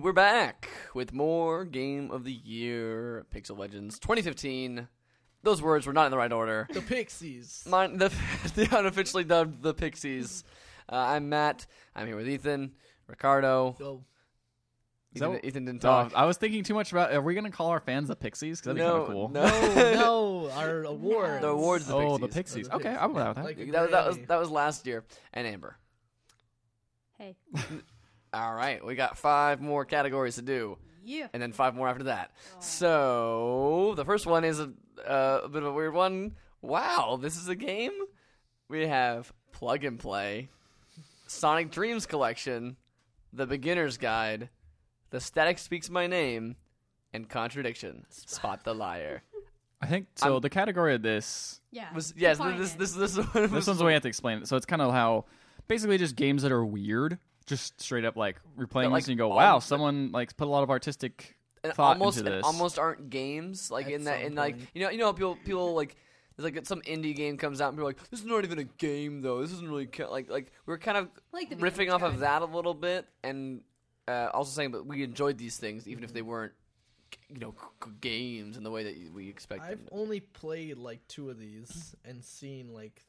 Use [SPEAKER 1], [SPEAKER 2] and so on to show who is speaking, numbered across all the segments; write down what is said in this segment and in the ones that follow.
[SPEAKER 1] we're back with more Game of the Year Pixel Legends 2015. Those words were not in the right order.
[SPEAKER 2] The Pixies.
[SPEAKER 1] Mine, the, the unofficially dubbed the Pixies. Uh, I'm Matt. I'm here with Ethan, Ricardo.
[SPEAKER 2] Yo,
[SPEAKER 3] Is that
[SPEAKER 1] Ethan,
[SPEAKER 3] what-
[SPEAKER 1] Ethan didn't
[SPEAKER 3] Oh,
[SPEAKER 1] talk.
[SPEAKER 3] I was thinking too much about. Are we gonna call our fans the Pixies? Because that'd be
[SPEAKER 1] no,
[SPEAKER 3] kind of
[SPEAKER 1] Oh,
[SPEAKER 3] cool.
[SPEAKER 1] no,
[SPEAKER 2] no, our awards.
[SPEAKER 1] The awards, the
[SPEAKER 3] oh, the
[SPEAKER 1] Pixies.
[SPEAKER 3] Pixies.
[SPEAKER 2] Oh, the
[SPEAKER 3] okay,
[SPEAKER 2] Pixies.
[SPEAKER 3] I'm about that.
[SPEAKER 2] Like-
[SPEAKER 1] That, that was
[SPEAKER 2] Grammy.
[SPEAKER 1] that was last year. And Amber.
[SPEAKER 4] Hey.
[SPEAKER 1] All right, we got five more categories to do,
[SPEAKER 4] Yeah.
[SPEAKER 1] and then five more after that. So the first one is a, uh, a bit of a weird one. Wow, this is a game. We have Plug and Play, Sonic Dreams Collection, The Beginner's Guide, The Static Speaks My Name, and Contradiction. Spot the Liar.
[SPEAKER 3] I think so. the category of this
[SPEAKER 4] Yeah.
[SPEAKER 1] Was yes,
[SPEAKER 4] define
[SPEAKER 1] this
[SPEAKER 4] it.
[SPEAKER 1] this this, this one
[SPEAKER 3] this
[SPEAKER 1] was
[SPEAKER 3] one's the way I have to explain it. So it's kind of how basically just games that are weird. Just straight up like we're playing
[SPEAKER 1] like,
[SPEAKER 3] this and you go,
[SPEAKER 1] all-
[SPEAKER 3] wow, someone like put a lot of artistic
[SPEAKER 1] and
[SPEAKER 3] thought
[SPEAKER 1] almost
[SPEAKER 3] into
[SPEAKER 1] and
[SPEAKER 3] this.
[SPEAKER 1] almost aren't games like
[SPEAKER 2] At
[SPEAKER 1] in that
[SPEAKER 2] some
[SPEAKER 1] in like
[SPEAKER 2] point.
[SPEAKER 1] you know you know how people people like there's like some indie game comes out and people are like this is not even a game though this isn't really ca-. like like we're kind of
[SPEAKER 4] Like the
[SPEAKER 1] riffing
[SPEAKER 4] beginner's
[SPEAKER 1] off of
[SPEAKER 4] guide.
[SPEAKER 1] that a little bit and uh, also saying but we enjoyed these things even if they weren't g- you know g- g- games in the way that y- we expect
[SPEAKER 2] I've
[SPEAKER 1] them.
[SPEAKER 2] only played like two of these and seen like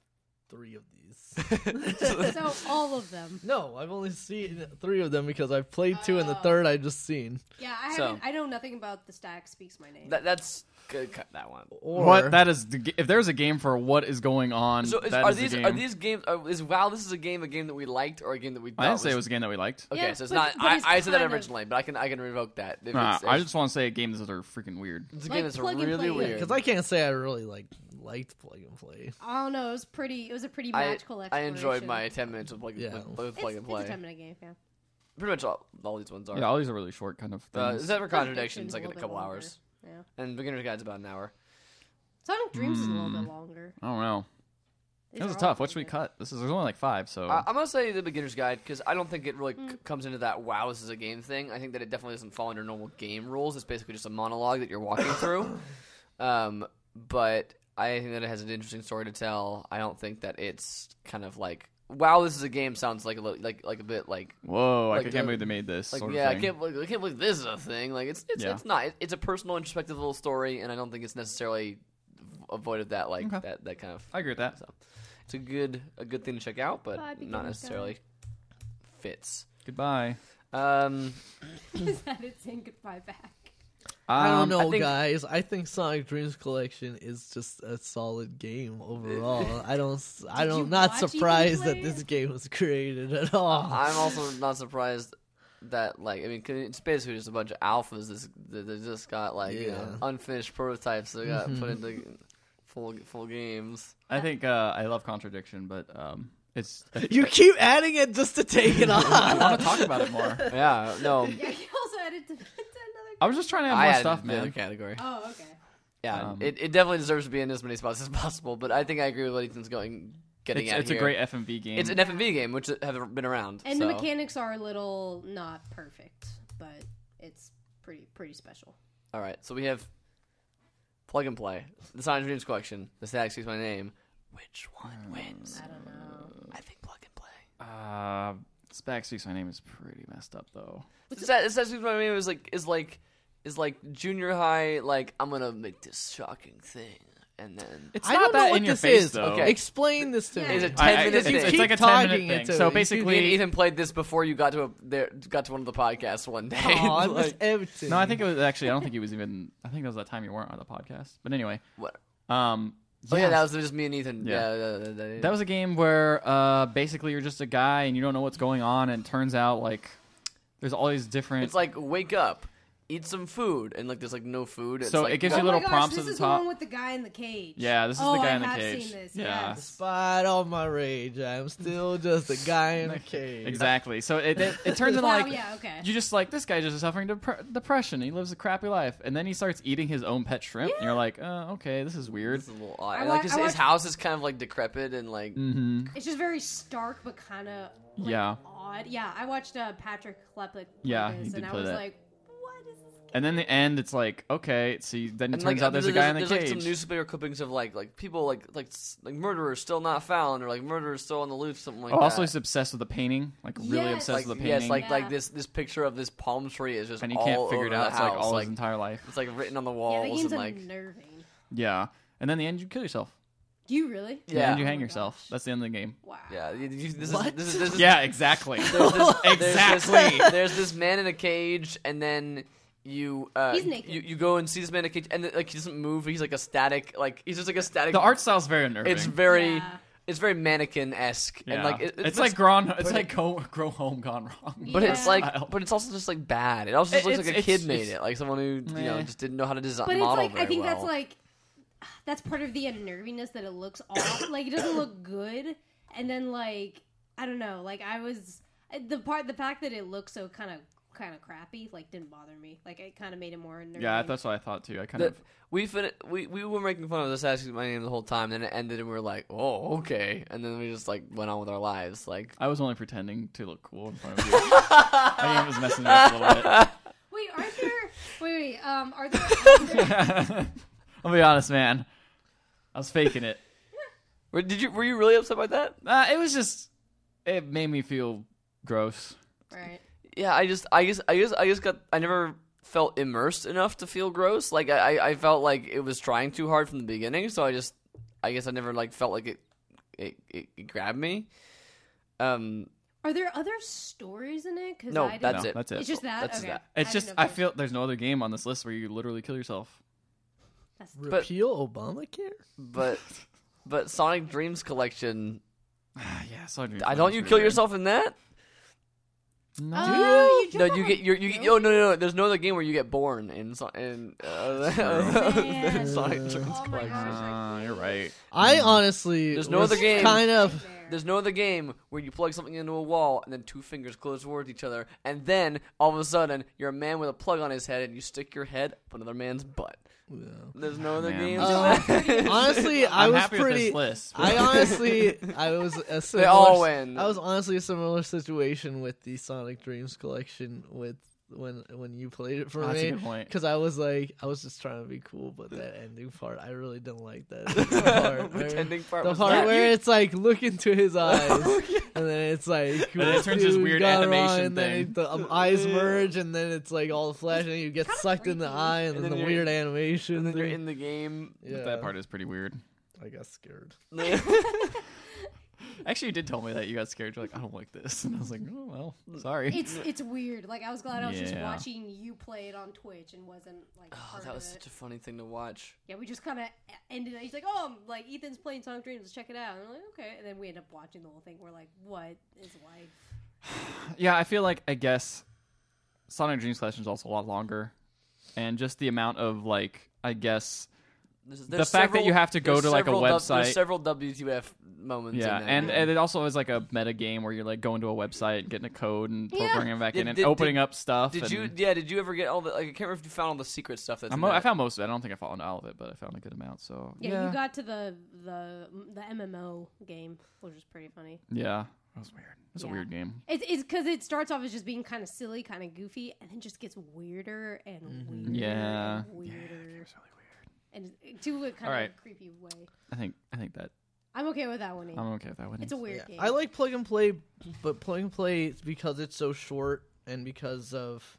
[SPEAKER 2] three of these.
[SPEAKER 4] so all of them.
[SPEAKER 2] No, I've only seen three of them because I've played two and the third I just seen.
[SPEAKER 4] Yeah, I
[SPEAKER 1] So-
[SPEAKER 4] haven't. I know nothing about the stack speaks my name.
[SPEAKER 1] that, that's good cut that one
[SPEAKER 2] Or
[SPEAKER 3] what that is. The, g- if there's a game for what is going on,
[SPEAKER 1] so is,
[SPEAKER 3] Mm, that
[SPEAKER 1] are
[SPEAKER 3] is the
[SPEAKER 1] these
[SPEAKER 3] game.
[SPEAKER 1] are these games are, is wow this is a game a game that we liked or a game that we
[SPEAKER 3] I
[SPEAKER 1] thought
[SPEAKER 3] didn't say it was a game that we liked.
[SPEAKER 1] okay
[SPEAKER 4] Yeah,
[SPEAKER 1] so it's not
[SPEAKER 4] but- but it's
[SPEAKER 1] I, I said that
[SPEAKER 4] kind of-
[SPEAKER 1] originally but I can I can revoke that if
[SPEAKER 3] Nah,
[SPEAKER 1] it's,
[SPEAKER 3] I
[SPEAKER 1] if-
[SPEAKER 3] just want to say games that are freaking weird.
[SPEAKER 1] It's a
[SPEAKER 4] Like
[SPEAKER 1] game that's
[SPEAKER 4] plug and
[SPEAKER 1] really
[SPEAKER 4] play.
[SPEAKER 1] weird.
[SPEAKER 2] because I can't say I really like liked play and play.
[SPEAKER 4] I don't know. It was pretty. It was a pretty
[SPEAKER 1] I,
[SPEAKER 4] magical
[SPEAKER 1] I
[SPEAKER 4] exploration.
[SPEAKER 1] enjoyed my 10 minutes with plug,
[SPEAKER 2] Yeah.
[SPEAKER 1] with, with
[SPEAKER 4] It's,
[SPEAKER 1] plug and play.
[SPEAKER 4] it's a ten minute game. Yeah.
[SPEAKER 1] Pretty much all, all these ones are.
[SPEAKER 3] Yeah, all these are really short kind of
[SPEAKER 1] uh,
[SPEAKER 3] things.
[SPEAKER 1] except for Contradictions,
[SPEAKER 4] Contradiction's
[SPEAKER 1] like in a
[SPEAKER 4] little bit
[SPEAKER 1] couple
[SPEAKER 4] longer.
[SPEAKER 1] hours.
[SPEAKER 4] Yeah.
[SPEAKER 1] And Beginner's Guide's about an hour.
[SPEAKER 4] Sonic Dreams is a
[SPEAKER 1] Hmm.
[SPEAKER 4] little bit longer.
[SPEAKER 3] I don't know.
[SPEAKER 4] These
[SPEAKER 3] This
[SPEAKER 4] are
[SPEAKER 3] is
[SPEAKER 4] all
[SPEAKER 3] tough. What should we
[SPEAKER 4] pretty
[SPEAKER 3] cut? This is there's only like five, so
[SPEAKER 1] Uh, I'm going to say the Beginner's Guide because I don't think it really
[SPEAKER 4] Mm.
[SPEAKER 1] c- comes into that wow, this is a game thing. I think that it definitely doesn't fall under normal game rules. It's basically just a monologue that you're walking through. Um, but I think that it has an interesting story to tell. I don't think that it's kind of like. Wow, this is a game. Sounds like a li- like like a bit like
[SPEAKER 3] whoa,
[SPEAKER 1] like
[SPEAKER 3] I can't
[SPEAKER 1] the-
[SPEAKER 3] believe they made this.
[SPEAKER 1] Like,
[SPEAKER 3] sort of
[SPEAKER 1] yeah, I
[SPEAKER 3] thing.
[SPEAKER 1] can't, believe, I can't believe this is a thing. Like, it's it's,
[SPEAKER 3] Yeah.
[SPEAKER 1] it's not. It- It's a personal, introspective little story, and I don't think it's necessarily avoided that like
[SPEAKER 3] Okay.
[SPEAKER 1] that that kind of.
[SPEAKER 3] I agree with that.
[SPEAKER 1] So, it's a good a good thing to check out, but
[SPEAKER 4] Bye,
[SPEAKER 1] not
[SPEAKER 4] beginner's
[SPEAKER 1] necessarily fits.
[SPEAKER 3] Goodbye.
[SPEAKER 1] Um,
[SPEAKER 4] good. Is that it saying goodbye back?
[SPEAKER 2] I don't
[SPEAKER 3] Um,
[SPEAKER 2] know,
[SPEAKER 1] I think-
[SPEAKER 2] guys. I think Sonic Dreams Collection is just a solid game overall. I don't, s- I
[SPEAKER 4] Did you
[SPEAKER 2] don't, not
[SPEAKER 4] watch Ethan
[SPEAKER 2] surprised that
[SPEAKER 4] play
[SPEAKER 2] this
[SPEAKER 4] it?
[SPEAKER 2] game was created at all.
[SPEAKER 1] I'm also not surprised that like I mean 'cause it's basically just a bunch of alphas that's- that that just got like you know,
[SPEAKER 2] Yeah.
[SPEAKER 1] unfinished prototypes that got put
[SPEAKER 3] Mm-hmm.
[SPEAKER 1] into full full games.
[SPEAKER 3] I think uh, I love contradiction, but um, it's. I
[SPEAKER 2] you keep adding it just to take it off.
[SPEAKER 3] want to talk about it more.
[SPEAKER 1] Yeah, no,
[SPEAKER 4] Yeah. You also added to, to another.
[SPEAKER 1] Oh.
[SPEAKER 3] I was just trying to have
[SPEAKER 1] I
[SPEAKER 3] more
[SPEAKER 1] added
[SPEAKER 3] stuff,
[SPEAKER 1] the other
[SPEAKER 3] man.
[SPEAKER 1] category.
[SPEAKER 4] Oh, okay.
[SPEAKER 1] Yeah,
[SPEAKER 3] Um,
[SPEAKER 1] it, it definitely deserves to be in as many spots as possible. But I think I agree with what Ethan's going getting
[SPEAKER 3] It's,
[SPEAKER 1] at.
[SPEAKER 3] it's a
[SPEAKER 1] here.
[SPEAKER 3] great um, FMV game.
[SPEAKER 1] It's an FMV game, which have been around.
[SPEAKER 4] And
[SPEAKER 1] so.
[SPEAKER 4] the mechanics are a little not perfect, but it's pretty pretty special.
[SPEAKER 1] All right, so we have plug and play, the Sonic Dreams collection, the Static Speaks My Name. Which
[SPEAKER 3] Hmm.
[SPEAKER 1] one wins?
[SPEAKER 4] I don't know.
[SPEAKER 1] I think plug and play.
[SPEAKER 3] uh, Spack speaks my name is pretty messed up though.
[SPEAKER 1] The Stat- the Static Speaks My Name is like is like is like junior high. Like I'm gonna make this shocking thing, and then
[SPEAKER 3] It's
[SPEAKER 2] I
[SPEAKER 3] not
[SPEAKER 2] don't know
[SPEAKER 3] that
[SPEAKER 2] what
[SPEAKER 3] in your
[SPEAKER 2] this
[SPEAKER 3] face
[SPEAKER 2] is.
[SPEAKER 3] though.
[SPEAKER 1] Okay.
[SPEAKER 2] Explain this to
[SPEAKER 4] Yeah.
[SPEAKER 2] me.
[SPEAKER 4] Is
[SPEAKER 1] it's a
[SPEAKER 4] it
[SPEAKER 1] ten
[SPEAKER 3] I- I-
[SPEAKER 1] minute
[SPEAKER 3] it's,
[SPEAKER 1] thing.
[SPEAKER 3] it's
[SPEAKER 2] You
[SPEAKER 3] like a
[SPEAKER 2] keep
[SPEAKER 3] ten minute
[SPEAKER 2] talking
[SPEAKER 3] thing.
[SPEAKER 2] into
[SPEAKER 3] So
[SPEAKER 2] it.
[SPEAKER 1] Me and
[SPEAKER 3] basically,
[SPEAKER 1] Ethan played this before you got to a, there, got to one of the podcasts one day.
[SPEAKER 2] Aw, I
[SPEAKER 1] Like,
[SPEAKER 2] missed everything.
[SPEAKER 3] no, I think it was actually. I don't think he was even. I think that was that time you weren't on the podcast. But anyway,
[SPEAKER 1] what?
[SPEAKER 3] um,
[SPEAKER 1] Oh yeah,
[SPEAKER 3] yes.
[SPEAKER 1] that was just me and Ethan.
[SPEAKER 3] Yeah.
[SPEAKER 1] Yeah, that- that- that-
[SPEAKER 3] That was a game where uh, basically you're just a guy and you don't know what's going on, and it turns out like there's all these different.
[SPEAKER 1] It's like wake up, eat some food, and like there's like no food. It's
[SPEAKER 3] So
[SPEAKER 1] like,
[SPEAKER 3] it gives you- little prompts
[SPEAKER 4] Oh this
[SPEAKER 3] at the
[SPEAKER 4] is
[SPEAKER 3] top.
[SPEAKER 4] one with the guy in the cage.
[SPEAKER 3] yeah, this is
[SPEAKER 4] oh,
[SPEAKER 3] the guy
[SPEAKER 4] I
[SPEAKER 3] in the
[SPEAKER 4] have
[SPEAKER 3] cage.
[SPEAKER 4] Seen this.
[SPEAKER 3] yeah,
[SPEAKER 4] yes.
[SPEAKER 2] Despite all my rage, I'm still just a guy in a cage.
[SPEAKER 3] exactly. So it it, it turns into
[SPEAKER 4] Wow,
[SPEAKER 3] like
[SPEAKER 4] yeah, okay.
[SPEAKER 3] you just like this guy just is suffering dep- depression. He lives a crappy life, and then he starts eating his own pet shrimp, and you're like, uh, okay, this is weird.
[SPEAKER 1] It's a little odd.
[SPEAKER 4] I
[SPEAKER 1] And,
[SPEAKER 4] wa-
[SPEAKER 1] like his,
[SPEAKER 4] I
[SPEAKER 1] his
[SPEAKER 4] watched-
[SPEAKER 1] house is kind of like decrepit and like
[SPEAKER 3] Mm, Mm-hmm.
[SPEAKER 4] It's just very stark, but kind of like,
[SPEAKER 3] Yeah.
[SPEAKER 4] odd. Yeah, I watched uh, Patrick Klepek. play
[SPEAKER 3] Yeah,
[SPEAKER 4] this,
[SPEAKER 3] he did
[SPEAKER 4] and I
[SPEAKER 3] play
[SPEAKER 4] was
[SPEAKER 3] that.
[SPEAKER 4] like, what is this
[SPEAKER 3] And then the end, it's like okay. See, then it
[SPEAKER 1] And,
[SPEAKER 3] turns out there's, a guy in the
[SPEAKER 1] there's,
[SPEAKER 3] cage.
[SPEAKER 1] Like some newspaper clippings of like like people like like s- like murderers still not found or like murderers still on the loose something like
[SPEAKER 3] oh,
[SPEAKER 1] that.
[SPEAKER 3] also he's obsessed with the painting, like really
[SPEAKER 4] Yes.
[SPEAKER 1] like,
[SPEAKER 3] obsessed with the
[SPEAKER 1] yes,
[SPEAKER 3] painting,
[SPEAKER 1] like like
[SPEAKER 4] Yeah.
[SPEAKER 1] this this picture of this palm tree is just
[SPEAKER 3] and he
[SPEAKER 1] all
[SPEAKER 3] can't figure it
[SPEAKER 1] over
[SPEAKER 3] out.
[SPEAKER 1] The
[SPEAKER 3] It's
[SPEAKER 1] house.
[SPEAKER 3] like all
[SPEAKER 1] like
[SPEAKER 3] his entire life.
[SPEAKER 1] it's like written on the
[SPEAKER 4] Yeah,
[SPEAKER 1] walls
[SPEAKER 4] that game's
[SPEAKER 1] and like
[SPEAKER 4] unnerving.
[SPEAKER 3] Yeah, and then the end, you kill yourself.
[SPEAKER 4] Do you really?
[SPEAKER 1] Yeah.
[SPEAKER 3] and you
[SPEAKER 4] Oh
[SPEAKER 3] hang
[SPEAKER 4] my
[SPEAKER 3] yourself.
[SPEAKER 4] gosh.
[SPEAKER 3] That's the end of the game.
[SPEAKER 4] Wow.
[SPEAKER 1] yeah you- you- this is
[SPEAKER 2] What?
[SPEAKER 1] this is this is
[SPEAKER 3] Yeah, exactly.
[SPEAKER 1] there's this, there's this-
[SPEAKER 3] Exactly.
[SPEAKER 1] There's, this man in a cage, and then you uh,
[SPEAKER 4] He's naked.
[SPEAKER 1] you you go and see this man in a cage, and then, like he doesn't move. He's like a static, like he's just like a static.
[SPEAKER 3] the art style's very unnerving.
[SPEAKER 1] it's very
[SPEAKER 4] Yeah.
[SPEAKER 1] it's very mannequin esque,
[SPEAKER 3] Yeah.
[SPEAKER 1] and like it-
[SPEAKER 3] it's like grown. It's
[SPEAKER 1] but-
[SPEAKER 3] like go, grow home gone wrong.
[SPEAKER 1] But it's
[SPEAKER 4] Yeah.
[SPEAKER 1] like,
[SPEAKER 3] Style.
[SPEAKER 1] but it's also just like bad. It also just
[SPEAKER 3] It-
[SPEAKER 1] looks
[SPEAKER 3] it's-
[SPEAKER 1] like a
[SPEAKER 3] it's-
[SPEAKER 1] kid made
[SPEAKER 3] it's-
[SPEAKER 1] it, like someone who you know
[SPEAKER 3] Meh.
[SPEAKER 1] just didn't know how to design
[SPEAKER 4] But it's
[SPEAKER 1] model
[SPEAKER 4] like
[SPEAKER 1] very
[SPEAKER 4] I think
[SPEAKER 1] well.
[SPEAKER 4] that's like that's part of the unnervingness that it looks off. like it doesn't look good, and then like I don't know. Like I was the part the fact that it looked so kind of kind of crappy like didn't bother me. Like it kind of made it more unnerving.
[SPEAKER 3] yeah, that's what I thought too. I kind
[SPEAKER 1] The-
[SPEAKER 3] of
[SPEAKER 1] we fin- we we were making fun of this asking my name the whole time. Then it ended, and we were like, oh okay, and then we just like went on with our lives. Like
[SPEAKER 3] I was only pretending to look cool in front of you. I think I was messing you up a little
[SPEAKER 4] Wait, aren't there? Wait, wait. Um, are there? Are there
[SPEAKER 3] bit. I'll be honest, man. I was faking it.
[SPEAKER 1] were- did you were you really upset by that?
[SPEAKER 3] Uh, it was just. It made me feel gross.
[SPEAKER 4] right.
[SPEAKER 1] Yeah, I just I guess I guess I just got I never felt immersed enough to feel gross. Like I I I felt like it was trying too hard from the beginning. So I just I guess I never like felt like it it it, it grabbed me. Um
[SPEAKER 4] Are there other stories in it? 'Cause
[SPEAKER 1] No,
[SPEAKER 4] I didn't-
[SPEAKER 1] that's
[SPEAKER 3] no,
[SPEAKER 1] it.
[SPEAKER 3] That's it.
[SPEAKER 4] It's just that.
[SPEAKER 1] That's
[SPEAKER 4] okay.
[SPEAKER 1] that.
[SPEAKER 3] It's
[SPEAKER 4] didn't know
[SPEAKER 3] just.
[SPEAKER 4] if
[SPEAKER 3] I
[SPEAKER 4] there-
[SPEAKER 3] feel there's no other game on this list where you literally kill yourself.
[SPEAKER 4] that's-
[SPEAKER 2] Repeal Obamacare?
[SPEAKER 1] but but Sonic Dreams collection.
[SPEAKER 3] yeah, so I,
[SPEAKER 1] I don't you kill yourself in that?
[SPEAKER 3] No.
[SPEAKER 4] Oh, you
[SPEAKER 1] No,
[SPEAKER 4] jump
[SPEAKER 1] you
[SPEAKER 4] on
[SPEAKER 1] get
[SPEAKER 4] a
[SPEAKER 1] your you get,
[SPEAKER 4] goat?
[SPEAKER 1] oh no no no. There's no other game where you get born in Son- in uh,
[SPEAKER 4] Oh, Man.
[SPEAKER 1] Sonic Dreams
[SPEAKER 4] Oh my
[SPEAKER 1] collection.
[SPEAKER 4] gosh.
[SPEAKER 3] Ah, you're right.
[SPEAKER 2] I honestly
[SPEAKER 1] There's no
[SPEAKER 2] was
[SPEAKER 1] other game.
[SPEAKER 2] Kind of.
[SPEAKER 4] Nightmare.
[SPEAKER 1] There's no other game where you plug something into a wall and then two fingers close towards each other, and then all of a sudden you're a man with a plug on his head and you stick your head up another man's butt. There's no other
[SPEAKER 3] Man.
[SPEAKER 1] game.
[SPEAKER 2] Uh, honestly, I
[SPEAKER 3] I'm
[SPEAKER 2] was
[SPEAKER 3] happy
[SPEAKER 2] pretty.
[SPEAKER 3] with this list. but-
[SPEAKER 2] I honestly, I was a similar.
[SPEAKER 1] all win.
[SPEAKER 2] I was honestly a similar situation with the Sonic Dreams collection with when when you played it for
[SPEAKER 3] Oh, that's a
[SPEAKER 2] me
[SPEAKER 3] good point.
[SPEAKER 2] because I was like I was just trying to be cool, but that ending part I really didn't like that ending part. where-
[SPEAKER 1] Pretending part
[SPEAKER 2] the
[SPEAKER 1] was
[SPEAKER 2] part
[SPEAKER 1] that.
[SPEAKER 2] where it's like look into his eyes, and then it's like
[SPEAKER 3] then it turns this
[SPEAKER 2] dude
[SPEAKER 3] weird
[SPEAKER 2] got it
[SPEAKER 3] animation
[SPEAKER 2] wrong, and then
[SPEAKER 3] thing.
[SPEAKER 2] the um, eyes merge, and then it's like all the flash, and you get
[SPEAKER 4] kinda
[SPEAKER 2] sucked in the
[SPEAKER 4] freaky.
[SPEAKER 2] eye,
[SPEAKER 1] And
[SPEAKER 2] and, then,
[SPEAKER 1] then
[SPEAKER 2] the
[SPEAKER 1] you're-
[SPEAKER 2] weird animation.
[SPEAKER 1] and then you're
[SPEAKER 2] thing.
[SPEAKER 1] in the game.
[SPEAKER 2] yeah,
[SPEAKER 3] That part is pretty weird.
[SPEAKER 2] I got scared.
[SPEAKER 3] Actually, you did tell me that you got scared. You're like, I don't like this, and I was like, oh well, sorry.
[SPEAKER 4] It's it's weird. Like I was glad I was just
[SPEAKER 3] Yeah.
[SPEAKER 4] watching you play it on Twitch and wasn't like
[SPEAKER 1] Oh,
[SPEAKER 4] part
[SPEAKER 1] that was
[SPEAKER 4] of it.
[SPEAKER 1] such a funny thing to watch.
[SPEAKER 4] Yeah, we just kind of ended. it. He's like, "Oh, I'm like Ethan's playing Sonic Dreams. Let's check it out." And I'm like, "Okay," and then we end up watching the whole thing. We're like, "What is life?"
[SPEAKER 3] yeah, I feel like I guess Sonic Dreams Collection is also a lot longer, and just the amount of like, I guess,
[SPEAKER 1] There's,
[SPEAKER 3] The
[SPEAKER 1] there's
[SPEAKER 3] fact that
[SPEAKER 1] several-
[SPEAKER 3] you have to go
[SPEAKER 1] there's
[SPEAKER 3] to, like, a
[SPEAKER 1] several dub-
[SPEAKER 3] website-
[SPEAKER 1] there's several WTF moments.
[SPEAKER 3] yeah,
[SPEAKER 1] in that
[SPEAKER 3] and,
[SPEAKER 1] game.
[SPEAKER 3] and it also is like a meta game where you're like going to a website, getting a code, and
[SPEAKER 4] Yeah.
[SPEAKER 3] programming it back
[SPEAKER 1] Did-
[SPEAKER 3] in, and
[SPEAKER 1] did-
[SPEAKER 3] opening
[SPEAKER 1] did-
[SPEAKER 3] up stuff.
[SPEAKER 1] did
[SPEAKER 3] and
[SPEAKER 1] you? Yeah, did you ever get all the? Like, I can't remember if you found all the secret stuff. That's
[SPEAKER 3] I'm,
[SPEAKER 1] in
[SPEAKER 3] I
[SPEAKER 1] that.
[SPEAKER 3] found most of it. I don't think I found all of it, but I found a good amount. So
[SPEAKER 4] Yeah,
[SPEAKER 3] yeah,
[SPEAKER 4] you got to the the the MMO game, which is pretty funny.
[SPEAKER 3] Yeah. that was weird. It's
[SPEAKER 4] Yeah.
[SPEAKER 3] a weird game.
[SPEAKER 4] It's it's because it starts off as just being kind of silly, kind of goofy, and then just gets weirder and weirder,
[SPEAKER 3] Mm-hmm. Yeah.
[SPEAKER 4] and weirder,
[SPEAKER 3] really weird.
[SPEAKER 4] and to a kind
[SPEAKER 3] Alright.
[SPEAKER 4] of creepy way.
[SPEAKER 3] I think I think that
[SPEAKER 4] I'm okay with that one. Ian.
[SPEAKER 3] I'm okay with that one.
[SPEAKER 4] It's a weird game.
[SPEAKER 2] I like plug and play, but plug and play because it's so short and because of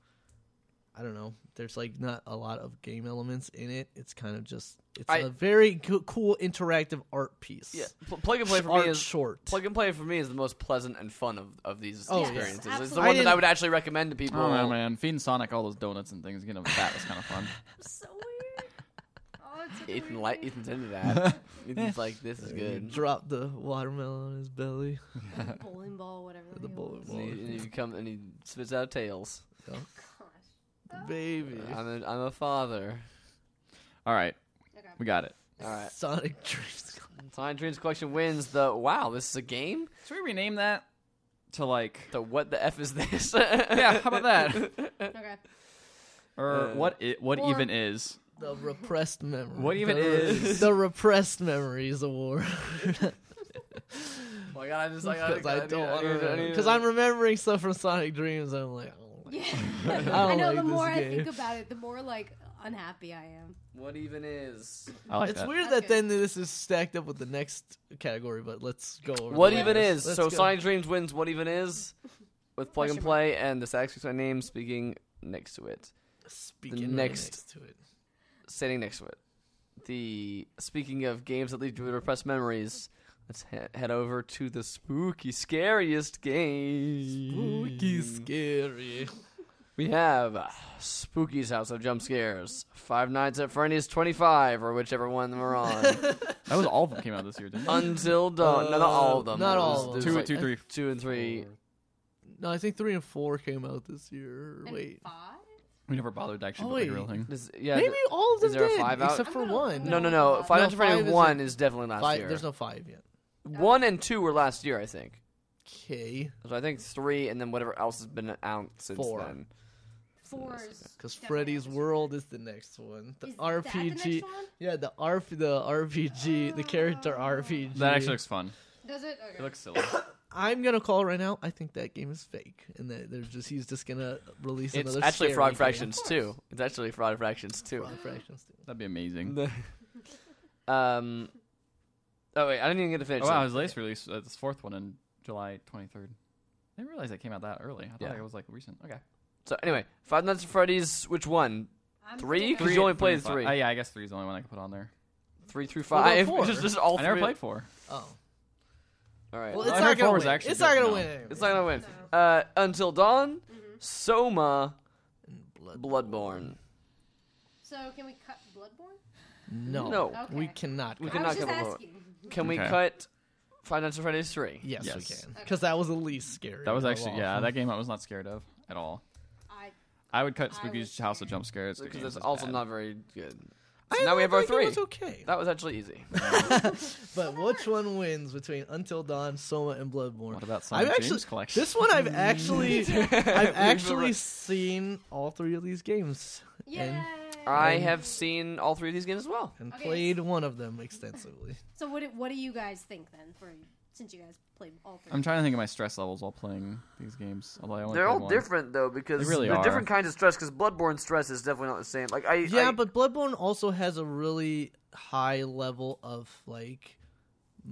[SPEAKER 2] I don't know. There's like not a lot of game elements in it. It's kind of just it's
[SPEAKER 1] I-
[SPEAKER 2] a very co- cool interactive art piece.
[SPEAKER 1] Yeah, pl- plug and play for
[SPEAKER 2] art
[SPEAKER 1] me is
[SPEAKER 2] short.
[SPEAKER 1] Plug and play for me is the most pleasant and fun of, of these
[SPEAKER 2] Oh, yes,
[SPEAKER 1] experiences. it's the
[SPEAKER 4] absolutely.
[SPEAKER 1] one
[SPEAKER 2] I
[SPEAKER 1] that I would actually recommend to people.
[SPEAKER 3] Oh no, man, feeding Sonic all those donuts and things, getting him fat was kind of fun.
[SPEAKER 4] so weird. Oh, it's such a
[SPEAKER 1] Ethan
[SPEAKER 4] weird
[SPEAKER 1] like
[SPEAKER 4] game.
[SPEAKER 1] Ethan's into that. Ethan's like, this is
[SPEAKER 2] And you
[SPEAKER 1] good.
[SPEAKER 2] Drop the watermelon on his belly.
[SPEAKER 4] Like a bowling ball, whatever.
[SPEAKER 2] The
[SPEAKER 4] it
[SPEAKER 2] bowling
[SPEAKER 4] was.
[SPEAKER 1] And he, and he come and he spits out tails.
[SPEAKER 4] Gosh.
[SPEAKER 2] Baby.
[SPEAKER 1] I'm a, I'm a father.
[SPEAKER 3] All right,
[SPEAKER 4] Okay.
[SPEAKER 3] we got it.
[SPEAKER 1] All right,
[SPEAKER 2] Sonic Dreams.
[SPEAKER 1] Sonic Dreams Collection wins the wow. This is a game.
[SPEAKER 3] Should we rename that to like,
[SPEAKER 1] The what the f is this?
[SPEAKER 3] yeah, how about that?
[SPEAKER 4] Okay.
[SPEAKER 3] Or
[SPEAKER 1] Uh,
[SPEAKER 3] what? I- what
[SPEAKER 4] Or-
[SPEAKER 3] even is?
[SPEAKER 2] The repressed memory.
[SPEAKER 3] What even
[SPEAKER 2] the,
[SPEAKER 3] is-
[SPEAKER 2] the repressed memories award?
[SPEAKER 1] Oh my god, I just like
[SPEAKER 2] Because I
[SPEAKER 1] need-
[SPEAKER 2] don't want
[SPEAKER 1] need-
[SPEAKER 2] to.
[SPEAKER 1] need-
[SPEAKER 2] Because I'm remembering stuff from Sonic Dreams, and I'm like, I don't
[SPEAKER 1] Like, "Oh,
[SPEAKER 4] Yeah.
[SPEAKER 2] don't
[SPEAKER 4] I, know.
[SPEAKER 2] like
[SPEAKER 4] the
[SPEAKER 2] this
[SPEAKER 4] more I
[SPEAKER 2] game.
[SPEAKER 4] think about it, the more like unhappy I am.
[SPEAKER 1] What even is?
[SPEAKER 3] I like
[SPEAKER 2] it's
[SPEAKER 3] that.
[SPEAKER 2] weird
[SPEAKER 4] That's
[SPEAKER 2] that then this is stacked up with the next category, but let's go over
[SPEAKER 1] What
[SPEAKER 2] the
[SPEAKER 1] even
[SPEAKER 2] winners.
[SPEAKER 1] is?
[SPEAKER 2] Let's
[SPEAKER 1] so
[SPEAKER 2] go.
[SPEAKER 1] Sonic Dreams wins. What even is? With plug and
[SPEAKER 4] Question
[SPEAKER 1] play, and this actually my name speaking next to it,
[SPEAKER 2] Speaking right
[SPEAKER 1] next-
[SPEAKER 2] next to it.
[SPEAKER 1] standing next to it. The speaking of games that lead to repressed memories, let's he- head over to the spooky, scariest game.
[SPEAKER 2] Spooky scary.
[SPEAKER 1] We have uh, Spooky's House of Jump Scares, Five Nights at Freddy's 25, or whichever one we're on.
[SPEAKER 3] That was all of them came out this year, didn't it?
[SPEAKER 1] Until Dawn. no, not all of them.
[SPEAKER 2] Not
[SPEAKER 1] It was-
[SPEAKER 2] all of
[SPEAKER 1] it was
[SPEAKER 3] Two,
[SPEAKER 2] them.
[SPEAKER 1] like
[SPEAKER 3] two, three.
[SPEAKER 1] two and three.
[SPEAKER 2] No, I think three and four came out this year.
[SPEAKER 4] And
[SPEAKER 2] Wait.
[SPEAKER 4] five?
[SPEAKER 3] We never bothered to actually
[SPEAKER 2] Oh,
[SPEAKER 3] play
[SPEAKER 2] wait.
[SPEAKER 3] the real thing.
[SPEAKER 1] Is- yeah,
[SPEAKER 2] Maybe
[SPEAKER 1] th-
[SPEAKER 2] all of them
[SPEAKER 1] is there a
[SPEAKER 2] did,
[SPEAKER 1] five out?
[SPEAKER 2] except for
[SPEAKER 4] I'm gonna-
[SPEAKER 2] one.
[SPEAKER 1] no, no, no. Five
[SPEAKER 2] No,
[SPEAKER 1] Nights at Freddy's
[SPEAKER 2] five is
[SPEAKER 1] one is definitely last
[SPEAKER 2] Five,
[SPEAKER 1] year.
[SPEAKER 2] there's no five yet.
[SPEAKER 1] One and two were last year, I think.
[SPEAKER 2] Okay.
[SPEAKER 1] So I think three, and then whatever else has been out since
[SPEAKER 2] Four.
[SPEAKER 1] then.
[SPEAKER 4] Four is
[SPEAKER 2] Because
[SPEAKER 4] definitely
[SPEAKER 2] Freddy's
[SPEAKER 4] not this
[SPEAKER 2] World is the next one. The
[SPEAKER 4] Is that the
[SPEAKER 2] RPG.
[SPEAKER 4] next one?
[SPEAKER 2] Yeah, the RP, the RPG, the character RPG.
[SPEAKER 3] That actually looks fun.
[SPEAKER 4] year. Does it? Okay.
[SPEAKER 3] It looks silly.
[SPEAKER 2] I'm gonna call right now. I think that game is fake, and that there's just he's just gonna release
[SPEAKER 1] It's
[SPEAKER 2] another.
[SPEAKER 1] actually
[SPEAKER 2] scary
[SPEAKER 1] Frog
[SPEAKER 2] game.
[SPEAKER 1] Fractions
[SPEAKER 4] Of
[SPEAKER 1] too.
[SPEAKER 4] course.
[SPEAKER 1] It's actually Frog Fractions too.
[SPEAKER 2] Frog Fractions. too.
[SPEAKER 3] That'd be amazing.
[SPEAKER 1] um. Oh wait, I didn't even get to finish.
[SPEAKER 3] Oh, wow,
[SPEAKER 1] that.
[SPEAKER 3] his latest release, uh, this fourth one in July 23rd. I didn't realize it came out that early. I thought
[SPEAKER 1] Yeah.
[SPEAKER 3] it was like recent. Okay.
[SPEAKER 1] So anyway, Five Nights at Freddy's. Which one?
[SPEAKER 4] I'm
[SPEAKER 1] Three?
[SPEAKER 4] still-
[SPEAKER 1] Because you only played
[SPEAKER 3] and five.
[SPEAKER 1] three.
[SPEAKER 3] Uh, yeah, I guess three is the only one I can put on there.
[SPEAKER 1] Three through
[SPEAKER 2] What about
[SPEAKER 1] five.
[SPEAKER 2] four?
[SPEAKER 1] Just, just all
[SPEAKER 3] I never
[SPEAKER 1] three.
[SPEAKER 3] played four.
[SPEAKER 2] Oh,
[SPEAKER 1] All right.
[SPEAKER 2] well,
[SPEAKER 3] I
[SPEAKER 2] it's
[SPEAKER 3] heard
[SPEAKER 2] not
[SPEAKER 3] four
[SPEAKER 2] gonna
[SPEAKER 3] was
[SPEAKER 2] win.
[SPEAKER 3] actually
[SPEAKER 2] It's not
[SPEAKER 3] good.
[SPEAKER 2] gonna
[SPEAKER 3] No.
[SPEAKER 2] win.
[SPEAKER 1] it's not gonna win.
[SPEAKER 4] No.
[SPEAKER 1] Uh, Until Dawn,
[SPEAKER 4] Mhm.
[SPEAKER 1] Soma,
[SPEAKER 2] Blood.
[SPEAKER 1] Bloodborne.
[SPEAKER 4] So can we cut Bloodborne?
[SPEAKER 2] No,
[SPEAKER 1] No.
[SPEAKER 4] Okay.
[SPEAKER 2] we cannot.
[SPEAKER 1] We
[SPEAKER 2] go.
[SPEAKER 4] I
[SPEAKER 1] cannot
[SPEAKER 4] was just
[SPEAKER 1] cut Bloodborne.
[SPEAKER 4] asking.
[SPEAKER 1] Can we
[SPEAKER 3] Okay.
[SPEAKER 1] cut Five Nights at Freddy's three?
[SPEAKER 2] Yes, we
[SPEAKER 3] Yes.
[SPEAKER 2] can. Because that was the least scary.
[SPEAKER 3] That was
[SPEAKER 2] of
[SPEAKER 3] actually,
[SPEAKER 2] all.
[SPEAKER 3] yeah, that game I was not scared of at all.
[SPEAKER 4] I
[SPEAKER 3] I would cut
[SPEAKER 4] I
[SPEAKER 3] Spooky's
[SPEAKER 4] was
[SPEAKER 3] House of
[SPEAKER 4] scared.
[SPEAKER 3] Jump Scares
[SPEAKER 1] Because
[SPEAKER 3] games
[SPEAKER 1] that's
[SPEAKER 3] is
[SPEAKER 1] also
[SPEAKER 3] bad.
[SPEAKER 1] not very good.
[SPEAKER 2] I
[SPEAKER 1] So now we
[SPEAKER 2] thought
[SPEAKER 1] have our
[SPEAKER 2] that game
[SPEAKER 1] three.
[SPEAKER 2] was okay.
[SPEAKER 1] That was actually easy.
[SPEAKER 2] But which one wins between Until Dawn, Soma, and Bloodborne?
[SPEAKER 3] What about
[SPEAKER 2] I've
[SPEAKER 3] Sonic
[SPEAKER 2] actually
[SPEAKER 3] Dreams Collection?
[SPEAKER 2] this one I've actually I've actually
[SPEAKER 1] Right.
[SPEAKER 2] seen all three of these games
[SPEAKER 4] yeah.
[SPEAKER 1] I
[SPEAKER 2] Um,
[SPEAKER 1] have seen all three of these games as well.
[SPEAKER 2] and
[SPEAKER 4] Okay.
[SPEAKER 2] played one of them extensively.
[SPEAKER 4] So what? do- What do you guys think then? For since you guys played all three.
[SPEAKER 3] I'm trying to think of my stress levels while playing these games. Although I only
[SPEAKER 1] They're
[SPEAKER 3] played
[SPEAKER 1] all
[SPEAKER 3] one.
[SPEAKER 1] different though because
[SPEAKER 3] They really
[SPEAKER 1] they're
[SPEAKER 3] are.
[SPEAKER 1] different kinds of stress. Because Bloodborne stress is definitely not the same. Like I
[SPEAKER 2] Yeah,
[SPEAKER 1] I-
[SPEAKER 2] but Bloodborne also has a really high level of like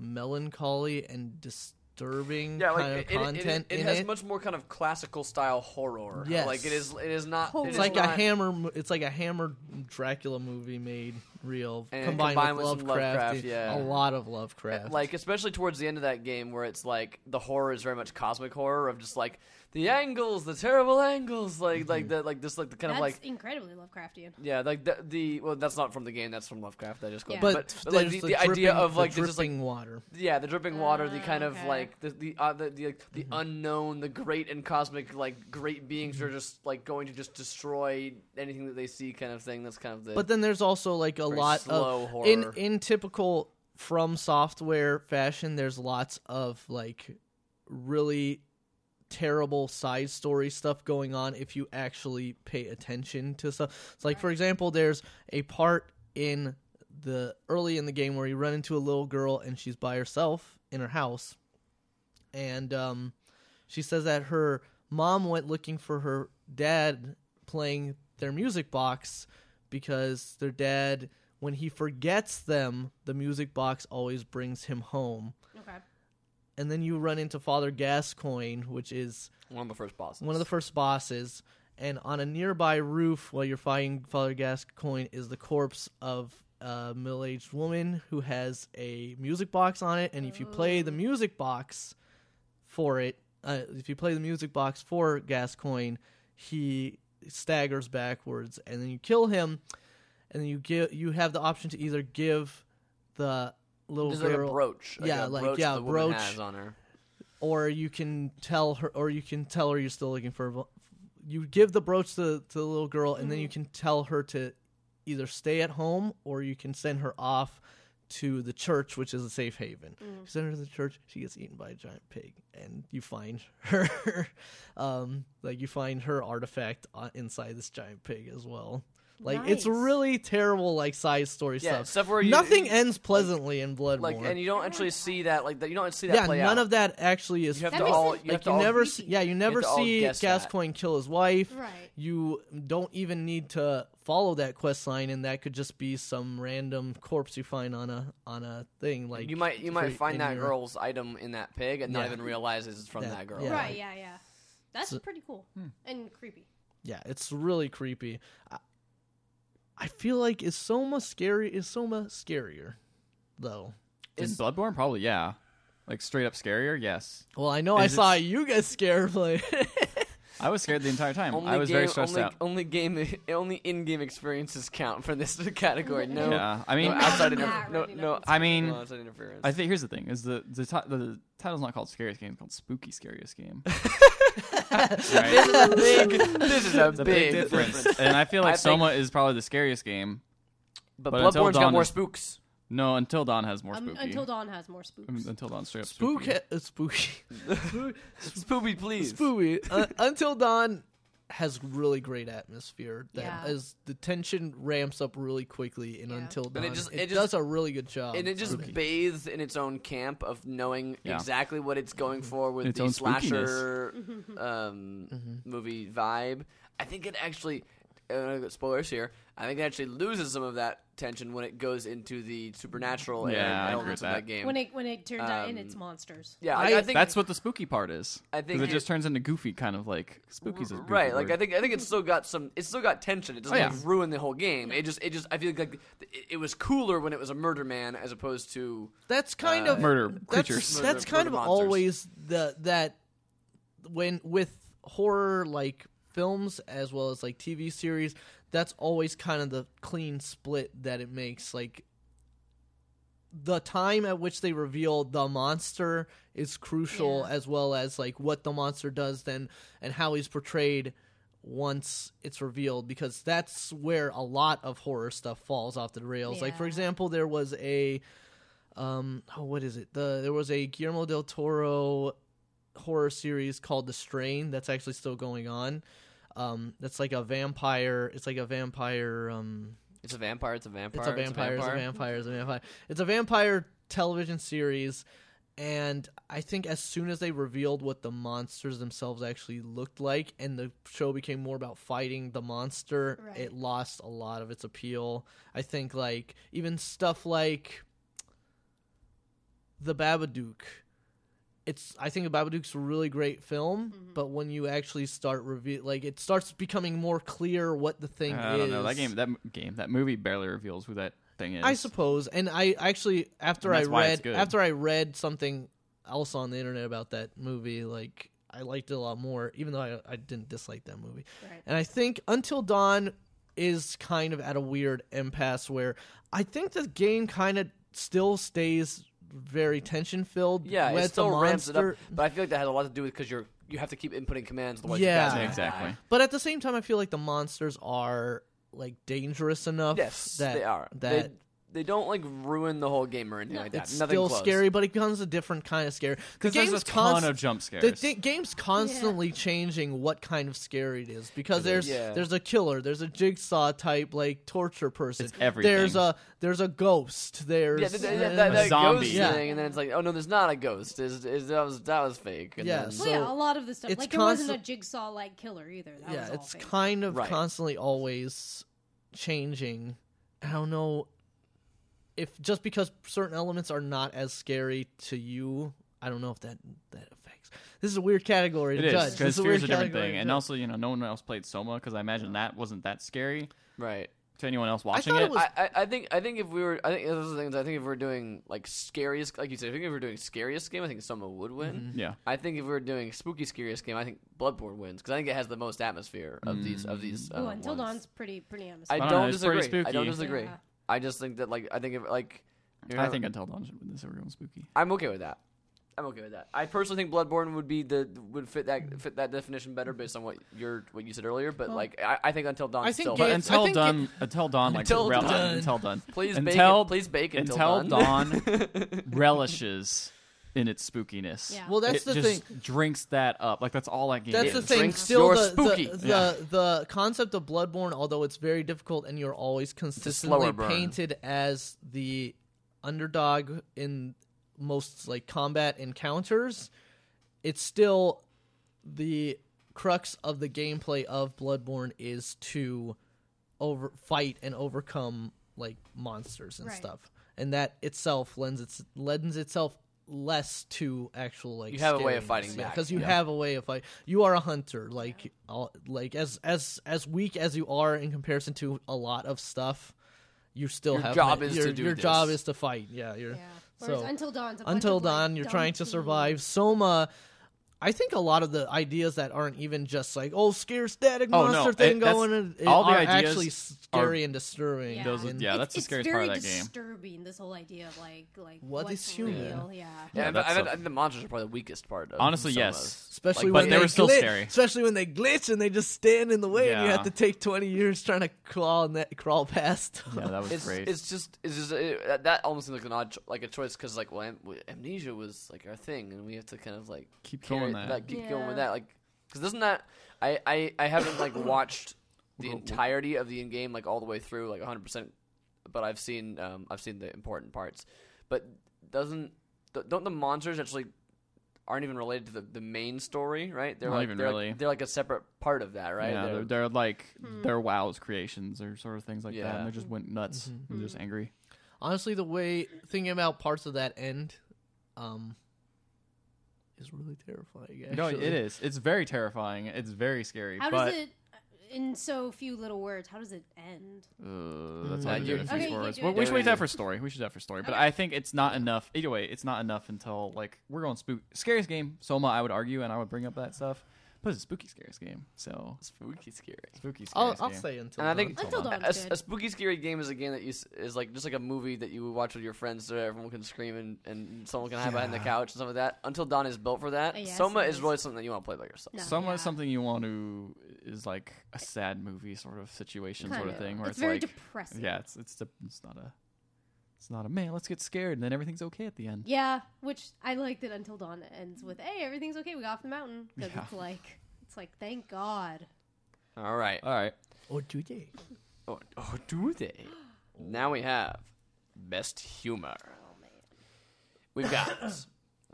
[SPEAKER 2] melancholy and disturbing
[SPEAKER 1] yeah,
[SPEAKER 2] kind
[SPEAKER 1] like
[SPEAKER 2] of
[SPEAKER 1] it, it,
[SPEAKER 2] content
[SPEAKER 1] it, it
[SPEAKER 2] in
[SPEAKER 1] has
[SPEAKER 2] it.
[SPEAKER 1] much more kind of classical style horror.
[SPEAKER 2] Yes.
[SPEAKER 1] like it is. It is not.
[SPEAKER 4] Horror.
[SPEAKER 1] It
[SPEAKER 2] it's
[SPEAKER 1] is
[SPEAKER 2] like
[SPEAKER 1] not,
[SPEAKER 2] a hammer. mo- It's like a hammer Dracula movie made real,
[SPEAKER 1] And
[SPEAKER 2] combined,
[SPEAKER 1] combined
[SPEAKER 2] with,
[SPEAKER 1] with some
[SPEAKER 2] Lovecraft.
[SPEAKER 1] Lovecraft, yeah.
[SPEAKER 2] a lot of Lovecraft.
[SPEAKER 1] like especially towards the end of that game where it's like the horror is very much cosmic horror of just like the angles, the terrible angles, like
[SPEAKER 2] Mm-hmm.
[SPEAKER 1] like that, like just like the kind
[SPEAKER 4] That's
[SPEAKER 1] of like
[SPEAKER 4] incredibly Lovecraftian.
[SPEAKER 1] yeah, like the, the well, that's not from the game, that's from Lovecraft. I just go,
[SPEAKER 4] Yeah.
[SPEAKER 2] but,
[SPEAKER 1] but, but like
[SPEAKER 2] there's
[SPEAKER 1] the,
[SPEAKER 2] the,
[SPEAKER 1] the idea
[SPEAKER 2] dripping-
[SPEAKER 1] of like
[SPEAKER 2] the
[SPEAKER 1] this is like
[SPEAKER 2] dripping water.
[SPEAKER 1] Yeah, the dripping water, the
[SPEAKER 4] Ah,
[SPEAKER 1] kind of
[SPEAKER 4] okay.
[SPEAKER 1] like the the uh, the, the, like, the
[SPEAKER 2] Mm-hmm.
[SPEAKER 1] unknown, the great and cosmic like great beings who are just like going to just destroy anything that they see, kind of thing. That's kind of the
[SPEAKER 2] But then there's also like a
[SPEAKER 1] very
[SPEAKER 2] lot
[SPEAKER 1] slow
[SPEAKER 2] of
[SPEAKER 1] horror.
[SPEAKER 2] in in typical from software fashion. There's lots of like really terrible side story stuff going on if you actually pay attention to stuff. It's like for example, there's a part in the early in the game where you run into a little girl and she's by herself in her house, and um, she says that her mom went looking for her dad playing their music box because their dad when he forgets them the music box always brings him home
[SPEAKER 4] Okay.
[SPEAKER 2] and then you run into father gascoigne which is
[SPEAKER 1] one of the first bosses.
[SPEAKER 2] one of the first bosses and on a nearby roof while you're fighting father gascoigne is the corpse of a middle-aged woman who has a music box on it and if you play the music box for it uh, if you play the music box for gascoigne he staggers backwards and then you kill him and then you give you have the option to either give the little
[SPEAKER 1] There's like a
[SPEAKER 2] girl
[SPEAKER 1] brooch. Like
[SPEAKER 2] Yeah,
[SPEAKER 1] a
[SPEAKER 2] like-
[SPEAKER 1] brooch
[SPEAKER 2] yeah,
[SPEAKER 1] that the woman
[SPEAKER 2] brooch.
[SPEAKER 1] has on her.
[SPEAKER 2] or you can tell her or you can tell her you're still looking for a vo- you give the brooch to, to the little girl and then you
[SPEAKER 4] Mm-hmm.
[SPEAKER 2] can tell her to either stay at home or you can send her off to the church which is a safe haven
[SPEAKER 4] Mm.
[SPEAKER 2] you send her to the church she gets eaten by a giant pig and you find uh, her um, like you find her artifact on, inside this giant pig as well Like it's
[SPEAKER 4] Nice.
[SPEAKER 2] really terrible like side story
[SPEAKER 1] Yeah,
[SPEAKER 2] stuff.
[SPEAKER 1] stuff where you-
[SPEAKER 2] Nothing ends pleasantly in Bloodborne.
[SPEAKER 1] like, and you don't actually see that. Like that, you don't see that.
[SPEAKER 2] yeah,
[SPEAKER 1] play out.
[SPEAKER 2] none of that actually is
[SPEAKER 1] You have
[SPEAKER 4] That
[SPEAKER 1] to
[SPEAKER 4] makes
[SPEAKER 1] all.
[SPEAKER 4] sense.
[SPEAKER 1] You
[SPEAKER 2] like
[SPEAKER 1] have
[SPEAKER 2] you
[SPEAKER 1] to all.
[SPEAKER 2] never
[SPEAKER 4] creepy.
[SPEAKER 2] see, yeah you
[SPEAKER 1] have
[SPEAKER 2] never
[SPEAKER 1] to all
[SPEAKER 2] see
[SPEAKER 1] guess that.
[SPEAKER 2] gascoigne kill his wife
[SPEAKER 4] Right.
[SPEAKER 2] you don't even need to follow that quest line and that could just be some random corpse you find on a on a thing like
[SPEAKER 1] you might you might
[SPEAKER 2] create in
[SPEAKER 1] find that
[SPEAKER 2] your-
[SPEAKER 1] girl's item in that pig and not
[SPEAKER 2] Yeah.
[SPEAKER 1] even realize it's from
[SPEAKER 2] That-
[SPEAKER 1] that girl.
[SPEAKER 2] yeah.
[SPEAKER 4] Right. Yeah. Yeah. That's
[SPEAKER 2] So- Hmm.
[SPEAKER 4] pretty cool and creepy.
[SPEAKER 2] yeah it's really creepy I, I feel like is soma scary is soma scarier though
[SPEAKER 3] In
[SPEAKER 1] Is-
[SPEAKER 3] Bloodborne, probably yeah. Like straight up scarier, yes.
[SPEAKER 2] well i know
[SPEAKER 3] Is
[SPEAKER 2] i
[SPEAKER 3] it
[SPEAKER 2] saw
[SPEAKER 3] s-
[SPEAKER 2] you get scared like
[SPEAKER 3] I was scared the entire time.
[SPEAKER 1] Only
[SPEAKER 3] I was
[SPEAKER 1] game,
[SPEAKER 3] very stressed
[SPEAKER 1] only,
[SPEAKER 3] out.
[SPEAKER 1] Only game, only in-game experiences count for this category. No,
[SPEAKER 3] yeah, I mean,
[SPEAKER 1] no outside
[SPEAKER 4] Nah,
[SPEAKER 1] interference. No,
[SPEAKER 4] Randy,
[SPEAKER 1] no,
[SPEAKER 4] that's
[SPEAKER 3] I mean,
[SPEAKER 1] no outside interference.
[SPEAKER 3] I think here's the thing: is the the, ti- the title's not called scariest game; it's called spooky scariest game. right?
[SPEAKER 1] big, this is a,
[SPEAKER 3] It's a big difference, and I feel like
[SPEAKER 1] I think-
[SPEAKER 3] Soma is probably the scariest game.
[SPEAKER 1] But,
[SPEAKER 3] But until
[SPEAKER 1] Bloodborne's got
[SPEAKER 3] Dawn
[SPEAKER 1] more
[SPEAKER 3] is-
[SPEAKER 1] spooks.
[SPEAKER 3] No, until Dawn has more
[SPEAKER 4] Um,
[SPEAKER 3] spooky.
[SPEAKER 4] until Dawn has more spooks.
[SPEAKER 3] Um, until Dawn, straight up
[SPEAKER 2] spook
[SPEAKER 3] spooky.
[SPEAKER 2] ha- uh, spooky
[SPEAKER 1] Spoopy, please.
[SPEAKER 2] spooky. Uh, Until Dawn has really great atmosphere. That
[SPEAKER 4] Yeah.
[SPEAKER 2] as the tension ramps up really quickly in
[SPEAKER 4] Yeah.
[SPEAKER 2] Until Dawn,
[SPEAKER 1] it
[SPEAKER 2] it,
[SPEAKER 1] just- it
[SPEAKER 2] does
[SPEAKER 1] just-
[SPEAKER 2] a really good job.
[SPEAKER 1] And it just bathes in its own camp of knowing
[SPEAKER 3] Yeah.
[SPEAKER 1] exactly what it's going for with
[SPEAKER 3] Its
[SPEAKER 1] the
[SPEAKER 3] own Mm-hmm.
[SPEAKER 1] slasher um, movie vibe. I think it actually, uh, spoilers here, I think it actually loses some of that tension when it goes into the supernatural
[SPEAKER 3] Yeah, I
[SPEAKER 1] yeah,
[SPEAKER 3] agree
[SPEAKER 1] elements
[SPEAKER 3] with
[SPEAKER 1] of
[SPEAKER 3] that.
[SPEAKER 1] that game.
[SPEAKER 4] When it when it turns out in its
[SPEAKER 3] Um,
[SPEAKER 4] monsters.
[SPEAKER 1] yeah, I, I
[SPEAKER 2] I-
[SPEAKER 1] think
[SPEAKER 3] That's what the spooky part is.
[SPEAKER 1] I think-
[SPEAKER 3] because it just turns into goofy, kind of like spooky's a goofy
[SPEAKER 1] right like
[SPEAKER 3] word.
[SPEAKER 1] i think i think it's still got some it's still got tension it doesn't
[SPEAKER 3] Oh, yeah.
[SPEAKER 1] like, ruin the whole game it just it just i feel like it, it was cooler when it was a murder man as opposed to
[SPEAKER 2] that's kind
[SPEAKER 1] uh,
[SPEAKER 2] of
[SPEAKER 3] murder
[SPEAKER 2] That's
[SPEAKER 3] creatures.
[SPEAKER 1] Murder-
[SPEAKER 2] that's kind of
[SPEAKER 1] murder monsters.
[SPEAKER 2] always the that when with horror like films as well as like TV series. That's always kind of the clean split that it makes. Like the time at which they reveal the monster is crucial
[SPEAKER 4] Yeah.
[SPEAKER 2] as well as like what the monster does then and how he's portrayed once it's revealed because that's where a lot of horror stuff falls off the rails like for
[SPEAKER 4] Yeah.
[SPEAKER 2] example there was a um oh what is it the there was a Guillermo del Toro horror series called The Strain that's actually still going on um that's like a vampire it's like a vampire um
[SPEAKER 1] it's a vampire it's a vampire
[SPEAKER 2] it's a vampire. It's a vampire. It's a vampire. It's a vampire television series, and I think as soon as they revealed what the monsters themselves actually looked like, and the show became more about fighting the monster,
[SPEAKER 4] Right.
[SPEAKER 2] it lost a lot of its appeal. I think like even stuff like the Babadook. It's I think Babadook's a really great film, but when you actually start reveal like it starts becoming more clear what the thing
[SPEAKER 3] I
[SPEAKER 2] is.
[SPEAKER 3] don't know that game. That m- game. That movie barely reveals who that thing is.
[SPEAKER 2] I suppose, and I actually after
[SPEAKER 3] And
[SPEAKER 2] I
[SPEAKER 3] that's why it's
[SPEAKER 2] read
[SPEAKER 3] good.
[SPEAKER 2] after I read something else on the internet about that movie, like I liked it a lot more, even though I, I didn't dislike that movie.
[SPEAKER 4] Right.
[SPEAKER 2] And I think Until Dawn is kind of at a weird impasse where I think the game kind of still stays very tension filled.
[SPEAKER 1] yeah it still
[SPEAKER 2] a
[SPEAKER 1] ramps it up
[SPEAKER 2] monster.
[SPEAKER 1] but i feel like that has a lot to do with because you're you have to keep inputting commands otherwise
[SPEAKER 2] Yeah.
[SPEAKER 1] you guys
[SPEAKER 3] Exactly.
[SPEAKER 2] But at the same time, I feel like the monsters are like dangerous enough.
[SPEAKER 1] yes
[SPEAKER 2] that,
[SPEAKER 1] they are they,
[SPEAKER 2] That
[SPEAKER 1] they don't like ruin the whole game or anything like that
[SPEAKER 2] it's
[SPEAKER 1] nothing
[SPEAKER 2] still
[SPEAKER 1] close.
[SPEAKER 2] scary, but it becomes a different kind of scare. The
[SPEAKER 3] because there's
[SPEAKER 2] game's
[SPEAKER 3] a ton
[SPEAKER 2] const-
[SPEAKER 3] of jump scares.
[SPEAKER 2] the thi- game's constantly changing what kind of scary it is because there's
[SPEAKER 1] Yeah.
[SPEAKER 2] there's a killer, there's a jigsaw type like torture person,
[SPEAKER 3] It's everything.
[SPEAKER 2] there's a there's a ghost, there's uh,
[SPEAKER 1] yeah, th- th- that, that, that
[SPEAKER 3] Zombie.
[SPEAKER 1] ghost
[SPEAKER 2] Yeah.
[SPEAKER 1] thing, and then it's like, oh no, there's not a ghost. Is is that was that was fake? And
[SPEAKER 2] Yeah,
[SPEAKER 1] then-
[SPEAKER 2] so-
[SPEAKER 4] Well, yeah, a lot of the stuff.
[SPEAKER 2] it's
[SPEAKER 4] Like there wasn't a
[SPEAKER 2] constant-
[SPEAKER 4] jigsaw like killer either. That was
[SPEAKER 2] yeah,
[SPEAKER 4] all
[SPEAKER 2] it's
[SPEAKER 4] fake.
[SPEAKER 2] kind of
[SPEAKER 1] Right.
[SPEAKER 2] constantly always changing. I don't know if just because certain elements are not as scary to you, I don't know if that that affects. This is a weird category
[SPEAKER 3] It
[SPEAKER 2] to judge.
[SPEAKER 3] is
[SPEAKER 2] This
[SPEAKER 3] because
[SPEAKER 2] a
[SPEAKER 3] fear's
[SPEAKER 2] weird
[SPEAKER 3] a different
[SPEAKER 2] category
[SPEAKER 3] thing,
[SPEAKER 2] to
[SPEAKER 3] and
[SPEAKER 2] judge.
[SPEAKER 3] also you know no one else played Soma because I imagine that wasn't that scary
[SPEAKER 1] right.
[SPEAKER 3] to anyone else watching
[SPEAKER 2] thought
[SPEAKER 3] it.
[SPEAKER 2] it was-
[SPEAKER 1] I, I- I think I think if we were I think those are the things I think if we are doing like scariest like you said if we were doing scariest game I think Soma would win.
[SPEAKER 3] yeah,
[SPEAKER 1] I think if we were doing spooky scariest game I think Bloodborne wins because I think it has the most atmosphere of these of these. Uh,
[SPEAKER 4] Mm. Ooh, until
[SPEAKER 1] ones.
[SPEAKER 4] Dawn's pretty pretty
[SPEAKER 1] I
[SPEAKER 4] atmospheric.
[SPEAKER 1] don't,
[SPEAKER 3] I don't know, it's
[SPEAKER 1] disagree.
[SPEAKER 3] pretty
[SPEAKER 1] I don't
[SPEAKER 3] spooky.
[SPEAKER 1] disagree.
[SPEAKER 4] Yeah.
[SPEAKER 1] I just think that like I think if like you
[SPEAKER 3] I
[SPEAKER 1] know,
[SPEAKER 3] think Until Dawn should win this. Everyone's spooky.
[SPEAKER 1] I'm okay with that. I'm okay with that. I personally think Bloodborne would be the would fit that fit that definition better based on what your what you said earlier. But like I, I think Until Dawn
[SPEAKER 2] I think
[SPEAKER 1] still.
[SPEAKER 3] But
[SPEAKER 2] games- I
[SPEAKER 3] until
[SPEAKER 2] think
[SPEAKER 3] dawn, until dawn, like
[SPEAKER 1] Until
[SPEAKER 3] rel-
[SPEAKER 1] Dawn.
[SPEAKER 3] until dawn,
[SPEAKER 1] Please bake
[SPEAKER 3] until
[SPEAKER 1] it- please bake Until
[SPEAKER 3] until dawn relishes in its spookiness.
[SPEAKER 4] Yeah.
[SPEAKER 2] Well, that's
[SPEAKER 3] it
[SPEAKER 2] the
[SPEAKER 3] just
[SPEAKER 2] thing.
[SPEAKER 3] drinks that up. Like that's all that game.
[SPEAKER 2] That's
[SPEAKER 3] is.
[SPEAKER 2] the thing.
[SPEAKER 1] drinks
[SPEAKER 2] Still,
[SPEAKER 1] your
[SPEAKER 2] the,
[SPEAKER 1] spooky.
[SPEAKER 2] The, the,
[SPEAKER 3] Yeah.
[SPEAKER 2] the concept of Bloodborne, although it's very difficult and you're always consistently
[SPEAKER 1] slower burn.
[SPEAKER 2] painted as the underdog in most like combat encounters, it's still the crux of the gameplay of Bloodborne is to over fight and overcome like monsters and
[SPEAKER 4] Right.
[SPEAKER 2] stuff, and that itself lends its lends itself less to actual like
[SPEAKER 1] You have a way of
[SPEAKER 2] scariness.
[SPEAKER 1] fighting
[SPEAKER 2] yeah,
[SPEAKER 1] back,
[SPEAKER 2] because you
[SPEAKER 1] yeah.
[SPEAKER 2] have a way of fight. You are a hunter, like all, like as as as weak as you are in comparison to a lot of stuff. You still
[SPEAKER 1] Your
[SPEAKER 2] have
[SPEAKER 1] job
[SPEAKER 2] ma-
[SPEAKER 1] is
[SPEAKER 2] your,
[SPEAKER 1] to do
[SPEAKER 2] your
[SPEAKER 1] this.
[SPEAKER 2] job is to fight. Yeah, you're,
[SPEAKER 4] Yeah. Whereas
[SPEAKER 2] so
[SPEAKER 4] until dawn's a bunch
[SPEAKER 2] until
[SPEAKER 4] of, like,
[SPEAKER 2] dawn you're
[SPEAKER 4] dumb
[SPEAKER 2] trying to
[SPEAKER 4] teens.
[SPEAKER 2] survive soma i think a lot of the ideas that aren't even just like oh scare static
[SPEAKER 3] Oh, no,
[SPEAKER 2] monster
[SPEAKER 3] it-
[SPEAKER 2] thing
[SPEAKER 3] that's-
[SPEAKER 2] going and it,
[SPEAKER 3] all the
[SPEAKER 2] are
[SPEAKER 3] ideas
[SPEAKER 2] actually
[SPEAKER 3] are-
[SPEAKER 2] scary and disturbing
[SPEAKER 4] Yeah.
[SPEAKER 3] Those-
[SPEAKER 2] And-
[SPEAKER 3] yeah,
[SPEAKER 4] It's-
[SPEAKER 3] that's the
[SPEAKER 4] it's
[SPEAKER 3] scariest part of
[SPEAKER 4] very
[SPEAKER 3] that game.
[SPEAKER 4] Disturbing. This whole idea of like like
[SPEAKER 2] What is
[SPEAKER 4] what's
[SPEAKER 2] human?
[SPEAKER 4] real, Yeah.
[SPEAKER 1] Yeah,
[SPEAKER 3] Yeah,
[SPEAKER 1] I, bet-
[SPEAKER 3] that's
[SPEAKER 1] I, bet-
[SPEAKER 3] a-
[SPEAKER 1] I think the monsters are probably the weakest part. Of
[SPEAKER 3] Honestly,
[SPEAKER 1] Soma's.
[SPEAKER 3] yes.
[SPEAKER 2] Especially
[SPEAKER 1] Like,
[SPEAKER 2] when
[SPEAKER 3] but they were still
[SPEAKER 2] glitch-
[SPEAKER 3] scary.
[SPEAKER 2] Especially when they glitch and they just stand in the way, and you
[SPEAKER 3] Yeah.
[SPEAKER 2] have to take twenty years trying to crawl and that crawl past.
[SPEAKER 3] Yeah, that was
[SPEAKER 1] It's,
[SPEAKER 3] great.
[SPEAKER 1] it's just it's just it, that- that almost seems like an odd cho- like a choice because like well am, w- amnesia was like our thing and we have to kind of like
[SPEAKER 3] Keep
[SPEAKER 1] carry
[SPEAKER 3] going that.
[SPEAKER 1] keep going with
[SPEAKER 4] Yeah.
[SPEAKER 1] that like because doesn't that I, I I haven't like watched the
[SPEAKER 3] We'll go-
[SPEAKER 1] entirety of the in game like all the way through like 100 percent but I've seen um I've seen the important parts but doesn't th- don't the monsters actually aren't even related to the, the main story right they're
[SPEAKER 3] Not
[SPEAKER 1] like
[SPEAKER 3] even
[SPEAKER 1] they're
[SPEAKER 3] really.
[SPEAKER 1] like, they're like a separate part of that right
[SPEAKER 3] Yeah, they're,
[SPEAKER 1] They're-
[SPEAKER 3] they're like they're WoW's creations or sort of things like that.
[SPEAKER 1] Yeah.
[SPEAKER 3] And they just went nuts.
[SPEAKER 2] Mm-hmm.
[SPEAKER 3] and just angry.
[SPEAKER 2] Honestly, the way thinking about parts of that end, um, is really terrifying. Actually.
[SPEAKER 3] No, it is. It's very terrifying. It's very scary.
[SPEAKER 4] How
[SPEAKER 3] but
[SPEAKER 4] does it? In so few little words, how does it end?
[SPEAKER 3] Uh,
[SPEAKER 1] Mm.
[SPEAKER 3] that's all
[SPEAKER 1] Yeah,
[SPEAKER 3] you
[SPEAKER 1] you-
[SPEAKER 3] in a
[SPEAKER 4] okay,
[SPEAKER 3] few
[SPEAKER 4] you
[SPEAKER 3] more
[SPEAKER 4] can
[SPEAKER 3] words.
[SPEAKER 4] do
[SPEAKER 3] Well,
[SPEAKER 4] it.
[SPEAKER 3] we should wait
[SPEAKER 1] Yeah.
[SPEAKER 3] that for story. We should do that for story. But
[SPEAKER 4] Okay.
[SPEAKER 3] I think it's not enough. Either way, it's not enough until like we're going spook scariest game. Soma, I would argue, and I would bring up that stuff. But it's a spooky scariest game. So
[SPEAKER 1] spooky scary
[SPEAKER 3] spooky scariest
[SPEAKER 2] I'll, I'll
[SPEAKER 3] game.
[SPEAKER 2] say until.
[SPEAKER 1] And I
[SPEAKER 2] dawn.
[SPEAKER 1] think-
[SPEAKER 4] Until
[SPEAKER 1] a,
[SPEAKER 4] dawn's
[SPEAKER 1] a
[SPEAKER 4] good.
[SPEAKER 1] spooky scary game is a game that you s- is like just like a movie that you watch with your friends so everyone can scream and, and someone can hide behind the
[SPEAKER 3] Yeah.
[SPEAKER 1] couch and stuff like that. Until Dawn is built for that.
[SPEAKER 4] Uh, yes,
[SPEAKER 1] Soma
[SPEAKER 4] it
[SPEAKER 1] is
[SPEAKER 4] is.
[SPEAKER 1] really something that you want to play by yourself.
[SPEAKER 4] No.
[SPEAKER 3] Soma
[SPEAKER 4] Yeah.
[SPEAKER 3] is something you want to is like a sad movie sort of situation
[SPEAKER 4] Kind
[SPEAKER 3] sort of,
[SPEAKER 4] of.
[SPEAKER 3] thing where
[SPEAKER 4] It's
[SPEAKER 3] it's,
[SPEAKER 4] very
[SPEAKER 3] like
[SPEAKER 4] depressing.
[SPEAKER 3] Yeah, it's it's de- it's not a it's not a man. Let's get scared and then everything's okay at the end.
[SPEAKER 4] Yeah, which I liked it until dawn ends with, "Hey, everything's okay. We got off the mountain." Because
[SPEAKER 3] Yeah.
[SPEAKER 4] it's like, it's like, thank God.
[SPEAKER 1] All right.
[SPEAKER 3] All right,
[SPEAKER 2] Or do they?
[SPEAKER 1] Oh, oh, do they? now we have best humor. We've got.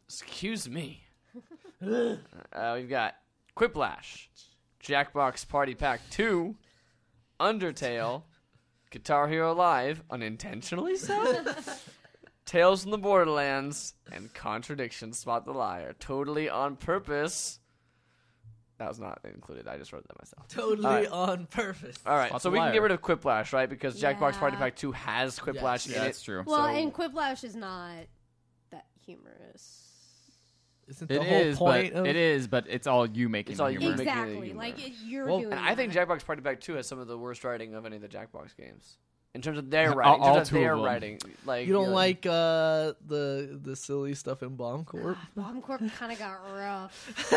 [SPEAKER 1] excuse me. uh, we've got Quiplash, Jackbox Party Pack Two, Undertale, Guitar Hero Live, unintentionally so. Tales from the Borderlands and Contradiction Spot the Liar, totally on purpose. That was not included. I just wrote that myself.
[SPEAKER 2] Totally
[SPEAKER 1] All right.
[SPEAKER 2] on purpose.
[SPEAKER 1] All right,
[SPEAKER 3] Spot
[SPEAKER 1] so
[SPEAKER 3] the
[SPEAKER 1] we can get
[SPEAKER 3] liar.
[SPEAKER 1] rid of Quiplash, right? Because Jackbox Party
[SPEAKER 4] Yeah.
[SPEAKER 1] Pack 2 has Quiplash
[SPEAKER 3] yeah,
[SPEAKER 1] in
[SPEAKER 3] that's
[SPEAKER 1] it.
[SPEAKER 3] true.
[SPEAKER 4] Well,
[SPEAKER 1] So-
[SPEAKER 4] and Quiplash is not that humorous.
[SPEAKER 2] Isn't the
[SPEAKER 3] It
[SPEAKER 2] whole
[SPEAKER 3] is, but
[SPEAKER 2] point of
[SPEAKER 3] it is, but it's all you making
[SPEAKER 1] It's
[SPEAKER 3] the
[SPEAKER 1] all you
[SPEAKER 3] humor.
[SPEAKER 1] making it
[SPEAKER 4] Exactly.
[SPEAKER 1] humor.
[SPEAKER 4] Like it, you're
[SPEAKER 2] Well,
[SPEAKER 4] doing.
[SPEAKER 1] And I think
[SPEAKER 4] that.
[SPEAKER 1] Jackbox Party Pack 2 has some of the worst writing of any of the Jackbox games. In terms of their
[SPEAKER 3] All-
[SPEAKER 1] writing, in
[SPEAKER 3] all
[SPEAKER 1] terms
[SPEAKER 3] two
[SPEAKER 1] of
[SPEAKER 3] of
[SPEAKER 1] their
[SPEAKER 3] them.
[SPEAKER 1] writing. Like
[SPEAKER 2] You don't
[SPEAKER 1] know,
[SPEAKER 2] like uh, the the silly stuff in Bomb Corp.
[SPEAKER 4] Bomb Corp kind of got rough.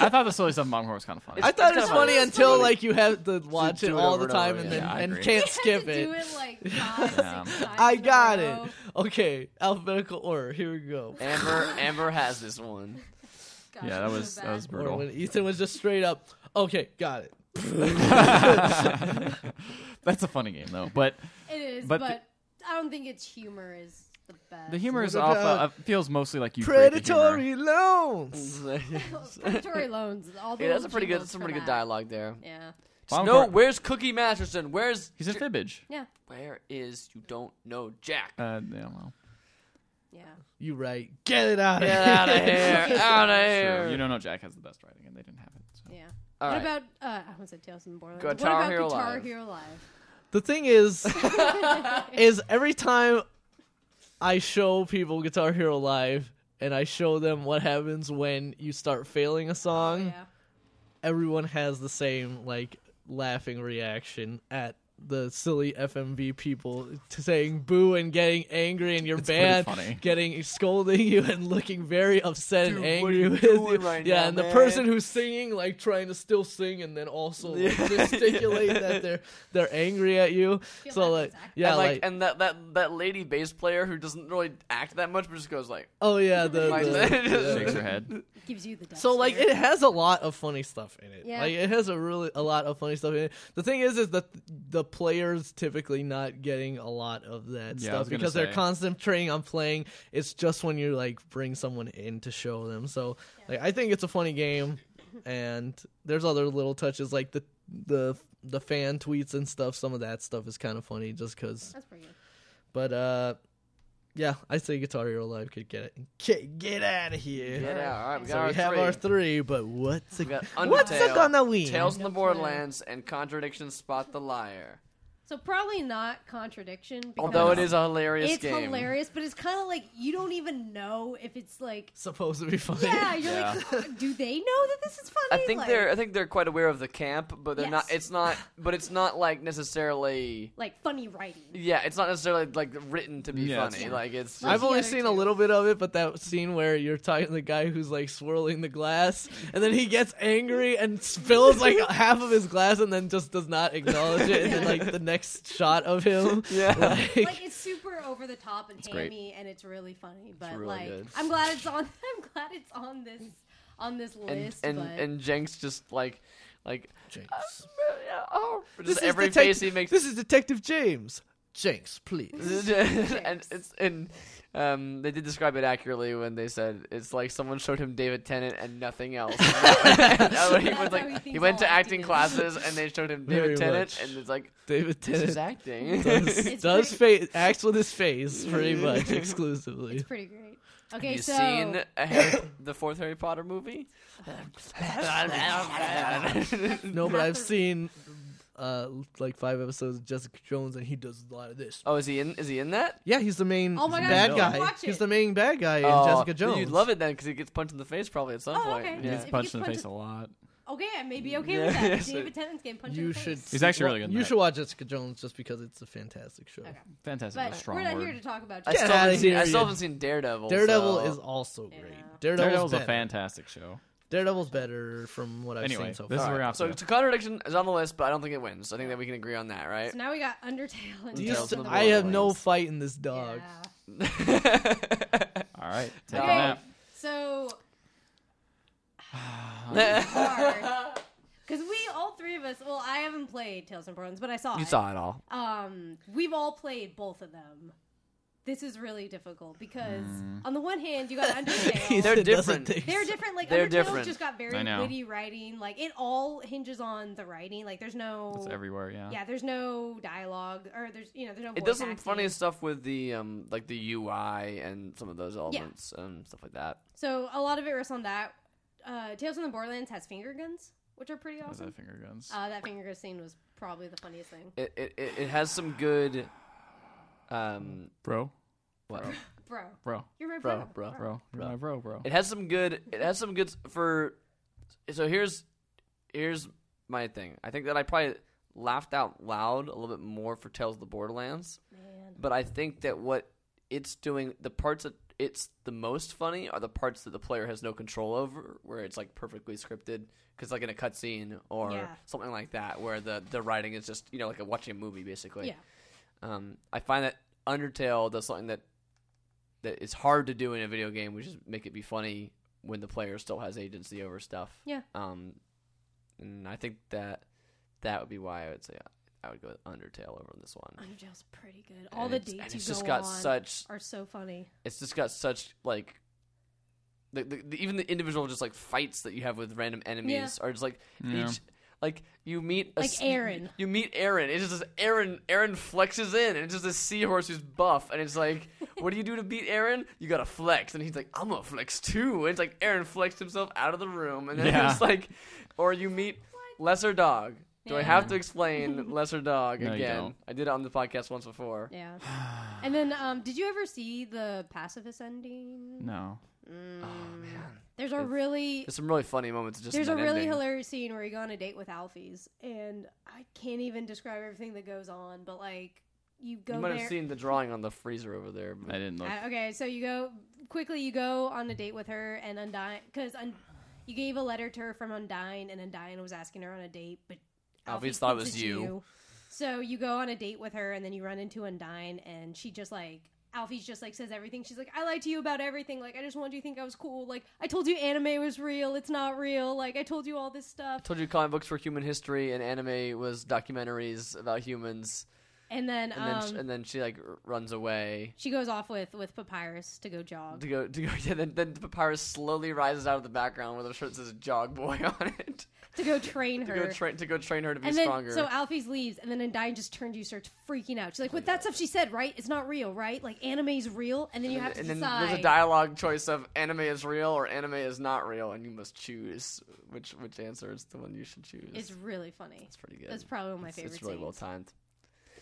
[SPEAKER 3] I thought the silly stuff in Mom Horror was kind of funny.
[SPEAKER 2] I
[SPEAKER 1] It's
[SPEAKER 2] thought
[SPEAKER 1] kinda
[SPEAKER 2] it was funny
[SPEAKER 1] funny.
[SPEAKER 2] until like you have to watch
[SPEAKER 1] do
[SPEAKER 2] it
[SPEAKER 1] it
[SPEAKER 2] all
[SPEAKER 1] over and
[SPEAKER 2] the time
[SPEAKER 1] over,
[SPEAKER 2] and
[SPEAKER 1] yeah.
[SPEAKER 2] then
[SPEAKER 3] Yeah, I
[SPEAKER 2] and
[SPEAKER 3] agree.
[SPEAKER 2] can't
[SPEAKER 4] Had to
[SPEAKER 2] skip
[SPEAKER 4] Do
[SPEAKER 2] it.
[SPEAKER 4] it like five, six
[SPEAKER 3] Yeah.
[SPEAKER 4] times
[SPEAKER 2] I
[SPEAKER 4] in a
[SPEAKER 2] got it.
[SPEAKER 4] row.
[SPEAKER 2] Okay, alphabetical order. Here we go.
[SPEAKER 1] Amber Amber has this one.
[SPEAKER 4] Gosh,
[SPEAKER 3] Yeah, that
[SPEAKER 4] it's so
[SPEAKER 3] was that
[SPEAKER 4] bad.
[SPEAKER 3] was
[SPEAKER 2] Or
[SPEAKER 3] brutal.
[SPEAKER 2] when Ethan was just straight up. Okay, got it.
[SPEAKER 3] That's a funny game though, but
[SPEAKER 4] It is, but,
[SPEAKER 3] But the-
[SPEAKER 4] I don't think its humor is the best.
[SPEAKER 3] the humor
[SPEAKER 2] What
[SPEAKER 3] is off.
[SPEAKER 2] about
[SPEAKER 3] Uh, feels mostly like you create the humor.
[SPEAKER 2] Predatory
[SPEAKER 1] Mm-hmm.
[SPEAKER 2] loans.
[SPEAKER 4] Predatory loans. All the
[SPEAKER 1] yeah, that's a
[SPEAKER 4] little
[SPEAKER 1] pretty good
[SPEAKER 4] jingles
[SPEAKER 1] that's some
[SPEAKER 4] for
[SPEAKER 1] pretty good
[SPEAKER 4] that.
[SPEAKER 1] dialogue there.
[SPEAKER 4] Yeah,
[SPEAKER 1] Just
[SPEAKER 3] Bomb
[SPEAKER 1] no,
[SPEAKER 3] Corp-
[SPEAKER 1] where's Cookie Masterson? Where's
[SPEAKER 3] He's in
[SPEAKER 1] J-
[SPEAKER 3] Fibbage.
[SPEAKER 4] yeah,
[SPEAKER 1] Where is you don't know Jack?
[SPEAKER 3] Uh, yeah, well,
[SPEAKER 4] yeah.
[SPEAKER 2] You right. Get it out of
[SPEAKER 1] Get
[SPEAKER 2] here.
[SPEAKER 1] out of here. out of here.
[SPEAKER 3] sure. You don't know Jack has the best writing, and they didn't have it. So.
[SPEAKER 4] Yeah.
[SPEAKER 1] All
[SPEAKER 4] what
[SPEAKER 1] right.
[SPEAKER 4] about uh, I almost said Tales from the Borderlands.
[SPEAKER 1] Guitar
[SPEAKER 4] What about
[SPEAKER 1] Hero
[SPEAKER 4] Guitar
[SPEAKER 1] Live.
[SPEAKER 4] Hero Live?
[SPEAKER 2] The thing is, is every time I show people Guitar Hero Live and I show them what happens when you start failing a
[SPEAKER 4] Oh,
[SPEAKER 1] Mm.
[SPEAKER 2] song,
[SPEAKER 4] yeah.
[SPEAKER 2] everyone has the same like laughing reaction at the silly FMV people t- saying boo and getting angry and your
[SPEAKER 3] It's pretty
[SPEAKER 2] band
[SPEAKER 3] funny.
[SPEAKER 2] getting scolding you and looking very upset
[SPEAKER 1] Dude,
[SPEAKER 2] and
[SPEAKER 1] what are
[SPEAKER 2] angry
[SPEAKER 1] you
[SPEAKER 2] with
[SPEAKER 1] doing right
[SPEAKER 2] yeah,
[SPEAKER 1] now,
[SPEAKER 2] and the
[SPEAKER 1] man?
[SPEAKER 2] person who's singing like trying to still sing and then also like,
[SPEAKER 1] Yeah.
[SPEAKER 2] gesticulate that they're they're angry at you.
[SPEAKER 4] Feel
[SPEAKER 2] So
[SPEAKER 4] that
[SPEAKER 2] like
[SPEAKER 4] exact-
[SPEAKER 2] yeah,
[SPEAKER 1] and like,
[SPEAKER 2] like,
[SPEAKER 1] and that, that that lady bass player who doesn't really act that much, but just goes like,
[SPEAKER 2] oh yeah, the,
[SPEAKER 1] like
[SPEAKER 2] the-
[SPEAKER 3] Shakes
[SPEAKER 2] yeah.
[SPEAKER 3] her head.
[SPEAKER 4] Gives you the death
[SPEAKER 2] So like
[SPEAKER 4] stare.
[SPEAKER 2] it has a lot of funny stuff in it.
[SPEAKER 4] Yeah.
[SPEAKER 2] Like it has a really a lot of funny stuff in it. The thing is is that the players typically not getting a lot of that
[SPEAKER 3] Yeah, I
[SPEAKER 2] stuff
[SPEAKER 3] was gonna
[SPEAKER 2] because
[SPEAKER 3] say.
[SPEAKER 2] they're concentrating on playing. It's just when you like bring someone in to show them. So like I think it's a funny game and there's other little touches like the the the fan tweets and stuff. Some of that stuff is kind of funny just cuz
[SPEAKER 4] That's pretty good.
[SPEAKER 2] but uh yeah, I say Guitar Hero Live could get it. Get, get out of here.
[SPEAKER 1] "Get out! All right, we got
[SPEAKER 2] So
[SPEAKER 1] our
[SPEAKER 2] we have
[SPEAKER 1] three.
[SPEAKER 2] our three, but what's it,
[SPEAKER 1] We got
[SPEAKER 2] what's it
[SPEAKER 1] Undertale,
[SPEAKER 2] gonna win?
[SPEAKER 1] Tales from the
[SPEAKER 4] No
[SPEAKER 1] Borderlands and Contradictions Spot the Liar.
[SPEAKER 4] So probably not contradiction. Because
[SPEAKER 1] Although it is a hilarious
[SPEAKER 4] it's
[SPEAKER 1] game.
[SPEAKER 4] hilarious, but it's kind of like you don't even know if it's like.
[SPEAKER 2] Supposed to be funny.
[SPEAKER 4] Yeah, you're
[SPEAKER 3] Yeah.
[SPEAKER 4] like, do they know that this is
[SPEAKER 1] I
[SPEAKER 4] funny?
[SPEAKER 1] think
[SPEAKER 4] like,
[SPEAKER 1] they're I think they're quite aware of the camp, but they're not.
[SPEAKER 4] Yes.
[SPEAKER 1] It's not. But it's not like necessarily.
[SPEAKER 4] like funny writing.
[SPEAKER 1] Yeah, it's not necessarily like written to be
[SPEAKER 3] Yeah, it's
[SPEAKER 1] funny.
[SPEAKER 4] not.
[SPEAKER 1] Like it's. Just,
[SPEAKER 2] I've
[SPEAKER 4] the
[SPEAKER 2] only
[SPEAKER 4] other
[SPEAKER 2] seen
[SPEAKER 4] two?
[SPEAKER 2] a little bit of it, but that scene where you're talking to the guy who's like swirling the glass, and then he gets angry and spills like half of his glass, and then just does not acknowledge it. And then like the next shot of him,
[SPEAKER 1] Yeah.
[SPEAKER 2] like,
[SPEAKER 4] Like it's super over the top and
[SPEAKER 3] great.
[SPEAKER 4] hammy, and it's really funny. But
[SPEAKER 1] really
[SPEAKER 4] like,
[SPEAKER 1] good.
[SPEAKER 4] I'm glad it's on. I'm glad it's on this on this
[SPEAKER 1] and
[SPEAKER 4] list.
[SPEAKER 1] and
[SPEAKER 4] but
[SPEAKER 1] and Jenks just like like
[SPEAKER 4] uh,
[SPEAKER 2] Jinx.
[SPEAKER 1] oh just
[SPEAKER 2] is
[SPEAKER 1] every
[SPEAKER 2] detec-
[SPEAKER 1] face he makes.
[SPEAKER 2] This is Detective James. Jinx, please.
[SPEAKER 1] and it's and um they did describe it accurately when they said it's like someone showed him David Tennant and nothing else. And that- he, was
[SPEAKER 4] That's how he
[SPEAKER 1] like, he
[SPEAKER 4] thinks
[SPEAKER 1] went
[SPEAKER 4] all
[SPEAKER 1] to
[SPEAKER 4] acting
[SPEAKER 1] acting
[SPEAKER 4] is.
[SPEAKER 1] classes and they showed him David
[SPEAKER 2] Very
[SPEAKER 1] Tennant
[SPEAKER 2] much.
[SPEAKER 1] and it's like
[SPEAKER 2] David
[SPEAKER 1] this is
[SPEAKER 2] Tennant
[SPEAKER 1] acting.
[SPEAKER 2] does,
[SPEAKER 4] It's
[SPEAKER 2] does fa- acts with his face pretty much exclusively.
[SPEAKER 4] it's pretty great.
[SPEAKER 1] Have
[SPEAKER 4] Okay,
[SPEAKER 1] you
[SPEAKER 4] so
[SPEAKER 1] seen a Harry, the fourth Harry Potter movie?
[SPEAKER 2] No, but
[SPEAKER 4] Half
[SPEAKER 2] I've
[SPEAKER 4] the-
[SPEAKER 2] seen uh like five episodes of Jessica Jones, and he does a lot of this.
[SPEAKER 1] oh, is he in? Is he in that?
[SPEAKER 2] Yeah, he's the main
[SPEAKER 4] Oh my God,
[SPEAKER 2] bad
[SPEAKER 3] you
[SPEAKER 2] guy.
[SPEAKER 4] should watch
[SPEAKER 2] He's
[SPEAKER 4] it.
[SPEAKER 2] the main bad guy in
[SPEAKER 1] Oh,
[SPEAKER 2] Jessica Jones.
[SPEAKER 1] You'd love it then because he gets punched in the face probably at some
[SPEAKER 4] Oh,
[SPEAKER 1] point.
[SPEAKER 4] okay.
[SPEAKER 3] He
[SPEAKER 1] Yeah.
[SPEAKER 3] gets
[SPEAKER 4] If he
[SPEAKER 3] punched
[SPEAKER 4] gets
[SPEAKER 3] in the
[SPEAKER 4] punched
[SPEAKER 3] face a
[SPEAKER 4] in-
[SPEAKER 3] lot.
[SPEAKER 4] okay, I may be okay
[SPEAKER 1] Yeah,
[SPEAKER 4] with that.
[SPEAKER 1] yes,
[SPEAKER 4] David
[SPEAKER 1] it-
[SPEAKER 4] Tennant's getting punched in
[SPEAKER 2] You
[SPEAKER 4] the
[SPEAKER 2] should.
[SPEAKER 4] face.
[SPEAKER 3] He's actually really good in
[SPEAKER 2] You
[SPEAKER 3] that.
[SPEAKER 2] should watch Jessica Jones just because it's a fantastic show.
[SPEAKER 4] Okay.
[SPEAKER 3] Fantastic.
[SPEAKER 4] But
[SPEAKER 3] is a strong
[SPEAKER 4] we're not
[SPEAKER 3] word.
[SPEAKER 4] here to talk about.
[SPEAKER 1] I
[SPEAKER 2] Get
[SPEAKER 1] still,
[SPEAKER 2] outta
[SPEAKER 1] haven't seen, I
[SPEAKER 2] here,
[SPEAKER 1] still
[SPEAKER 2] you-
[SPEAKER 1] haven't seen Daredevil.
[SPEAKER 2] Daredevil
[SPEAKER 1] so-
[SPEAKER 2] is also great.
[SPEAKER 4] Yeah.
[SPEAKER 2] Daredevil's,
[SPEAKER 3] Daredevil's a
[SPEAKER 2] better.
[SPEAKER 3] fantastic show.
[SPEAKER 2] Daredevil's better from what I've
[SPEAKER 3] Anyway,
[SPEAKER 2] seen so
[SPEAKER 3] this is
[SPEAKER 2] far.
[SPEAKER 3] where I'm
[SPEAKER 1] So, to contradiction is on the list, but I don't think it wins. I think that we can agree on that, right?
[SPEAKER 4] So now we got Undertale and
[SPEAKER 2] Do you
[SPEAKER 1] Tales
[SPEAKER 2] still-
[SPEAKER 1] from the
[SPEAKER 2] I have no
[SPEAKER 1] Borderlands.
[SPEAKER 2] fight in this dog.
[SPEAKER 4] Yeah.
[SPEAKER 3] All right, take
[SPEAKER 4] Okay.
[SPEAKER 3] a nap.
[SPEAKER 4] So
[SPEAKER 3] Um,
[SPEAKER 4] because we all three of us, well, I haven't played Tales from Borderlands, but I saw
[SPEAKER 1] you
[SPEAKER 4] it.
[SPEAKER 1] saw it all.
[SPEAKER 4] Um, we've all played both of them. This is really difficult because on the one hand, you got
[SPEAKER 2] He
[SPEAKER 4] Undertale.
[SPEAKER 1] They're
[SPEAKER 2] said doesn't
[SPEAKER 1] different.
[SPEAKER 2] think
[SPEAKER 4] They're
[SPEAKER 2] so.
[SPEAKER 4] different. Like
[SPEAKER 1] They're
[SPEAKER 4] Undertale
[SPEAKER 1] different.
[SPEAKER 4] just got very
[SPEAKER 3] I know.
[SPEAKER 4] witty writing. Like it all hinges on the writing. Like there's no
[SPEAKER 3] It's everywhere, yeah.
[SPEAKER 4] Yeah, there's no dialogue or there's you know there's no.
[SPEAKER 1] It
[SPEAKER 4] voice
[SPEAKER 1] does some
[SPEAKER 4] acting.
[SPEAKER 1] funny stuff with the um like the UI and some of those elements and stuff like that.
[SPEAKER 4] So a lot of it rests on that. Uh, Tales from the Borderlands has finger guns, which are
[SPEAKER 1] Oh,
[SPEAKER 4] pretty
[SPEAKER 3] Those
[SPEAKER 4] awesome.
[SPEAKER 3] are finger guns.
[SPEAKER 4] Uh, that finger gun scene was probably the funniest thing,
[SPEAKER 1] It it, it, it has some good um
[SPEAKER 3] bro,
[SPEAKER 1] what
[SPEAKER 4] bro.
[SPEAKER 3] bro,
[SPEAKER 4] You're my bro,
[SPEAKER 1] bro bro
[SPEAKER 3] bro, bro, my bro, bro.
[SPEAKER 1] It has some good. It has some good s- for. So here's here's my thing. I think that I probably laughed out loud a little bit more for Tales of the Borderlands,
[SPEAKER 4] Man,
[SPEAKER 1] but I think that what it's doing, the parts that it's the most funny are the parts that the player has no control over, where it's like perfectly scripted, because like in a cutscene or
[SPEAKER 4] Yeah.
[SPEAKER 1] something like that, where the the writing is just you know like a, watching a movie basically.
[SPEAKER 4] yeah,
[SPEAKER 1] Um, I find that Undertale does something that that is hard to do in a video game, which is make it be funny when the player still has agency over stuff.
[SPEAKER 4] Yeah.
[SPEAKER 1] Um, and I think that that would be why I would say I, I would go with Undertale over this one.
[SPEAKER 4] Undertale's pretty good.
[SPEAKER 1] And
[SPEAKER 4] All the
[SPEAKER 1] it's-
[SPEAKER 4] dates
[SPEAKER 1] and
[SPEAKER 4] you
[SPEAKER 1] it's just
[SPEAKER 4] go
[SPEAKER 1] got
[SPEAKER 4] on
[SPEAKER 1] such
[SPEAKER 4] are so funny.
[SPEAKER 1] it's just got such like. The, the, the, even the individual just like fights that you have with random enemies are just like
[SPEAKER 3] Yeah.
[SPEAKER 1] each like you meet a
[SPEAKER 4] Like
[SPEAKER 1] s-
[SPEAKER 4] Aaron.
[SPEAKER 1] You meet Aaron. It's just this Aaron. Aaron flexes in, and it's just this seahorse who's buff, and it's like, what do you do to beat Aaron? You gotta flex, and he's like, I'm gonna flex too. And it's like Aaron flexed himself out of the room, and then
[SPEAKER 3] Yeah.
[SPEAKER 1] it's like, or you meet Lesser Dog. Do I
[SPEAKER 4] Yeah.
[SPEAKER 1] have to explain Lesser Dog
[SPEAKER 3] No, you
[SPEAKER 1] again?
[SPEAKER 3] don't.
[SPEAKER 1] I did it on the podcast once before.
[SPEAKER 4] Yeah. and then, um, did you ever see the pacifist ending?
[SPEAKER 3] No,
[SPEAKER 4] There's a really
[SPEAKER 1] There's some really funny moments. Just
[SPEAKER 4] there's
[SPEAKER 1] in
[SPEAKER 4] a
[SPEAKER 1] that
[SPEAKER 4] really
[SPEAKER 1] ending.
[SPEAKER 4] hilarious scene where you go on a date with Alfie's, and I can't even describe everything that goes on, but like you go
[SPEAKER 1] You might
[SPEAKER 4] there.
[SPEAKER 1] have seen the drawing on the freezer over there.
[SPEAKER 3] I
[SPEAKER 1] But
[SPEAKER 3] didn't look.
[SPEAKER 4] I- okay, so you go quickly. You go on a date with her, and Undyne because un- you gave a letter to her from Undyne, and Undyne was asking her on a date, but
[SPEAKER 1] Alfie
[SPEAKER 4] Alfie
[SPEAKER 1] thought it was
[SPEAKER 4] thinks it's
[SPEAKER 1] you.
[SPEAKER 4] So you go on a date with her, and then you run into Undyne, and she just like. Alfie's just like says everything. She's like, I lied to you about everything. Like, I just wanted you to think I was cool. Like, I told you anime was real. It's not real. Like, I told you all this stuff.
[SPEAKER 1] I told you comic books were human history and anime was documentaries about humans.
[SPEAKER 4] And then,
[SPEAKER 1] And
[SPEAKER 4] um,
[SPEAKER 1] then sh- and then she like r- runs away
[SPEAKER 4] she goes off with with Papyrus to go jog.
[SPEAKER 1] to go to go. Yeah, then then Papyrus slowly rises out of the background with a shirt that says "Jog Boy" on it
[SPEAKER 4] to go train
[SPEAKER 1] to
[SPEAKER 4] her.
[SPEAKER 1] go train to go train her to be
[SPEAKER 4] and then,
[SPEAKER 1] stronger.
[SPEAKER 4] so Alfie's leaves, and then Undyne just turns to you, starts freaking out. She's like, "What? That stuff she said, right? It's not real, right? Like anime's real." And then you have to
[SPEAKER 1] and then
[SPEAKER 4] decide.
[SPEAKER 1] there's a dialogue choice of anime is real or anime is not real, and you must choose which which answer is the one you should choose.
[SPEAKER 4] it's really funny.
[SPEAKER 1] It's pretty good.
[SPEAKER 4] That's probably one of my
[SPEAKER 1] It's-
[SPEAKER 4] favorite
[SPEAKER 1] It's really well
[SPEAKER 4] scenes.
[SPEAKER 1] timed.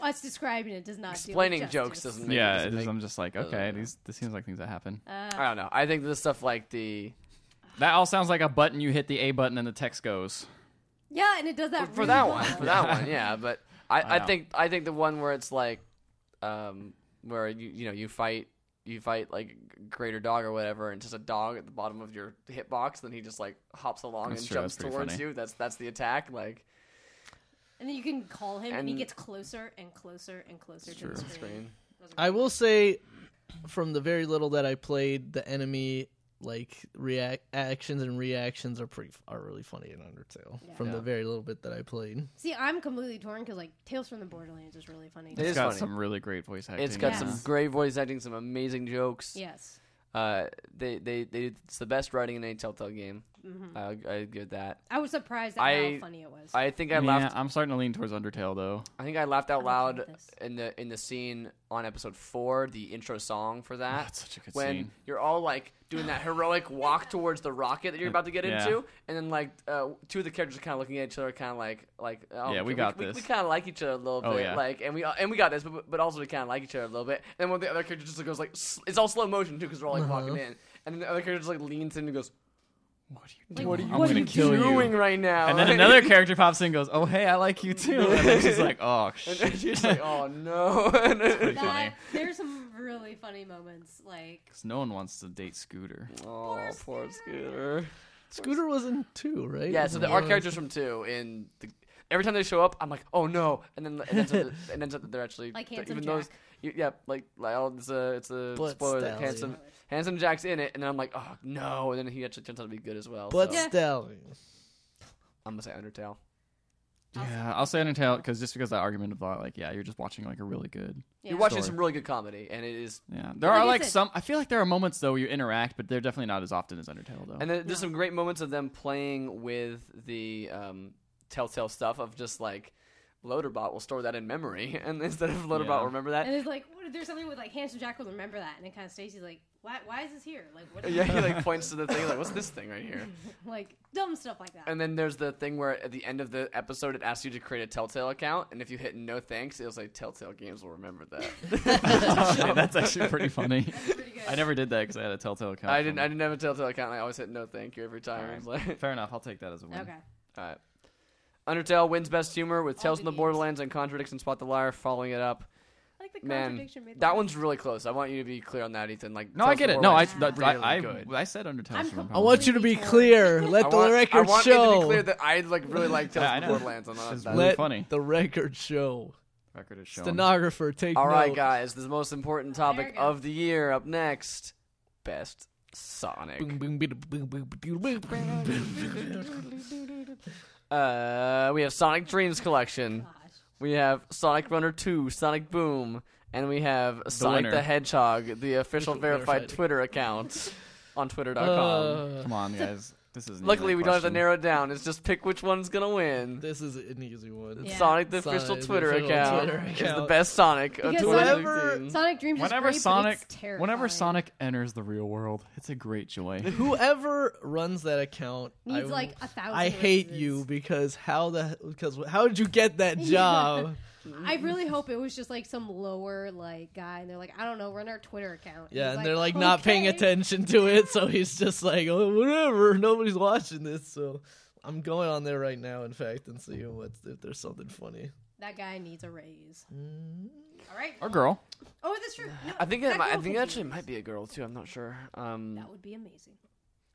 [SPEAKER 4] Us describing it does not do
[SPEAKER 1] Explaining
[SPEAKER 4] it
[SPEAKER 1] jokes
[SPEAKER 4] justice.
[SPEAKER 1] doesn't make
[SPEAKER 3] yeah,
[SPEAKER 1] doesn't
[SPEAKER 3] it is,
[SPEAKER 1] make-
[SPEAKER 3] I'm just like,
[SPEAKER 1] doesn't
[SPEAKER 3] okay,
[SPEAKER 1] matter.
[SPEAKER 3] these this seems like things that happen.
[SPEAKER 4] Uh,
[SPEAKER 1] I don't know. I think the stuff like the
[SPEAKER 3] that all sounds like a button. You hit the A button and the text goes.
[SPEAKER 4] Yeah, and it does that
[SPEAKER 1] for
[SPEAKER 4] really
[SPEAKER 1] that
[SPEAKER 4] well.
[SPEAKER 1] one, for that one, yeah. But I, I
[SPEAKER 3] know.
[SPEAKER 1] think I think the one where it's like, um, where you you know you fight you fight like greater dog or whatever, and just a dog at the bottom of your hitbox, then he just like hops along
[SPEAKER 3] That's
[SPEAKER 1] and
[SPEAKER 3] true,
[SPEAKER 1] jumps
[SPEAKER 3] that's pretty
[SPEAKER 1] towards
[SPEAKER 3] funny.
[SPEAKER 1] you. That's that's the attack. Like
[SPEAKER 4] And then you can call him, and, he
[SPEAKER 1] And-
[SPEAKER 4] gets closer and closer and closer to the
[SPEAKER 1] screen.
[SPEAKER 4] screen.
[SPEAKER 2] I will say, from the very little that I played, the enemy like react actions and reactions are pretty are really funny in Undertale. From
[SPEAKER 1] Yeah.
[SPEAKER 2] the very little bit that I played,
[SPEAKER 4] See, I'm completely torn because like Tales from the Borderlands is really funny.
[SPEAKER 1] It
[SPEAKER 3] It's
[SPEAKER 1] is
[SPEAKER 3] got
[SPEAKER 1] funny.
[SPEAKER 3] some really great voice acting.
[SPEAKER 1] It's got
[SPEAKER 4] Yeah.
[SPEAKER 1] some great voice acting, some amazing jokes.
[SPEAKER 4] Yes.
[SPEAKER 1] Uh, they, they they it's the best writing in any Telltale game.
[SPEAKER 4] Mm-hmm.
[SPEAKER 1] I I give it that.
[SPEAKER 4] I was surprised at
[SPEAKER 1] I-
[SPEAKER 4] how funny it was.
[SPEAKER 1] I think I
[SPEAKER 3] Yeah,
[SPEAKER 1] laughed
[SPEAKER 3] I'm starting to lean towards Undertale though.
[SPEAKER 1] I think I laughed out
[SPEAKER 4] I'm okay
[SPEAKER 1] loud
[SPEAKER 4] with this.
[SPEAKER 1] in the in the scene on episode four, the intro song for that.
[SPEAKER 3] That's such a good
[SPEAKER 1] when
[SPEAKER 3] scene.
[SPEAKER 1] you're all like doing that heroic walk towards the rocket that you're about to get
[SPEAKER 3] Yeah.
[SPEAKER 1] into, and then like uh, two of the characters are kind of looking at each other, kind of like like oh,
[SPEAKER 3] Yeah, we
[SPEAKER 1] okay,
[SPEAKER 3] got
[SPEAKER 1] we,
[SPEAKER 3] this.
[SPEAKER 1] We, kind of like each other a little bit,
[SPEAKER 3] Oh, yeah.
[SPEAKER 1] like and we and we got this, but but also we kind of like each other a little bit. And then one of the other characters just goes like s- it's all slow motion too because we're all like walking in, and then the other character just like leans in and goes,
[SPEAKER 3] Uh-huh. What are you
[SPEAKER 4] Like, what are
[SPEAKER 3] I'm
[SPEAKER 4] what
[SPEAKER 3] gonna
[SPEAKER 4] are you
[SPEAKER 3] kill
[SPEAKER 1] doing
[SPEAKER 3] you.
[SPEAKER 1] right now?
[SPEAKER 3] And then
[SPEAKER 1] Like-
[SPEAKER 3] another character pops in and goes, "Oh hey, I like you too." And then she's like, "Oh
[SPEAKER 1] And
[SPEAKER 3] shit."
[SPEAKER 1] then she's like, oh no.
[SPEAKER 3] Pretty funny.
[SPEAKER 4] That, there's some really funny moments. Like
[SPEAKER 3] 'Cause no one wants to date Scooter.
[SPEAKER 1] Oh, poor Scooter.
[SPEAKER 2] Scooter was in two, right?
[SPEAKER 1] Yeah, so the,
[SPEAKER 2] our
[SPEAKER 1] our characters from two in the, every time they show up, I'm like, oh no, and then and then, so, and then so they're actually
[SPEAKER 4] Like
[SPEAKER 1] th-
[SPEAKER 4] Handsome
[SPEAKER 1] even though it's-
[SPEAKER 4] Jack.
[SPEAKER 1] you- yeah, like, like oh, it's a it's a
[SPEAKER 2] Blood
[SPEAKER 1] spoiler. that
[SPEAKER 2] Stallion.
[SPEAKER 1] handsome handsome Jack's in it, and then I'm like, oh no, and then he actually turns out to be good as well.
[SPEAKER 2] But
[SPEAKER 1] so
[SPEAKER 4] Yeah.
[SPEAKER 2] Stallion.
[SPEAKER 1] I'm gonna say Undertale.
[SPEAKER 3] Yeah, I'll say Undertale because just because that argument of thought, like, yeah, you're just watching like a really good.
[SPEAKER 1] You're
[SPEAKER 4] Yeah.
[SPEAKER 1] watching
[SPEAKER 3] Story.
[SPEAKER 1] some really good comedy, and it is,
[SPEAKER 3] Yeah, there
[SPEAKER 4] Like
[SPEAKER 3] are
[SPEAKER 4] I
[SPEAKER 3] like
[SPEAKER 4] said-
[SPEAKER 3] some. I feel like there are moments though where you interact, but they're definitely not as often as Undertale though.
[SPEAKER 1] and then, there's some great moments of them playing with the um, Telltale stuff of just like. Loaderbot will store that in memory, and instead of Loaderbot,
[SPEAKER 3] Yeah.
[SPEAKER 1] will remember that.
[SPEAKER 4] and there's like what, there's something with like Handsome Jack will remember that, and it kind of stays. He's like, why, why is this here? Like what?
[SPEAKER 1] Yeah, he like points to the thing like, "What's this thing right here?"
[SPEAKER 4] like dumb stuff like that.
[SPEAKER 1] And then there's the thing where at the end of the episode, it asks you to create a Telltale account, and if you hit no thanks, it'll say Telltale Games will remember that.
[SPEAKER 3] Actually, that's actually pretty funny.
[SPEAKER 4] Pretty good.
[SPEAKER 3] I never did that because I had a Telltale account.
[SPEAKER 1] I didn't. I
[SPEAKER 3] from-
[SPEAKER 1] didn't have a Telltale account. And I always hit no thank you every time. I was
[SPEAKER 3] Alright.
[SPEAKER 1] like,
[SPEAKER 3] Fair enough. I'll take that as a win.
[SPEAKER 4] Okay.
[SPEAKER 1] all right. Undertale wins best humor with
[SPEAKER 4] All
[SPEAKER 1] Tales
[SPEAKER 4] the
[SPEAKER 1] from the
[SPEAKER 4] games.
[SPEAKER 1] Borderlands and Contradicts and Spot the Liar following it up.
[SPEAKER 4] I like the
[SPEAKER 1] Man,
[SPEAKER 4] contradiction. made
[SPEAKER 1] that one's really close. I want you to be clear on that, Ethan. Like,
[SPEAKER 3] No,
[SPEAKER 1] Tales
[SPEAKER 3] I get
[SPEAKER 1] from
[SPEAKER 3] it.
[SPEAKER 1] the
[SPEAKER 3] No, I,
[SPEAKER 1] Borderlands
[SPEAKER 3] I,
[SPEAKER 1] is really
[SPEAKER 3] I,
[SPEAKER 1] good.
[SPEAKER 3] I, said Undertale.
[SPEAKER 4] I'm
[SPEAKER 3] so
[SPEAKER 4] com-
[SPEAKER 2] I
[SPEAKER 3] probably-
[SPEAKER 2] want you to be clear. Let
[SPEAKER 1] I
[SPEAKER 2] the
[SPEAKER 1] want,
[SPEAKER 2] record
[SPEAKER 1] I want
[SPEAKER 2] show.
[SPEAKER 1] it to be clear that I like really like Tales
[SPEAKER 3] Yeah, I
[SPEAKER 1] from the
[SPEAKER 3] know.
[SPEAKER 1] Borderlands. I'm not
[SPEAKER 3] It's
[SPEAKER 1] that.
[SPEAKER 3] really
[SPEAKER 2] Let
[SPEAKER 3] funny.
[SPEAKER 2] the record show.
[SPEAKER 3] record is shown.
[SPEAKER 2] Stenographer, take
[SPEAKER 1] All right,
[SPEAKER 2] note.
[SPEAKER 1] guys, the most important
[SPEAKER 4] There
[SPEAKER 1] topic
[SPEAKER 4] we go.
[SPEAKER 1] of the year up next: best Sonic.
[SPEAKER 2] Boom, boom, bida, boom, boom, bida, boom,
[SPEAKER 1] Uh, we have Sonic Dreams Collection.
[SPEAKER 4] Gosh.
[SPEAKER 1] We have Sonic Runner Two, Sonic Boom, and we have Sonic
[SPEAKER 3] winner.
[SPEAKER 1] the Hedgehog, the official
[SPEAKER 2] Official
[SPEAKER 1] verified
[SPEAKER 2] verified.
[SPEAKER 1] Twitter account on Twitter.com.
[SPEAKER 2] Uh,
[SPEAKER 3] Come on, guys. This is.
[SPEAKER 1] Luckily, we don't have to narrow it down. It's just pick which one's gonna win.
[SPEAKER 2] this is an easy one.
[SPEAKER 4] Yeah.
[SPEAKER 1] Sonic the
[SPEAKER 2] Sonic,
[SPEAKER 1] official
[SPEAKER 2] the
[SPEAKER 1] Twitter
[SPEAKER 2] official
[SPEAKER 1] account
[SPEAKER 2] Twitter
[SPEAKER 1] is the
[SPEAKER 2] account.
[SPEAKER 1] best Sonic of
[SPEAKER 4] Because
[SPEAKER 1] 2016.
[SPEAKER 2] whenever-
[SPEAKER 4] Sonic Dreams
[SPEAKER 3] Whenever
[SPEAKER 4] is great,
[SPEAKER 3] Sonic,
[SPEAKER 4] but it's terrifying.
[SPEAKER 3] whenever Sonic enters the real world, it's a great joy.
[SPEAKER 2] Whoever runs that account I
[SPEAKER 4] needs
[SPEAKER 2] will-
[SPEAKER 4] like a thousand.
[SPEAKER 2] I hate
[SPEAKER 4] raises.
[SPEAKER 2] you because how the because how did you get that job?
[SPEAKER 4] I really hope it was just like some lower like guy, and they're like, I don't know, run our Twitter account.
[SPEAKER 2] Yeah,
[SPEAKER 4] he's
[SPEAKER 2] and they're like not paying
[SPEAKER 4] "Okay."
[SPEAKER 2] attention to it, so he's just like, oh, whatever, nobody's watching this, so I'm going on there right now, in fact, and seeing what's if there's something funny.
[SPEAKER 4] That guy needs a raise. All right.
[SPEAKER 3] Or girl.
[SPEAKER 4] Oh, that's true. No,
[SPEAKER 1] I think it
[SPEAKER 4] that
[SPEAKER 1] might, I
[SPEAKER 4] girl
[SPEAKER 1] think it
[SPEAKER 4] could
[SPEAKER 1] actually
[SPEAKER 4] a
[SPEAKER 1] might
[SPEAKER 4] raise.
[SPEAKER 1] be a girl too. I'm not sure. Um,
[SPEAKER 4] That would be amazing.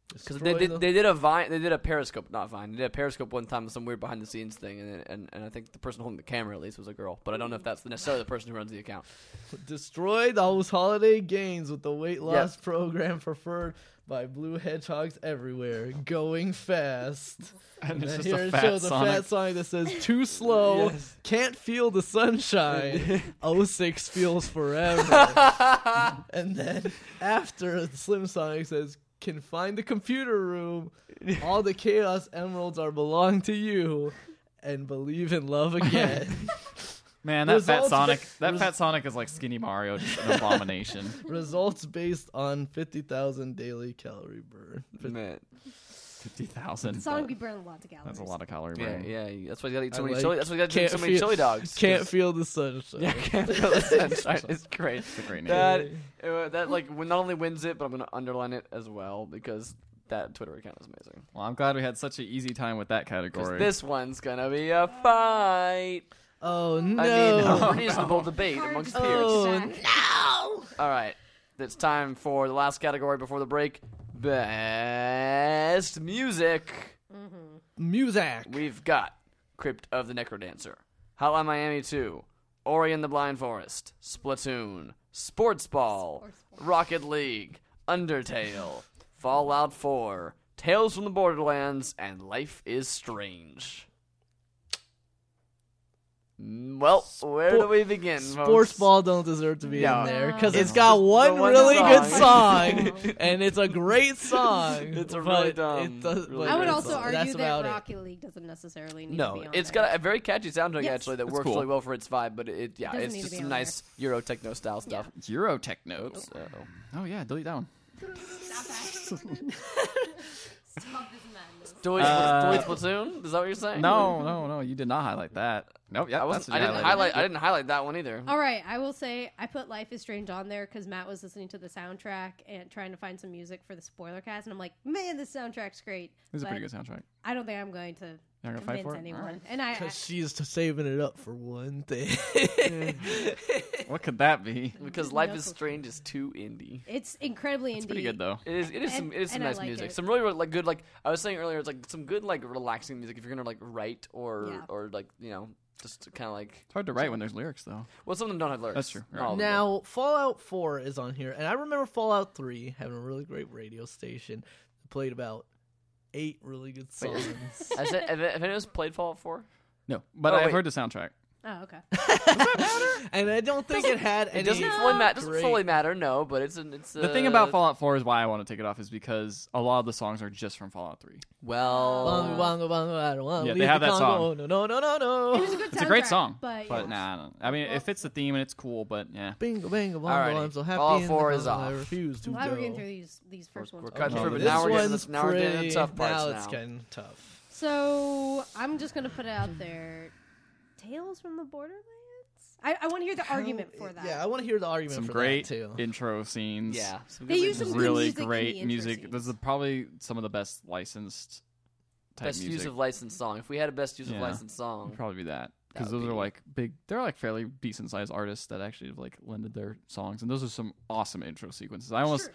[SPEAKER 1] because they
[SPEAKER 2] Destroy
[SPEAKER 1] did
[SPEAKER 2] the-
[SPEAKER 1] they did a vine they did a Periscope not Vine they did a Periscope one time some weird behind the scenes thing and and and I think the person holding the camera at least was a girl, but I don't know if that's necessarily the person who runs the account.
[SPEAKER 2] Destroy those holiday gains with the weight loss program preferred by blue hedgehogs everywhere. Going fast.
[SPEAKER 3] And it's
[SPEAKER 2] And
[SPEAKER 3] just
[SPEAKER 2] here
[SPEAKER 3] a
[SPEAKER 2] it
[SPEAKER 3] fat
[SPEAKER 2] shows a
[SPEAKER 3] Sonic.
[SPEAKER 2] fat Sonic that says too slow, can't feel the sunshine. 06 feels forever. and then after Slim Sonic says can find the computer room. All the chaos emeralds are belong to you. And believe in love again.
[SPEAKER 3] Man, that fat
[SPEAKER 2] Results-
[SPEAKER 3] Sonic. That
[SPEAKER 2] res-
[SPEAKER 3] fat Sonic is like skinny Mario, just an abomination.
[SPEAKER 2] Results based on 50,000 daily calorie burn.
[SPEAKER 1] Man,
[SPEAKER 3] Fifty thousand.
[SPEAKER 4] Sonic be burning lots of calories.
[SPEAKER 3] That's a lot of calorie
[SPEAKER 1] yeah,
[SPEAKER 3] burn.
[SPEAKER 1] yeah, that's why you gotta eat so
[SPEAKER 2] I
[SPEAKER 1] many
[SPEAKER 2] like-
[SPEAKER 1] chili. That's why you gotta drink
[SPEAKER 2] can't
[SPEAKER 1] so many
[SPEAKER 2] feel-
[SPEAKER 1] chili dogs. 'cause-
[SPEAKER 2] Can't feel the sunshine.
[SPEAKER 1] Yeah, can't feel the sunshine. It's great.
[SPEAKER 3] It's a great name.
[SPEAKER 1] That uh, that like w- not only wins it, but I'm gonna underline it as well because that Twitter account is amazing.
[SPEAKER 3] well, I'm glad we had such an easy time with that
[SPEAKER 1] 'Cause
[SPEAKER 3] category.
[SPEAKER 1] This one's gonna be a fight.
[SPEAKER 2] Oh
[SPEAKER 1] I
[SPEAKER 2] no!
[SPEAKER 1] mean, a reasonable debate
[SPEAKER 4] Hard
[SPEAKER 1] amongst
[SPEAKER 4] to
[SPEAKER 1] peers.
[SPEAKER 2] Oh,
[SPEAKER 4] back.
[SPEAKER 1] All right, it's time for the last category before the break. Best music.
[SPEAKER 2] Muzak.
[SPEAKER 1] We've got Crypt of the Necrodancer, Hotline Miami 2, Ori and the Blind Forest, Splatoon, Sports Ball, Rocket League, Undertale, Fallout 4, Tales from the Borderlands, and Life is Strange. Mm, Well, where do
[SPEAKER 2] Spor-
[SPEAKER 1] we begin?
[SPEAKER 2] Sports
[SPEAKER 1] folks?
[SPEAKER 2] ball don't deserve to be
[SPEAKER 1] No.
[SPEAKER 2] in there because
[SPEAKER 1] It's
[SPEAKER 2] it's got
[SPEAKER 1] just the
[SPEAKER 2] one,
[SPEAKER 1] one
[SPEAKER 2] really
[SPEAKER 1] song.
[SPEAKER 2] good song, and it's a great song.
[SPEAKER 1] It's a
[SPEAKER 2] but
[SPEAKER 1] really dumb,
[SPEAKER 2] it does-
[SPEAKER 1] really
[SPEAKER 2] but
[SPEAKER 4] I would
[SPEAKER 1] good
[SPEAKER 4] also
[SPEAKER 1] song.
[SPEAKER 4] argue
[SPEAKER 2] that's
[SPEAKER 4] that
[SPEAKER 2] about it.
[SPEAKER 4] Rocket League doesn't necessarily need to
[SPEAKER 1] No,
[SPEAKER 4] be on
[SPEAKER 1] it's
[SPEAKER 4] there.
[SPEAKER 1] got a very catchy sound to it
[SPEAKER 4] Yes.
[SPEAKER 1] actually that
[SPEAKER 3] It's
[SPEAKER 1] works
[SPEAKER 3] cool.
[SPEAKER 1] really well for its vibe, but it yeah,
[SPEAKER 4] Doesn't
[SPEAKER 1] it's
[SPEAKER 4] need to
[SPEAKER 1] just
[SPEAKER 4] be
[SPEAKER 1] some
[SPEAKER 4] on there.
[SPEAKER 1] nice Euro techno style stuff.
[SPEAKER 3] Euro techno.
[SPEAKER 1] So.
[SPEAKER 3] Oh yeah, delete that one.
[SPEAKER 4] Stop that. Stop this madness.
[SPEAKER 1] Do it,
[SPEAKER 3] Uh,
[SPEAKER 1] do it Splatoon? Is that what you're saying?
[SPEAKER 3] No, no, no. You did not highlight that. Nope. Yeah,
[SPEAKER 1] I
[SPEAKER 3] that's
[SPEAKER 1] wasn't.
[SPEAKER 3] what
[SPEAKER 1] I
[SPEAKER 3] you
[SPEAKER 1] didn't
[SPEAKER 3] highlighted.
[SPEAKER 1] highlight. I didn't highlight that one either.
[SPEAKER 4] All right, I will say I put Life is Strange on there because Matt was listening to the soundtrack and trying to find some music for the spoiler cast, and I'm like, man, this soundtrack's
[SPEAKER 3] It
[SPEAKER 4] great.
[SPEAKER 3] was a pretty
[SPEAKER 4] But
[SPEAKER 3] good soundtrack.
[SPEAKER 4] I don't think I'm going to
[SPEAKER 3] You're not gonna fight
[SPEAKER 4] convince
[SPEAKER 3] for it.
[SPEAKER 4] anyone.
[SPEAKER 3] All right.
[SPEAKER 4] And I, I-
[SPEAKER 2] Because she's t- saving it up for one thing.
[SPEAKER 3] What could that be?
[SPEAKER 1] Because
[SPEAKER 4] No
[SPEAKER 1] Life is
[SPEAKER 4] clue.
[SPEAKER 1] Strange is too indie.
[SPEAKER 4] it's incredibly indie.
[SPEAKER 3] It's pretty good though.
[SPEAKER 1] It is. It is
[SPEAKER 4] And-
[SPEAKER 1] some. It is some
[SPEAKER 4] and I
[SPEAKER 1] nice
[SPEAKER 4] like
[SPEAKER 1] music.
[SPEAKER 4] it.
[SPEAKER 1] Some really, really like good. Like I was saying earlier, it's like some good like relaxing music if you're gonna like write or
[SPEAKER 4] Yeah.
[SPEAKER 1] or like you know just kind of like
[SPEAKER 3] It's hard to write when there's lyrics though.
[SPEAKER 1] well some of them don't have lyrics.
[SPEAKER 3] That's true.
[SPEAKER 1] Not all of them do.
[SPEAKER 2] now, Fallout 4 is on here, and I remember Fallout 3 having a really great radio station that played about eight really good songs.
[SPEAKER 1] I said, have, have anyone's played Fallout 4?
[SPEAKER 3] No, but
[SPEAKER 1] Oh,
[SPEAKER 3] I've
[SPEAKER 1] wait.
[SPEAKER 3] heard the soundtrack.
[SPEAKER 4] Oh, okay.
[SPEAKER 2] and I don't think it had any.
[SPEAKER 1] It doesn't fully matter. Doesn't
[SPEAKER 2] great-
[SPEAKER 1] fully matter. No, but it's an, it's
[SPEAKER 3] The
[SPEAKER 1] a,
[SPEAKER 3] thing about Fallout 4 is why I want to take it off is because a lot of the songs are just from Fallout 3.
[SPEAKER 1] well,
[SPEAKER 2] Bongo, bongo, bongo, I don't wanna
[SPEAKER 3] Yeah, they
[SPEAKER 2] leave
[SPEAKER 3] have
[SPEAKER 2] the
[SPEAKER 3] that
[SPEAKER 2] Congo. No, no, no, no,
[SPEAKER 4] It was
[SPEAKER 2] no.
[SPEAKER 4] a good
[SPEAKER 3] It's a great
[SPEAKER 4] soundtrack,
[SPEAKER 3] song,
[SPEAKER 4] but, yeah.
[SPEAKER 3] nah, I, don't- I mean it fits the theme and it's cool, but yeah.
[SPEAKER 2] Bingo, bingo, bongo.
[SPEAKER 1] Alrighty.
[SPEAKER 2] I'm so happy.
[SPEAKER 1] All
[SPEAKER 2] in the
[SPEAKER 1] four is
[SPEAKER 2] Congo, I
[SPEAKER 1] off.
[SPEAKER 2] refuse to
[SPEAKER 4] Why are we
[SPEAKER 2] go.
[SPEAKER 4] getting through these these 1st
[SPEAKER 1] We're
[SPEAKER 4] ones?
[SPEAKER 1] cutting
[SPEAKER 2] Oh,
[SPEAKER 1] through, but
[SPEAKER 2] this
[SPEAKER 1] now we're getting
[SPEAKER 2] one's
[SPEAKER 1] the, now we're getting the
[SPEAKER 2] pretty-
[SPEAKER 1] tough parts
[SPEAKER 2] now
[SPEAKER 1] now.
[SPEAKER 2] it's getting tough.
[SPEAKER 4] So I'm just gonna put it out there. Tales from the Borderlands. I, I want to hear the argument for that.
[SPEAKER 2] Yeah, I want to hear the argument
[SPEAKER 3] Some
[SPEAKER 2] for
[SPEAKER 3] great
[SPEAKER 2] that too.
[SPEAKER 3] intro scenes.
[SPEAKER 1] Yeah, some
[SPEAKER 4] They
[SPEAKER 1] good
[SPEAKER 4] use
[SPEAKER 1] reasons.
[SPEAKER 4] some
[SPEAKER 3] really
[SPEAKER 4] music in the
[SPEAKER 3] great
[SPEAKER 4] intro
[SPEAKER 3] music.
[SPEAKER 4] scenes.
[SPEAKER 3] This is probably some of the best licensed type
[SPEAKER 1] best
[SPEAKER 3] music.
[SPEAKER 1] use of licensed song. If we had a best use of
[SPEAKER 3] Yeah.
[SPEAKER 1] licensed
[SPEAKER 3] It'd
[SPEAKER 1] song,
[SPEAKER 3] probably be that because
[SPEAKER 1] That
[SPEAKER 3] those
[SPEAKER 1] would
[SPEAKER 3] are
[SPEAKER 1] be-
[SPEAKER 3] like big. They're like fairly decent sized artists that actually have like lended their songs, and those are some awesome intro sequences. I almost,
[SPEAKER 4] Sure.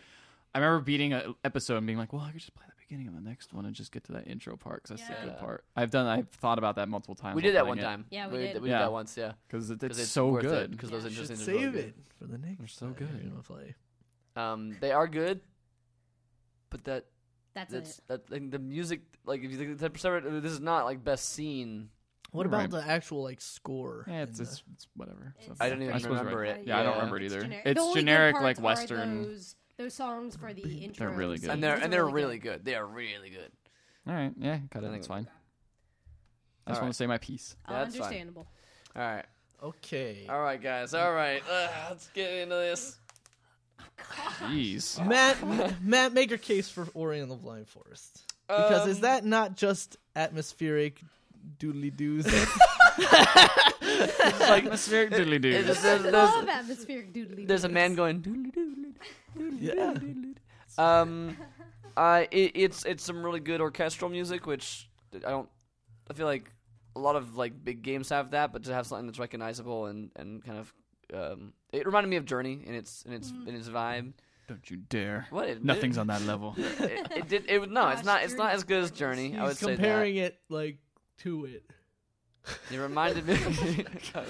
[SPEAKER 3] I remember beating an episode and being like, well, I could just play the beginning of the next one and just get to that intro part because that's the good
[SPEAKER 1] Yeah.
[SPEAKER 3] part. I've done. I've thought about that multiple times.
[SPEAKER 1] we did that one time.
[SPEAKER 4] Yeah, we did.
[SPEAKER 1] We
[SPEAKER 3] Yeah.
[SPEAKER 1] did that once. Yeah,
[SPEAKER 3] because it, it's,
[SPEAKER 1] it's
[SPEAKER 3] so
[SPEAKER 1] worth it,
[SPEAKER 3] good.
[SPEAKER 1] 'cause
[SPEAKER 4] those
[SPEAKER 1] those
[SPEAKER 2] Should
[SPEAKER 1] interesting.
[SPEAKER 2] save it for the next. They're
[SPEAKER 3] Mm, so good.
[SPEAKER 2] You're gonna play.
[SPEAKER 1] Um, they are good, but that
[SPEAKER 4] That's,
[SPEAKER 1] that's
[SPEAKER 4] it.
[SPEAKER 1] that thing. The music, like if you think the separate, this is not like best scene.
[SPEAKER 2] What
[SPEAKER 3] Right.
[SPEAKER 2] about the actual like score?
[SPEAKER 3] Yeah, it's,
[SPEAKER 2] in
[SPEAKER 3] it's, it's whatever. So
[SPEAKER 4] It's-
[SPEAKER 1] uh, I don't
[SPEAKER 3] I
[SPEAKER 1] even
[SPEAKER 3] suppose you're
[SPEAKER 1] remember
[SPEAKER 3] right.
[SPEAKER 1] it.
[SPEAKER 3] Yeah, I don't
[SPEAKER 4] Yeah.
[SPEAKER 3] remember it either.
[SPEAKER 4] generic.
[SPEAKER 3] It's
[SPEAKER 4] The only good
[SPEAKER 3] generic,
[SPEAKER 4] parts
[SPEAKER 3] like
[SPEAKER 4] are
[SPEAKER 3] Western.
[SPEAKER 4] Those, those songs for the intro.
[SPEAKER 3] They're really good.
[SPEAKER 1] And they're and they're really good. They are really good.
[SPEAKER 3] All right, yeah, cut
[SPEAKER 1] I
[SPEAKER 3] it.
[SPEAKER 1] think
[SPEAKER 3] It's
[SPEAKER 1] we're
[SPEAKER 3] fine. I just
[SPEAKER 1] All
[SPEAKER 3] want
[SPEAKER 1] right.
[SPEAKER 3] to say my piece.
[SPEAKER 1] That's fine.
[SPEAKER 4] Understandable.
[SPEAKER 1] All right,
[SPEAKER 2] the- okay.
[SPEAKER 1] all right, guys. All right, Ugh, let's get into this.
[SPEAKER 3] Jeez.
[SPEAKER 2] Matt, Matt, make your case for Ori and the Blind Forest. Because is
[SPEAKER 1] Um,
[SPEAKER 2] that not just atmospheric doodly doos?
[SPEAKER 1] like
[SPEAKER 3] Atmospheric diddly
[SPEAKER 1] it-
[SPEAKER 3] doo.
[SPEAKER 1] it-
[SPEAKER 4] I
[SPEAKER 1] there's,
[SPEAKER 4] love
[SPEAKER 1] there's,
[SPEAKER 4] atmospheric doodly.
[SPEAKER 1] there's a
[SPEAKER 4] doos.
[SPEAKER 1] man going doodly doodly doodly
[SPEAKER 2] Yeah.
[SPEAKER 1] doodly doodly. Um, I it, it's it's some really good orchestral music, which I don't. I feel like a lot of like big games have that, but to have something that's recognizable and and kind of um, it reminded me of Journey in its in its
[SPEAKER 4] Mm.
[SPEAKER 1] in its vibe.
[SPEAKER 3] Don't you dare.
[SPEAKER 1] What it,
[SPEAKER 3] Nothing's on that level.
[SPEAKER 1] It, it did. It, no, it's
[SPEAKER 4] Gosh,
[SPEAKER 1] not. It's not
[SPEAKER 4] Journey's
[SPEAKER 1] as good as
[SPEAKER 4] gorgeous.
[SPEAKER 1] Journey. I would
[SPEAKER 2] He's
[SPEAKER 1] say
[SPEAKER 2] comparing it like to it.
[SPEAKER 1] that. It reminded me.
[SPEAKER 3] Thanks,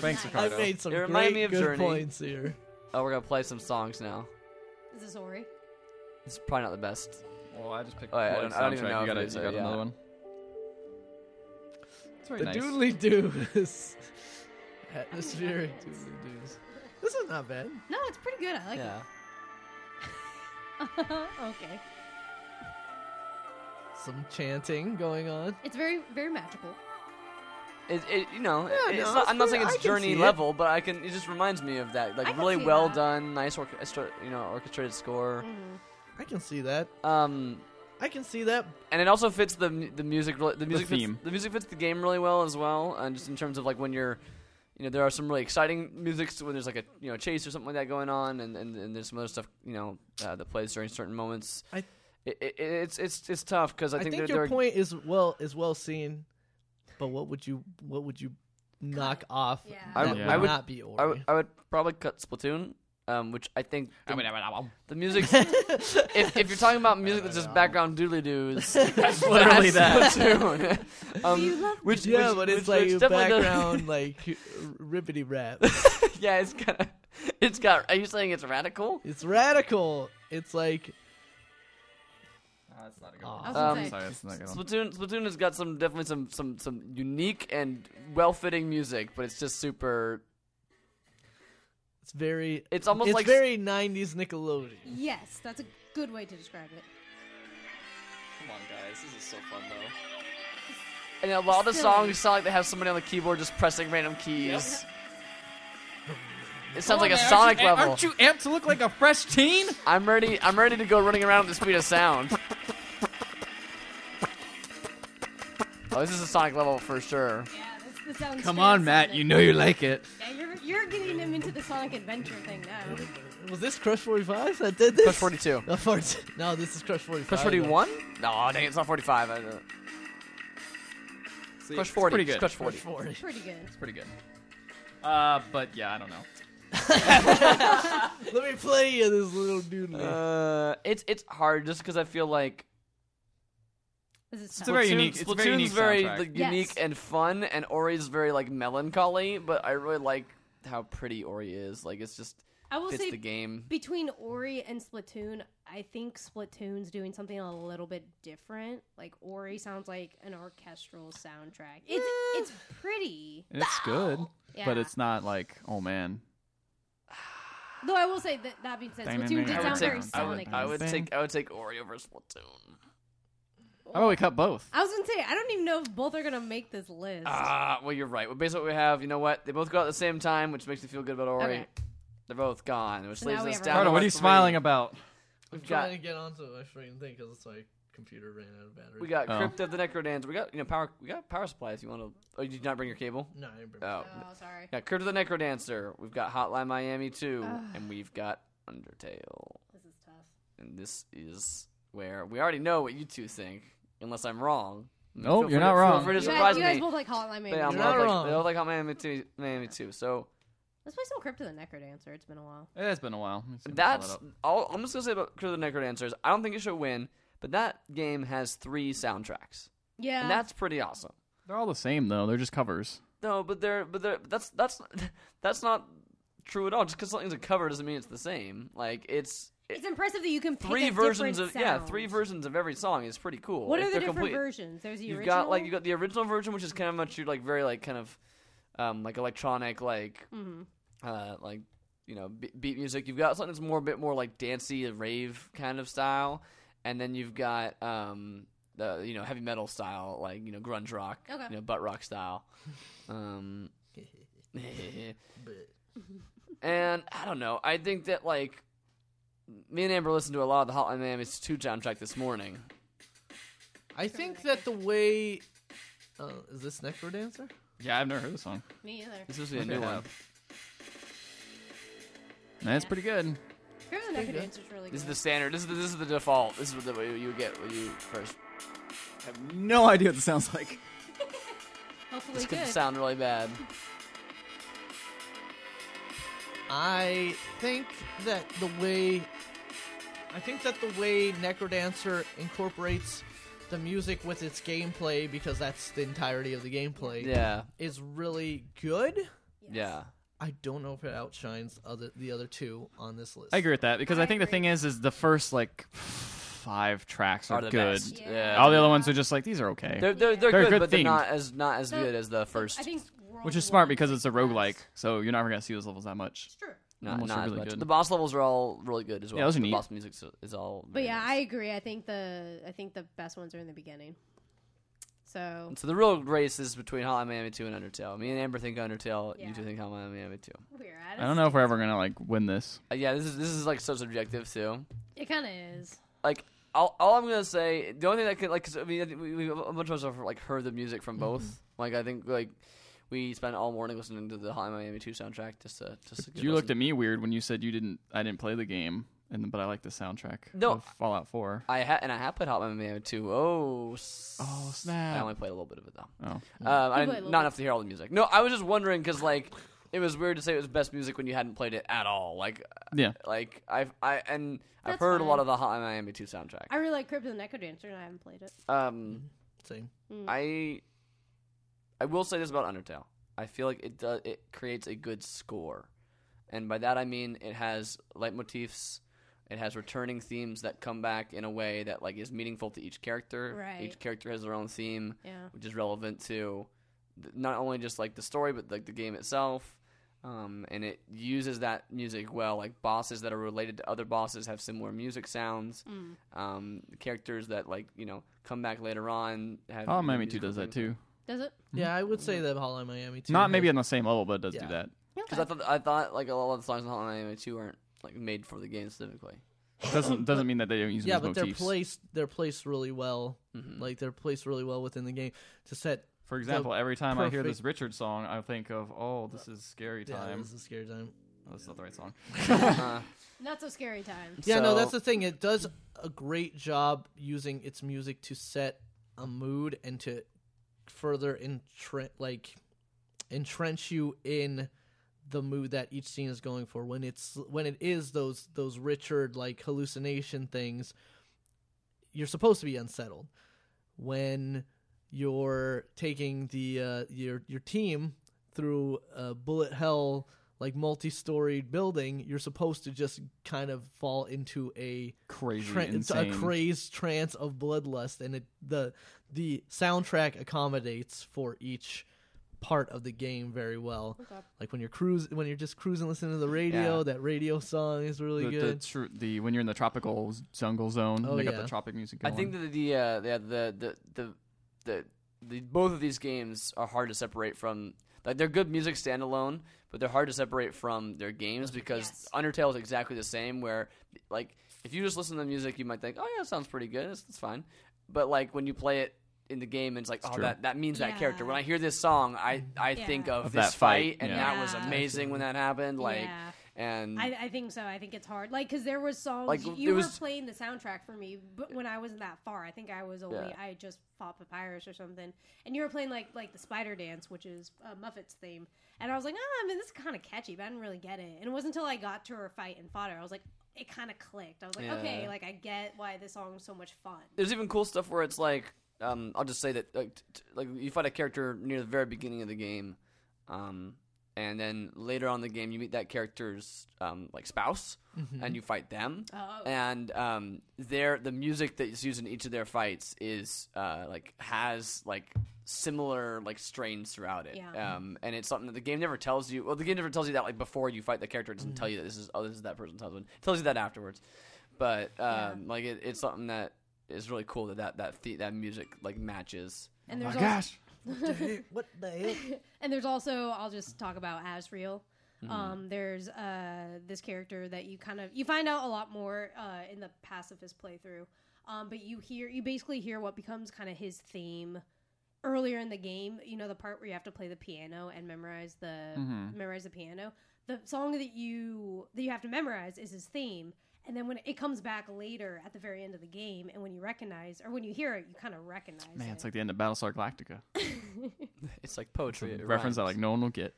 [SPEAKER 4] Nice.
[SPEAKER 2] I
[SPEAKER 3] Ricardo.
[SPEAKER 2] made some
[SPEAKER 1] It reminded
[SPEAKER 2] great
[SPEAKER 1] me of
[SPEAKER 2] good
[SPEAKER 1] Journey.
[SPEAKER 2] points here.
[SPEAKER 1] oh, we're gonna play some songs now.
[SPEAKER 4] Is this Ori?
[SPEAKER 1] It's probably not the best.
[SPEAKER 3] Well, I just picked.
[SPEAKER 1] Oh, yeah, I
[SPEAKER 3] Bloody
[SPEAKER 1] don't- I don't even
[SPEAKER 3] soundtrack.
[SPEAKER 1] know
[SPEAKER 3] You
[SPEAKER 1] if
[SPEAKER 3] got,
[SPEAKER 1] it
[SPEAKER 3] a-
[SPEAKER 1] is,
[SPEAKER 3] you
[SPEAKER 1] uh,
[SPEAKER 3] got
[SPEAKER 1] yeah.
[SPEAKER 3] another one. It's very
[SPEAKER 2] The
[SPEAKER 3] nice.
[SPEAKER 2] doodly doos. Atmospheric doodly doos. This is not bad.
[SPEAKER 4] No, it's pretty good. I like
[SPEAKER 1] yeah.
[SPEAKER 4] it. okay.
[SPEAKER 2] Some chanting going on.
[SPEAKER 4] It's very, very magical.
[SPEAKER 1] It, it you know it- it's
[SPEAKER 2] no,
[SPEAKER 1] not,
[SPEAKER 2] it's
[SPEAKER 1] I'm not saying
[SPEAKER 2] pretty-
[SPEAKER 1] it's
[SPEAKER 2] I can see
[SPEAKER 1] Journey
[SPEAKER 2] it.
[SPEAKER 1] level, but I can. It just reminds me of that,
[SPEAKER 4] I
[SPEAKER 1] like
[SPEAKER 4] can
[SPEAKER 1] really
[SPEAKER 4] see
[SPEAKER 1] well
[SPEAKER 4] that.
[SPEAKER 1] done, nice orchestra, you know, orchestrated score.
[SPEAKER 2] I can see that.
[SPEAKER 1] Um,
[SPEAKER 2] I can see that.
[SPEAKER 1] and it also fits the mu- the music really- the music
[SPEAKER 3] theme.
[SPEAKER 1] Fits, the music fits the game really well as well, and just in terms of like when you're. You know there are some really exciting musics when there's like a you know chase or something like that going on, and, and, and there's some other stuff you know uh, that plays during certain moments.
[SPEAKER 2] I-
[SPEAKER 1] it, it, it's it's it's tough because I,
[SPEAKER 2] I think,
[SPEAKER 1] there, there
[SPEAKER 2] your
[SPEAKER 1] are
[SPEAKER 2] point is well is well seen. But what would you what would you knock off?
[SPEAKER 4] Yeah.
[SPEAKER 1] I
[SPEAKER 2] that
[SPEAKER 1] would-
[SPEAKER 2] would,
[SPEAKER 1] I would-
[SPEAKER 2] not be Ori.
[SPEAKER 1] I would, I would probably cut Splatoon, um, which I think the, the music. if, if you're talking about music that's just background doodly doos, that's
[SPEAKER 3] literally that.
[SPEAKER 1] Splatoon.
[SPEAKER 4] Do you
[SPEAKER 1] um,
[SPEAKER 4] love
[SPEAKER 1] which,
[SPEAKER 2] yeah,
[SPEAKER 1] which-
[SPEAKER 2] but it's
[SPEAKER 1] which-
[SPEAKER 2] like
[SPEAKER 1] which definitely does-
[SPEAKER 2] background like ribbity rap.
[SPEAKER 1] yeah, it's kind of. It's got. Are you saying it's radical?
[SPEAKER 2] It's radical. It's like
[SPEAKER 3] That's not a good
[SPEAKER 2] one.
[SPEAKER 4] I was
[SPEAKER 1] Um,
[SPEAKER 4] gonna
[SPEAKER 1] I'm
[SPEAKER 4] say,
[SPEAKER 3] Sorry, that's not a good one.
[SPEAKER 1] Splatoon Splatoon has got some definitely some some some unique and well fitting music, but it's just super.
[SPEAKER 2] it's very
[SPEAKER 1] It's almost
[SPEAKER 2] it's
[SPEAKER 1] like
[SPEAKER 2] very 90s Nickelodeon.
[SPEAKER 4] Yes, that's a good way to describe it.
[SPEAKER 1] Come on, guys, this is so fun though. And a lot of the songs sound like they have somebody on the keyboard just pressing random keys. It sounds like a Sonic level.
[SPEAKER 3] Aren't you amped to look like a fresh teen?
[SPEAKER 1] I'm ready. I'm ready to go running around at the speed of sound. Oh, this is a Sonic level for sure.
[SPEAKER 4] Yeah, this, this sounds.
[SPEAKER 3] Come
[SPEAKER 4] very
[SPEAKER 3] on, Matt.
[SPEAKER 4] Sonic.
[SPEAKER 3] You know you like it.
[SPEAKER 4] Yeah, you're, you're getting him into the Sonic Adventure thing now.
[SPEAKER 2] Was this Crush 45 that did this?
[SPEAKER 1] Crush 42.
[SPEAKER 2] No, 40 no this is Crush 45.
[SPEAKER 1] Crush
[SPEAKER 2] though.
[SPEAKER 1] 41? No, dang, it's not 45. I don't- Crush 40.
[SPEAKER 3] pretty good.
[SPEAKER 1] It's Crush
[SPEAKER 2] Crush
[SPEAKER 1] 40.
[SPEAKER 2] 40.
[SPEAKER 4] Pretty good.
[SPEAKER 3] It's pretty good. Uh, but yeah, I don't know.
[SPEAKER 2] Let me play you this little doodle.
[SPEAKER 1] Uh, it's it's hard just because I feel like
[SPEAKER 4] This is
[SPEAKER 3] It's
[SPEAKER 4] tough.
[SPEAKER 3] a very
[SPEAKER 1] Splatoon-
[SPEAKER 3] unique- it's
[SPEAKER 1] Splatoon's
[SPEAKER 3] a very unique
[SPEAKER 1] very
[SPEAKER 3] soundtrack.
[SPEAKER 1] like,
[SPEAKER 4] Yes.
[SPEAKER 1] unique and fun, and Ori's very like melancholy. But I really like how pretty Ori is. Like it's just
[SPEAKER 4] I will
[SPEAKER 1] fits
[SPEAKER 4] say
[SPEAKER 1] the game.
[SPEAKER 4] between Ori and Splatoon, I think Splatoon's doing something a little bit different. Like Ori sounds like an orchestral soundtrack. It's it's pretty.
[SPEAKER 3] And it's good,
[SPEAKER 4] Yeah.
[SPEAKER 3] but it's not like, oh man.
[SPEAKER 4] Though I will say that that being said,
[SPEAKER 3] Dang, dang,
[SPEAKER 4] Splatoon
[SPEAKER 3] dang,
[SPEAKER 4] did
[SPEAKER 1] I
[SPEAKER 3] dang,
[SPEAKER 1] would
[SPEAKER 4] sound
[SPEAKER 1] take
[SPEAKER 4] very
[SPEAKER 1] I would, I would
[SPEAKER 4] Sonic.
[SPEAKER 1] take I would take Ori over Splatoon.
[SPEAKER 3] How about we cut both?
[SPEAKER 4] I was gonna say I don't even know if both are gonna make this list.
[SPEAKER 1] Ah, well, you're right. Well, based on what we have, you know what? They both go out at the same time, which makes me feel good about Ori.
[SPEAKER 4] Okay.
[SPEAKER 1] They're both gone, which
[SPEAKER 4] So
[SPEAKER 1] leaves
[SPEAKER 4] now we
[SPEAKER 1] us
[SPEAKER 4] have
[SPEAKER 1] down.
[SPEAKER 4] our-
[SPEAKER 1] to
[SPEAKER 3] Ricardo, what
[SPEAKER 1] our
[SPEAKER 3] are you
[SPEAKER 1] three.
[SPEAKER 3] smiling about?
[SPEAKER 2] I'm
[SPEAKER 1] We've got
[SPEAKER 2] trying to get onto my freaking thing because it's my computer ran out of battery.
[SPEAKER 1] we got
[SPEAKER 3] Oh.
[SPEAKER 1] Crypt of the Necrodans. We got you know power. We got power supply. If you want to, oh, you did not bring your cable.
[SPEAKER 2] no, I didn't bring
[SPEAKER 1] Oh,
[SPEAKER 4] Oh, sorry.
[SPEAKER 1] yeah, Crypt of the Necrodancer. We've got Hotline Miami 2, and we've got Undertale.
[SPEAKER 4] This is tough.
[SPEAKER 1] And this is where we already know what you two think, unless I'm wrong.
[SPEAKER 3] Nope,
[SPEAKER 1] Feel
[SPEAKER 3] you're
[SPEAKER 1] free to-
[SPEAKER 3] not wrong.
[SPEAKER 1] Feel free to
[SPEAKER 4] You
[SPEAKER 1] surprise
[SPEAKER 4] guys, you guys
[SPEAKER 1] me.
[SPEAKER 4] both like Hotline Miami.
[SPEAKER 1] They all
[SPEAKER 2] You're not
[SPEAKER 1] like-
[SPEAKER 2] wrong.
[SPEAKER 1] They all like Hotline Miami 2. Miami 2. So
[SPEAKER 4] Let's play some Crypt of the Necrodancer. It's been a while.
[SPEAKER 3] It has been a while. Let me see if I can pull
[SPEAKER 1] That's
[SPEAKER 3] that up.
[SPEAKER 1] all. I'm just gonna say about Crypt of the Necrodancers. I don't think it should win, but that game has three soundtracks,
[SPEAKER 4] Yeah.
[SPEAKER 1] and that's pretty awesome.
[SPEAKER 3] They're all the same though. They're just covers.
[SPEAKER 1] No, but they're but they're that's that's that's not true at all. Just because something's a cover doesn't mean it's the same. Like it's
[SPEAKER 4] it's impressive that you can pick
[SPEAKER 1] three
[SPEAKER 4] a
[SPEAKER 1] versions of
[SPEAKER 4] different
[SPEAKER 1] yeah,
[SPEAKER 4] sound.
[SPEAKER 1] three versions of every song is pretty cool.
[SPEAKER 4] What
[SPEAKER 1] if
[SPEAKER 4] are the
[SPEAKER 1] they're
[SPEAKER 4] different
[SPEAKER 1] complete.
[SPEAKER 4] versions? There's the
[SPEAKER 1] You've
[SPEAKER 4] original.
[SPEAKER 1] got like you got the original version, which is kind of much you like very like kind of um like electronic like
[SPEAKER 4] Mhm.
[SPEAKER 1] uh, like you know be- beat music. You've got something that's more a bit more like dancey rave kind of style, and then you've got um, the you know heavy metal style, like you know grunge rock,
[SPEAKER 4] Okay.
[SPEAKER 1] you know butt rock style. Um, and I don't know. I think that like me and Amber listened to a lot of the Hotline Miami 2 soundtrack this morning.
[SPEAKER 2] I think that the way Uh, is this next door dancer?
[SPEAKER 3] Yeah, I've never heard this song.
[SPEAKER 4] Me either.
[SPEAKER 1] This is a
[SPEAKER 3] Okay,
[SPEAKER 1] new
[SPEAKER 3] yeah.
[SPEAKER 1] one.
[SPEAKER 3] That's pretty good.
[SPEAKER 4] Here's an
[SPEAKER 2] you go.
[SPEAKER 4] evidence is really good.
[SPEAKER 1] This is the standard. This is the, this is the default. This is what the- what you get when you first.
[SPEAKER 3] I have no idea what this sounds like.
[SPEAKER 4] Hopefully
[SPEAKER 1] This
[SPEAKER 4] good.
[SPEAKER 1] could sound really bad.
[SPEAKER 2] I think that the way I think that the way Necrodancer incorporates the music with its gameplay because that's the entirety of the gameplay
[SPEAKER 1] Yeah,
[SPEAKER 2] is really good.
[SPEAKER 1] yeah.
[SPEAKER 2] I don't know if it outshines other the other two on this list.
[SPEAKER 3] I agree with that because I,
[SPEAKER 4] I
[SPEAKER 3] think the
[SPEAKER 4] agree.
[SPEAKER 3] thing is, is the first like five tracks are,
[SPEAKER 1] Are the
[SPEAKER 3] good.
[SPEAKER 1] best.
[SPEAKER 4] Yeah.
[SPEAKER 1] Yeah,
[SPEAKER 3] All the other ones are just like these are okay,
[SPEAKER 1] they're they're, they're,
[SPEAKER 3] They're
[SPEAKER 1] good,
[SPEAKER 3] good
[SPEAKER 1] but they're
[SPEAKER 3] themed.
[SPEAKER 1] not as not as
[SPEAKER 4] No,
[SPEAKER 1] good as the
[SPEAKER 4] I think-
[SPEAKER 1] first.
[SPEAKER 4] I think
[SPEAKER 3] which is
[SPEAKER 4] World
[SPEAKER 3] smart
[SPEAKER 4] War
[SPEAKER 3] because
[SPEAKER 4] is
[SPEAKER 3] it's a
[SPEAKER 4] the best.
[SPEAKER 3] roguelike, so you're not ever gonna see those levels that much.
[SPEAKER 4] It's true.
[SPEAKER 1] not,
[SPEAKER 3] almost
[SPEAKER 1] not
[SPEAKER 3] really
[SPEAKER 1] as much.
[SPEAKER 3] good.
[SPEAKER 1] The boss levels are all really good as well.
[SPEAKER 3] those are
[SPEAKER 1] the
[SPEAKER 3] neat.
[SPEAKER 1] boss music is all.
[SPEAKER 4] But
[SPEAKER 1] very
[SPEAKER 4] yeah,
[SPEAKER 1] nice.
[SPEAKER 4] I agree. I think the I think the best ones are in the beginning. So
[SPEAKER 1] So the real race is between Hotline Miami 2 and Undertale. Me and Amber think Undertale. You
[SPEAKER 4] Yeah.
[SPEAKER 1] two think Hotline Miami 2.
[SPEAKER 4] we're
[SPEAKER 3] I don't know if we're ever gonna like win this.
[SPEAKER 1] Uh, yeah, this is this is like so subjective too.
[SPEAKER 4] It kind of is.
[SPEAKER 1] Like all, all I'm gonna say, the only thing that could like, 'cause, I mean, I think we, we a bunch of us have like heard the music from both.
[SPEAKER 3] Mm-hmm.
[SPEAKER 1] Like I think like we spent all morning listening to the Hotline Miami 2 soundtrack just to just. To give
[SPEAKER 3] You
[SPEAKER 1] us
[SPEAKER 3] looked
[SPEAKER 1] a-
[SPEAKER 3] at me weird when you said you didn't. I didn't play the game, and but I like the soundtrack.
[SPEAKER 1] No.
[SPEAKER 3] of Fallout Four.
[SPEAKER 1] I ha- and I have played Hotline Miami 2. Oh, s-
[SPEAKER 3] Oh, snap.
[SPEAKER 1] I only played a little bit of it though.
[SPEAKER 3] Oh,
[SPEAKER 1] Um, I,
[SPEAKER 4] played
[SPEAKER 1] not
[SPEAKER 4] a little
[SPEAKER 1] enough to hear all the music. No, I was just wondering because like it was weird to say it was best music when you hadn't played it at all. Like
[SPEAKER 3] yeah.
[SPEAKER 1] like I've I and I've
[SPEAKER 4] That's
[SPEAKER 1] heard a lot
[SPEAKER 4] fine.
[SPEAKER 1] of the Hot Miami 2 soundtrack.
[SPEAKER 4] I really like Crypt of the Necro Dancer, and I haven't played it. Mm.
[SPEAKER 1] Um,
[SPEAKER 2] Same.
[SPEAKER 1] I I will say this about Undertale. I feel like it does it creates a good score, and by that I mean it has leitmotifs. It has returning themes that come back in a way that like is meaningful to each character.
[SPEAKER 4] Right.
[SPEAKER 1] Each character has their own theme,
[SPEAKER 4] Yeah,
[SPEAKER 1] which is relevant to th- not only just like the story but like the game itself. Um, and it uses that music well. Like bosses that are related to other bosses have similar music sounds. Um, characters that like you know come back later on. Have
[SPEAKER 3] Fallout Miami Two
[SPEAKER 1] musical
[SPEAKER 3] does that
[SPEAKER 1] things.
[SPEAKER 3] too.
[SPEAKER 4] does it?
[SPEAKER 2] Yeah, I would say that Hotline Miami too.
[SPEAKER 3] Mm-hmm. Not maybe on the same level, but it does
[SPEAKER 2] Yeah.
[SPEAKER 3] do that.
[SPEAKER 1] Because I thought I thought like a lot of the songs on Hotline Miami Two aren't like made for the game specifically.
[SPEAKER 3] Doesn't doesn't mean that they don't use
[SPEAKER 2] yeah,
[SPEAKER 3] those
[SPEAKER 2] but they're
[SPEAKER 3] motifs. Mm-hmm.
[SPEAKER 2] placed they're placed really well.
[SPEAKER 1] Mhm.
[SPEAKER 2] Like they're placed really well within the game to set.
[SPEAKER 3] For example, every time I hear
[SPEAKER 2] perfect-
[SPEAKER 3] this Richard song, I think of oh, this is scary
[SPEAKER 2] Yeah,
[SPEAKER 3] time.
[SPEAKER 2] this is a scary time.
[SPEAKER 3] Oh, that's not the right song.
[SPEAKER 1] Uh,
[SPEAKER 4] Not so scary time.
[SPEAKER 2] Yeah, no,
[SPEAKER 1] So-
[SPEAKER 2] that's the thing. It does a great job using its music to set a mood and to further entren- like entrench you in the mood that each scene is going for. When it's when it is those those Richard like hallucination things, you're supposed to be unsettled. When you're taking the uh, your your team through a bullet hell like multi-storied building, you're supposed to just kind of fall into a
[SPEAKER 3] Crazy,
[SPEAKER 2] tra- it's a
[SPEAKER 3] insane.
[SPEAKER 2] crazed trance of bloodlust, and it, the the soundtrack accommodates for each part of the game very well. Like when you're cruise, when you're just cruising, listening to the radio,
[SPEAKER 1] Yeah.
[SPEAKER 2] that radio song is really
[SPEAKER 3] the, the,
[SPEAKER 2] good.
[SPEAKER 3] tru- the when you're in the tropical z- jungle zone,
[SPEAKER 2] Oh,
[SPEAKER 3] they got
[SPEAKER 2] yeah.
[SPEAKER 3] the tropic music.
[SPEAKER 1] I think
[SPEAKER 3] Going.
[SPEAKER 1] that the uh, yeah, the the the the the both of these games are hard to separate from. Like they're good music standalone, but they're hard to separate from their games because
[SPEAKER 4] Yes.
[SPEAKER 1] Undertale is exactly the same. Where like if you just listen to the music, you might think, "Oh yeah, it sounds pretty good. It's, it's fine." But like when you play it in the game, it's like, "Oh,
[SPEAKER 3] true.
[SPEAKER 1] that that means that character."
[SPEAKER 4] Yeah.
[SPEAKER 1] When I hear this song, I I
[SPEAKER 4] Yeah.
[SPEAKER 1] think of,
[SPEAKER 3] Of
[SPEAKER 1] this
[SPEAKER 3] that fight,
[SPEAKER 1] and
[SPEAKER 3] yeah.
[SPEAKER 1] that was
[SPEAKER 4] Yeah.
[SPEAKER 1] amazing when that happened. Like
[SPEAKER 4] yeah,
[SPEAKER 1] and
[SPEAKER 4] I, I think so. I think it's hard. Like, because there was songs
[SPEAKER 1] Mm. Like,
[SPEAKER 4] you,
[SPEAKER 1] it
[SPEAKER 4] you
[SPEAKER 1] was-
[SPEAKER 4] were playing the soundtrack for me, but when I wasn't that far, I think I was only
[SPEAKER 1] Yeah.
[SPEAKER 4] I had just fought Papyrus or something, and you were playing like like the Spider Dance, which is uh, Muffet's theme, and I was like, oh, I mean, this is kind of catchy, but I didn't really get it, and it wasn't until I got to her fight and fought her, I was like, it kind of clicked. I was like,
[SPEAKER 1] Yeah.
[SPEAKER 4] okay, like I get why this song's so much fun.
[SPEAKER 1] there's even cool stuff where it's like um, I'll just say that like, t- t- like you fight a character near the very beginning of the game, um, and then later on in the game you meet that character's um, like spouse and you fight them,
[SPEAKER 4] Oh.
[SPEAKER 1] and um, their the music that is used in each of their fights is uh, like has like similar like strains throughout it,
[SPEAKER 4] Yeah.
[SPEAKER 1] um, and it's something that the game never tells you. Well, the game never tells you that like before you fight the character, it doesn't tell you that this is oh this is that person's husband. It tells you that afterwards but um, like it, it's something that is really cool that that that, the, that music like matches.
[SPEAKER 4] And
[SPEAKER 3] Oh my
[SPEAKER 4] there's also,
[SPEAKER 3] gosh,
[SPEAKER 2] what the heck?
[SPEAKER 4] And there's also I'll just talk about Asriel.
[SPEAKER 1] Mm-hmm.
[SPEAKER 4] Um, there's uh, this character that you kind of you find out a lot more uh, in the pacifist playthrough. Um, but you hear you basically hear what becomes kind of his theme earlier in the game, you know, the part where you have to play the piano and memorize the
[SPEAKER 1] Mm-hmm.
[SPEAKER 3] Mhm.
[SPEAKER 4] memorize the piano. The song that you that you have to memorize is his theme, and then when it comes back later at the very end of the game, and when you recognize or when you hear it, you kind of recognize.
[SPEAKER 3] Man,
[SPEAKER 4] it.
[SPEAKER 3] it's like the end of Battlestar Galactica.
[SPEAKER 1] It's like poetry. it
[SPEAKER 3] reference that like
[SPEAKER 1] rhymes.
[SPEAKER 3] no one will get.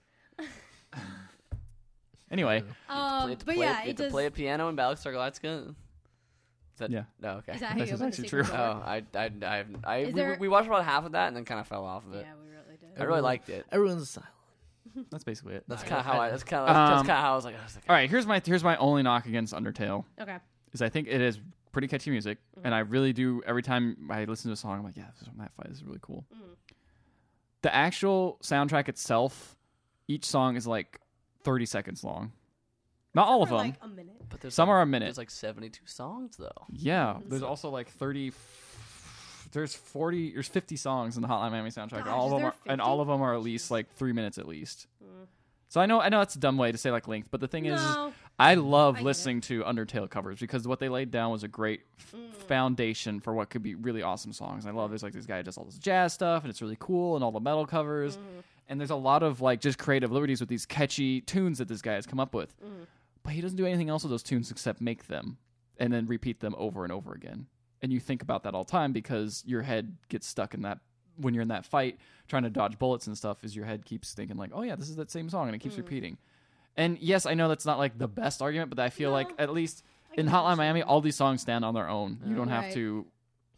[SPEAKER 3] anyway,
[SPEAKER 1] Play-
[SPEAKER 4] um,
[SPEAKER 1] you have to
[SPEAKER 4] but
[SPEAKER 1] play-
[SPEAKER 4] yeah,
[SPEAKER 1] you have
[SPEAKER 4] it
[SPEAKER 1] to play a
[SPEAKER 4] does.
[SPEAKER 1] piano in Battlestar Galactica. Is That,
[SPEAKER 3] Yeah.
[SPEAKER 1] No, okay.
[SPEAKER 4] Is that how you
[SPEAKER 3] This is
[SPEAKER 4] open the
[SPEAKER 3] actually
[SPEAKER 4] secret
[SPEAKER 3] true.
[SPEAKER 1] oh,
[SPEAKER 4] door?
[SPEAKER 1] I, I, I, I
[SPEAKER 4] Is
[SPEAKER 1] we,
[SPEAKER 4] there-
[SPEAKER 1] we watched about half of that and then kind of fell off of it.
[SPEAKER 4] yeah, we really did.
[SPEAKER 1] I really
[SPEAKER 2] Everyone-
[SPEAKER 1] liked it.
[SPEAKER 2] Everyone's silent.
[SPEAKER 3] that's basically it.
[SPEAKER 1] That's
[SPEAKER 2] I-
[SPEAKER 1] kind of how I.
[SPEAKER 2] I-
[SPEAKER 1] That's kind of. That's
[SPEAKER 3] Um,
[SPEAKER 1] kind of how I was like. I was like
[SPEAKER 3] All right, here's my here's my only knock against Undertale
[SPEAKER 4] Okay.
[SPEAKER 3] is I think it is pretty catchy music,
[SPEAKER 4] Mm-hmm.
[SPEAKER 3] and I really do every time I listen to a song, I'm like, yeah, this is from that fight. This is really cool.
[SPEAKER 4] Mhm.
[SPEAKER 3] The actual soundtrack itself, each song is like 30 seconds long. Not all of
[SPEAKER 4] For,
[SPEAKER 3] them.
[SPEAKER 4] Like a minute.
[SPEAKER 1] But there's
[SPEAKER 3] Some
[SPEAKER 1] like-
[SPEAKER 3] are a minute.
[SPEAKER 1] There's like 72 songs though.
[SPEAKER 3] yeah, there's also like 30. f- There's 40. There's 50 songs in the Hotline Miami soundtrack.
[SPEAKER 4] Gosh,
[SPEAKER 3] all
[SPEAKER 4] is
[SPEAKER 3] of them
[SPEAKER 4] there
[SPEAKER 3] are, and all
[SPEAKER 4] 50?
[SPEAKER 3] of them are at least like three minutes at least. So I know I know that's a dumb way to say like length, but the thing is, is
[SPEAKER 4] No.
[SPEAKER 3] I love
[SPEAKER 4] I get it.
[SPEAKER 3] listening to Undertale covers because what they laid down was a great f-
[SPEAKER 4] Mm.
[SPEAKER 3] foundation for what could be really awesome songs. And I love there's like this guy who does all this jazz stuff and it's really cool and all the metal covers.
[SPEAKER 4] Mm-hmm.
[SPEAKER 3] And there's a lot of like just creative liberties with these catchy tunes that this guy has come up with. But he doesn't do anything else with those tunes except make them and then repeat them over and over again. And you think about that all the time because your head gets stuck in that when you're in that fight trying to dodge bullets and stuff is your head keeps thinking like, "Oh yeah, this is that same song." And it
[SPEAKER 4] Mm.
[SPEAKER 3] keeps repeating. And yes, I know that's not like the best argument, but I feel like
[SPEAKER 4] No.
[SPEAKER 3] at least in Hotline
[SPEAKER 4] can understand
[SPEAKER 3] Miami, all these songs stand on their own. You don't have
[SPEAKER 4] Right.
[SPEAKER 3] to.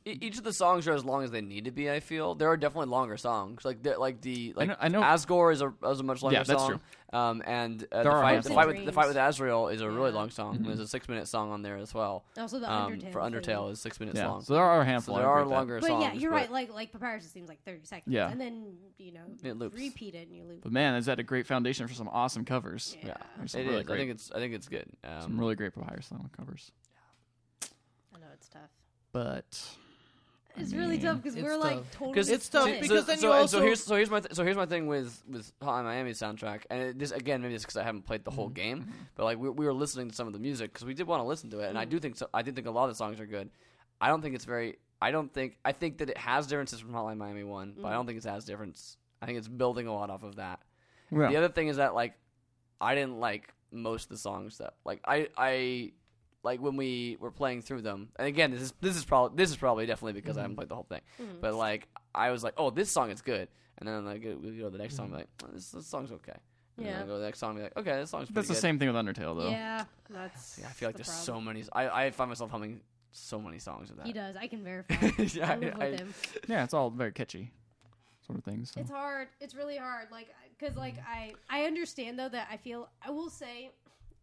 [SPEAKER 1] E- Each of the songs are as long as they need to be. I feel there are definitely longer songs. Like they're- like the like
[SPEAKER 3] know- I know-
[SPEAKER 1] Asgore is a is a much longer
[SPEAKER 3] Yeah, that's
[SPEAKER 1] song. True. Um, and uh, the
[SPEAKER 3] There
[SPEAKER 1] fight
[SPEAKER 3] are longer
[SPEAKER 1] the fight
[SPEAKER 4] songs.
[SPEAKER 1] with the fight with Azrael is a really
[SPEAKER 4] Yeah.
[SPEAKER 1] long song.
[SPEAKER 3] Mm-hmm.
[SPEAKER 1] There's a six minute song on there as well.
[SPEAKER 4] Also, the
[SPEAKER 1] um,
[SPEAKER 4] Undertale
[SPEAKER 1] for
[SPEAKER 4] thing.
[SPEAKER 1] Undertale is six minutes
[SPEAKER 3] Yeah.
[SPEAKER 1] long.
[SPEAKER 3] So there are a
[SPEAKER 1] So
[SPEAKER 3] handful. I
[SPEAKER 1] there
[SPEAKER 3] agree
[SPEAKER 1] are
[SPEAKER 3] with that.
[SPEAKER 1] longer
[SPEAKER 4] But
[SPEAKER 1] songs.
[SPEAKER 4] yeah, you're
[SPEAKER 1] but-
[SPEAKER 4] right. Like like Papyrus, it seems like thirty seconds.
[SPEAKER 3] Yeah.
[SPEAKER 4] and then you know
[SPEAKER 1] It loops.
[SPEAKER 4] repeat it and you loop.
[SPEAKER 3] But man, is that a great foundation for some awesome covers?
[SPEAKER 4] Yeah,
[SPEAKER 3] There's some
[SPEAKER 1] It
[SPEAKER 3] really
[SPEAKER 1] is. I
[SPEAKER 3] great-
[SPEAKER 1] think it's. I think it's good. Um,
[SPEAKER 3] Some really great Papyrus song covers.
[SPEAKER 4] I know it's tough.
[SPEAKER 3] But
[SPEAKER 4] It's really
[SPEAKER 1] Mm.
[SPEAKER 3] mean,
[SPEAKER 4] tough because
[SPEAKER 2] it's
[SPEAKER 4] we're like
[SPEAKER 2] tough.
[SPEAKER 4] totally.
[SPEAKER 1] Because
[SPEAKER 2] It's tough
[SPEAKER 4] split.
[SPEAKER 2] because then
[SPEAKER 1] so,
[SPEAKER 2] you
[SPEAKER 1] and so
[SPEAKER 2] also-
[SPEAKER 1] here's so here's my th- so here's my thing with with Hotline Miami soundtrack, and it, this again maybe it's because I haven't played the
[SPEAKER 2] Mm-hmm.
[SPEAKER 1] whole game, but like we, we were listening to some of the music because we did want to listen to it,
[SPEAKER 2] Mm-hmm.
[SPEAKER 1] and I do think so, I do think a lot of the songs are good. I don't think it's very. I don't think I think that it has differences from Hotline Miami one, but I
[SPEAKER 2] Mm-hmm.
[SPEAKER 1] don't think it has difference. I think it's building a lot off of that.
[SPEAKER 3] yeah.
[SPEAKER 1] The other thing is that like I didn't like most of the songs that like I I like when we were playing through them. And again, this is this is probably this is probably definitely because I
[SPEAKER 2] Mm-hmm.
[SPEAKER 1] haven't played the whole thing.
[SPEAKER 4] Mm.
[SPEAKER 1] But like I was like, oh, this song is good, and then like we go to the next song, be like oh, this, this song's okay. And then
[SPEAKER 4] Mm-hmm. Yeah.
[SPEAKER 1] I go to the next song, be like, okay, this song's
[SPEAKER 3] that's
[SPEAKER 1] pretty
[SPEAKER 3] the
[SPEAKER 1] good.
[SPEAKER 3] same thing with Undertale, though.
[SPEAKER 4] Yeah, that's.
[SPEAKER 1] Yeah, I feel like
[SPEAKER 4] the
[SPEAKER 1] there's so
[SPEAKER 4] problem.
[SPEAKER 1] many. I I find myself humming so many songs of that.
[SPEAKER 4] He does. I can verify.
[SPEAKER 1] yeah,
[SPEAKER 4] I live with
[SPEAKER 1] I-
[SPEAKER 4] him.
[SPEAKER 3] Yeah, it's all very catchy, sort of things.
[SPEAKER 4] It's hard. It's really hard. Like, cause
[SPEAKER 1] Mm.
[SPEAKER 4] like I I understand though that I feel I will say,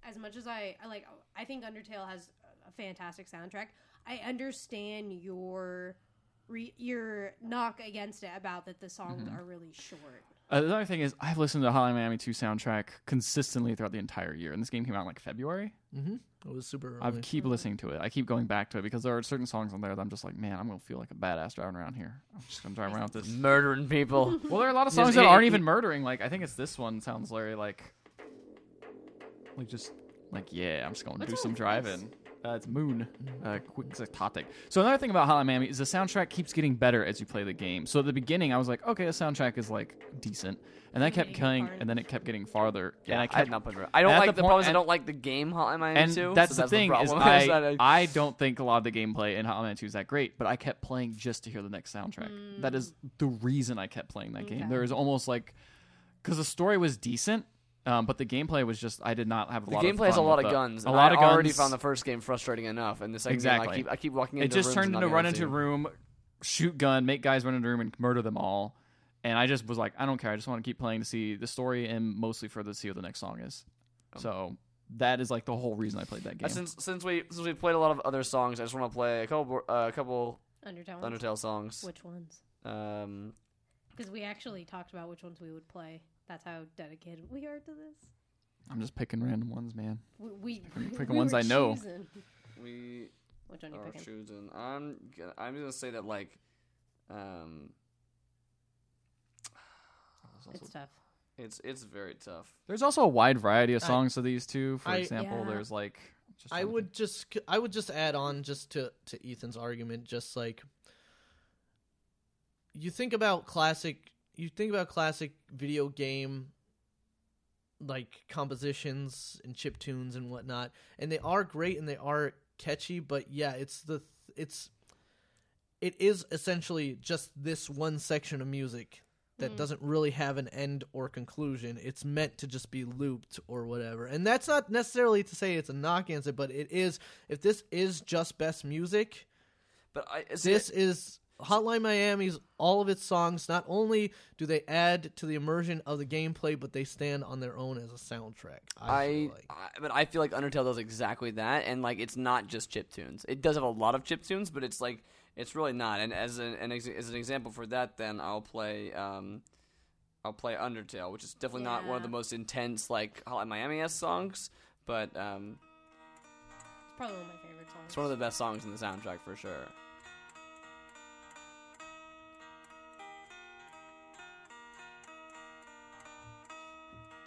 [SPEAKER 4] as much as I I like I think Undertale has a fantastic soundtrack. I understand your re, your knock against it about that the songs
[SPEAKER 1] Mm-hmm.
[SPEAKER 4] are really short.
[SPEAKER 3] Uh, the other thing is, I've listened to Hotline Miami 2 soundtrack consistently throughout the entire year, and this game came out in like February.
[SPEAKER 2] Mm-hmm. It was super
[SPEAKER 3] I
[SPEAKER 2] early.
[SPEAKER 3] keep listening to it. I keep going back to it because there are certain songs on there that I'm just like, man, I'm gonna feel like a badass driving around here. I'm just gonna drive around with this.
[SPEAKER 1] Murdering people.
[SPEAKER 3] Well, there are a lot of
[SPEAKER 1] Just
[SPEAKER 3] songs that
[SPEAKER 1] hit-
[SPEAKER 3] aren't even murdering. Like, I think it's this one sounds very like, like just like yeah, I'm just gonna do
[SPEAKER 4] song
[SPEAKER 3] some
[SPEAKER 4] is this?
[SPEAKER 3] driving. Uh, it's Moon, uh, quick exotic. So another thing about Hotline Miami is the soundtrack keeps getting better as you play the game. So at the beginning, I was like, okay, the soundtrack is like decent, and that kept
[SPEAKER 4] Getting
[SPEAKER 3] coming,
[SPEAKER 4] farther.
[SPEAKER 3] and then it kept getting farther,
[SPEAKER 1] Yeah,
[SPEAKER 3] and
[SPEAKER 1] I,
[SPEAKER 3] I kept
[SPEAKER 1] had not played. Murder- I don't
[SPEAKER 3] at
[SPEAKER 1] like
[SPEAKER 3] the
[SPEAKER 1] the,
[SPEAKER 3] point-
[SPEAKER 1] problem is I
[SPEAKER 3] and-
[SPEAKER 1] don't like the game Hotline Miami
[SPEAKER 3] and
[SPEAKER 1] too.
[SPEAKER 3] that's
[SPEAKER 1] so
[SPEAKER 3] the thing is
[SPEAKER 1] problem,
[SPEAKER 3] I,
[SPEAKER 1] is that I-
[SPEAKER 3] I don't think a lot of the gameplay in Hotline Miami 2 is that great, but I kept playing just to hear the next soundtrack. That is
[SPEAKER 1] Mm.
[SPEAKER 3] the reason I kept playing that game. There is almost like because the story was decent, um, but the gameplay was just I did not have a
[SPEAKER 1] The
[SPEAKER 3] lot. of
[SPEAKER 1] gameplay has a
[SPEAKER 3] fun
[SPEAKER 1] lot
[SPEAKER 3] with
[SPEAKER 1] of
[SPEAKER 3] the-
[SPEAKER 1] guns.
[SPEAKER 3] A lot
[SPEAKER 1] I
[SPEAKER 3] of guns.
[SPEAKER 1] already found the first game frustrating enough, and the second game I
[SPEAKER 3] Exactly.
[SPEAKER 1] keep I keep walking
[SPEAKER 3] it
[SPEAKER 1] into
[SPEAKER 3] just
[SPEAKER 1] rooms
[SPEAKER 3] turned
[SPEAKER 1] and not
[SPEAKER 3] into
[SPEAKER 1] being
[SPEAKER 3] run
[SPEAKER 1] able
[SPEAKER 3] into
[SPEAKER 1] to.
[SPEAKER 3] room, shoot gun, make guys run into room and murder them all. And I just was like, I don't care. I just want to keep playing to see the story and mostly for to see what the next song is.
[SPEAKER 1] Oh.
[SPEAKER 3] So that is like the whole reason I played that
[SPEAKER 1] Uh,
[SPEAKER 3] game.
[SPEAKER 1] Since since we since we played a lot of other songs, I just want to play a couple uh, a couple
[SPEAKER 4] Undertale. ones?
[SPEAKER 1] Undertale songs.
[SPEAKER 4] Which ones?
[SPEAKER 1] Um,
[SPEAKER 4] Because we actually talked about which ones we would play. That's how dedicated we are to this.
[SPEAKER 3] I'm just picking random ones, man.
[SPEAKER 4] We, we
[SPEAKER 3] picking
[SPEAKER 4] we
[SPEAKER 3] ones
[SPEAKER 4] were
[SPEAKER 3] I know.
[SPEAKER 4] choosing.
[SPEAKER 1] we
[SPEAKER 4] Which one are you
[SPEAKER 1] are
[SPEAKER 4] picking?
[SPEAKER 1] choosing. I'm gonna, I'm gonna say that like, um,
[SPEAKER 4] It's tough.
[SPEAKER 1] it's it's very tough.
[SPEAKER 3] There's also a wide variety of
[SPEAKER 2] I-
[SPEAKER 3] songs of these two. For
[SPEAKER 2] I-
[SPEAKER 3] example,
[SPEAKER 4] Yeah.
[SPEAKER 3] there's like just
[SPEAKER 2] I
[SPEAKER 3] trying to
[SPEAKER 2] would just I would just add on just to to Ethan's argument, just like you think about classic you think about classic video game like compositions and chip tunes and whatnot and they are great and they are catchy but yeah it's the th- it's it is essentially just this one section of music that doesn't really have an end or conclusion it's meant to just be looped or whatever and that's not necessarily to say it's a knock against it but it is if this is just best music
[SPEAKER 1] But I, it's-
[SPEAKER 2] this is Hotline Miami's all of its songs. Not only do they add to the immersion of the gameplay, but they stand on their own as a soundtrack. I,
[SPEAKER 1] I,
[SPEAKER 2] feel like.
[SPEAKER 1] I, but I feel like Undertale does exactly that, and like it's not just chip tunes. It does have a lot of chip tunes, but it's like it's really not. And as an, an ex- as an example for that, then I'll play um, I'll play Undertale, which is definitely not one of
[SPEAKER 4] Yeah.
[SPEAKER 1] the most intense like Hotline Miami s songs, but um,
[SPEAKER 4] It's probably one of my favorite songs.
[SPEAKER 1] it's one of the best songs in the soundtrack for sure.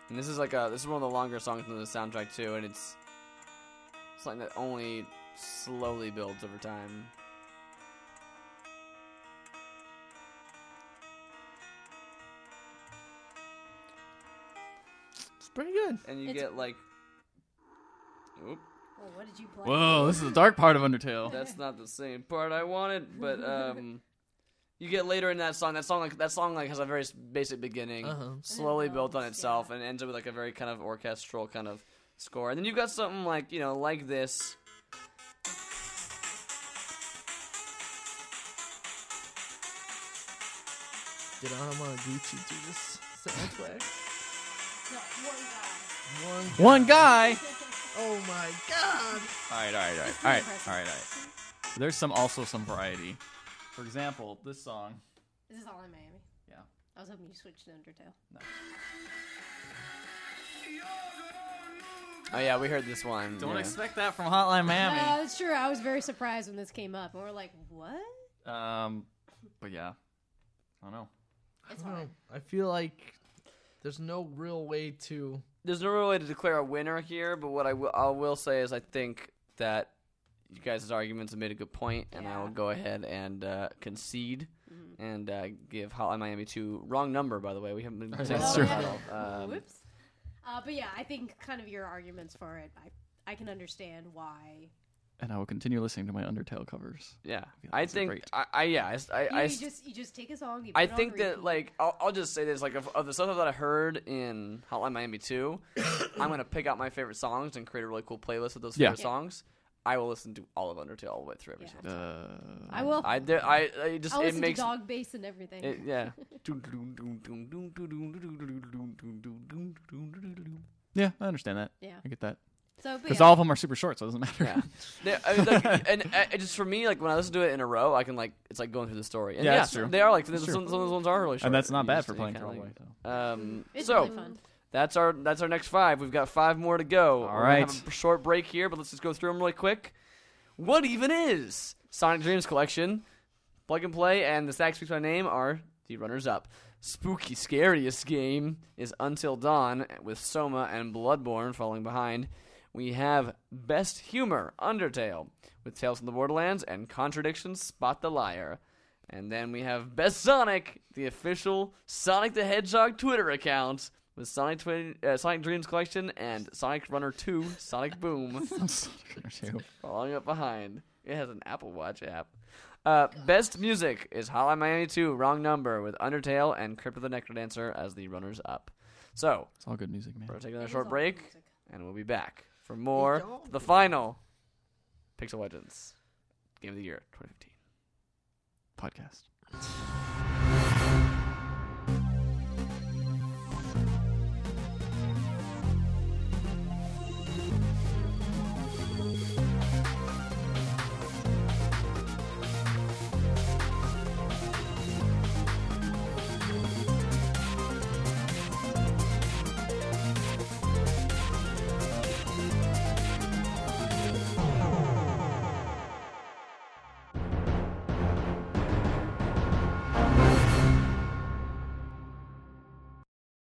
[SPEAKER 1] And this is like a this is one of the longer songs in the soundtrack too, and it's something that only slowly builds over time.
[SPEAKER 2] it's pretty good.
[SPEAKER 1] And you
[SPEAKER 4] It's-
[SPEAKER 1] get like, oop,
[SPEAKER 4] Well, what did you play?
[SPEAKER 3] Whoa, this is the dark part of Undertale.
[SPEAKER 1] that's not the same part I wanted, but um, you get later in that song. That song like that song like has a very s- basic beginning.
[SPEAKER 2] Uh-huh.
[SPEAKER 1] slowly
[SPEAKER 4] And it
[SPEAKER 1] built on
[SPEAKER 4] builds,
[SPEAKER 1] itself
[SPEAKER 4] Oh, yeah.
[SPEAKER 1] and ends up with like a very kind of orchestral kind of score. And then you've got something like, you know, like this.
[SPEAKER 2] Did Anamanaguchi do this soundtrack?
[SPEAKER 4] No, one
[SPEAKER 2] One.
[SPEAKER 3] One guy.
[SPEAKER 2] Oh my god.
[SPEAKER 3] All right, all right, all right, all right, all right, all right. There's some also some variety. For example, this song.
[SPEAKER 4] guy. This is all in Miami.
[SPEAKER 3] Yeah.
[SPEAKER 4] I was hoping you switched to Undertale.
[SPEAKER 1] Oh yeah, we heard this one.
[SPEAKER 3] Don't
[SPEAKER 1] yeah.
[SPEAKER 3] expect that from Hotline Miami.
[SPEAKER 4] Uh, it's true. I was very surprised when this came up, and we're like, "What?"
[SPEAKER 3] Um, but yeah, I don't know.
[SPEAKER 4] It's
[SPEAKER 1] Oh.
[SPEAKER 2] I don't
[SPEAKER 4] fine.
[SPEAKER 2] know. I feel like there's no real way to.
[SPEAKER 1] There's no real way to declare a winner here, but what I will, I will say is I think that you guys' arguments have made a good point, and I
[SPEAKER 4] Yeah. Mm-hmm.
[SPEAKER 1] will go ahead and uh, concede and uh, give Hotline Miami 2 wrong number, by the way. We haven't been
[SPEAKER 3] That's
[SPEAKER 1] saying
[SPEAKER 3] true.
[SPEAKER 1] that at all. Um,
[SPEAKER 4] Whoops. Uh, but yeah, I think kind of your arguments for it, I I can understand why.
[SPEAKER 3] And I will continue listening to my Undertale covers.
[SPEAKER 1] yeah,
[SPEAKER 3] Yeah,
[SPEAKER 1] I
[SPEAKER 3] those are
[SPEAKER 1] think
[SPEAKER 3] great.
[SPEAKER 1] I, I yeah I s- I-
[SPEAKER 4] You,
[SPEAKER 1] I
[SPEAKER 4] you
[SPEAKER 1] s-
[SPEAKER 4] just you just take a song. You put
[SPEAKER 1] I
[SPEAKER 4] it on
[SPEAKER 1] think that
[SPEAKER 4] repeat.
[SPEAKER 1] like I'll, I'll just say this like of, of the stuff that I heard in Hotline Miami 2, I'm gonna pick out my favorite songs and create a really cool playlist of those
[SPEAKER 3] Yeah.
[SPEAKER 1] favorite
[SPEAKER 4] Yeah.
[SPEAKER 1] songs. I will listen to all of Undertale all the way through every
[SPEAKER 4] Yeah.
[SPEAKER 1] single. Time.
[SPEAKER 3] Uh,
[SPEAKER 4] I will.
[SPEAKER 1] I, there, I I just
[SPEAKER 4] I'll
[SPEAKER 1] it
[SPEAKER 4] listen
[SPEAKER 1] makes
[SPEAKER 4] to dog bass and everything.
[SPEAKER 1] it, yeah.
[SPEAKER 3] yeah, I understand that.
[SPEAKER 4] Yeah.
[SPEAKER 3] I get that.
[SPEAKER 4] so, but
[SPEAKER 3] Because
[SPEAKER 4] yeah.
[SPEAKER 3] all of them are super short, so it doesn't matter.
[SPEAKER 1] Yeah. There- I mean, like, and uh, it just for me, like when I listen to it in a row, I can like it's like going through the story. And
[SPEAKER 3] Yeah,
[SPEAKER 1] yeah,
[SPEAKER 3] that's true.
[SPEAKER 1] They are like some,
[SPEAKER 3] That's true.
[SPEAKER 1] some of those ones are really short.
[SPEAKER 3] and that's not
[SPEAKER 1] You
[SPEAKER 3] bad
[SPEAKER 1] just-
[SPEAKER 3] for
[SPEAKER 1] you
[SPEAKER 3] playing
[SPEAKER 1] kinda
[SPEAKER 3] through all the
[SPEAKER 1] like-
[SPEAKER 3] way. though.
[SPEAKER 1] Um,
[SPEAKER 4] it's
[SPEAKER 1] so
[SPEAKER 4] really fun.
[SPEAKER 1] That's our that's our next five. We've got five more to go. We're
[SPEAKER 3] All
[SPEAKER 1] gonna
[SPEAKER 3] right.
[SPEAKER 1] have a short break here, but let's just go through them really quick. What even is Sonic Dreams Collection? Plug and Play and the Stack Speaks by Name are the runners up. Spooky scariest game is Until Dawn with Soma and Bloodborne falling behind. We have Best Humor Undertale with Tales from the Borderlands and Contradictions Spot the Liar. And then we have Best Sonic, the official Sonic the Hedgehog Twitter account with Sonic Twin, uh, Sonic Dreams Collection and Sonic Runner 2 Sonic Boom following up behind. It has an Apple Watch app. Uh, best music is Hotline Miami 2, Wrong Number with Undertale and Crypt of the Necrodancer as the runners up. So,
[SPEAKER 3] It's all good music, man.
[SPEAKER 1] we're taking
[SPEAKER 4] It
[SPEAKER 1] a
[SPEAKER 4] is
[SPEAKER 1] short
[SPEAKER 4] all
[SPEAKER 1] break
[SPEAKER 4] music.
[SPEAKER 1] and we'll be back for more
[SPEAKER 2] don't.
[SPEAKER 1] the final Pixel Legends Game of the Year 2015.
[SPEAKER 3] Podcast.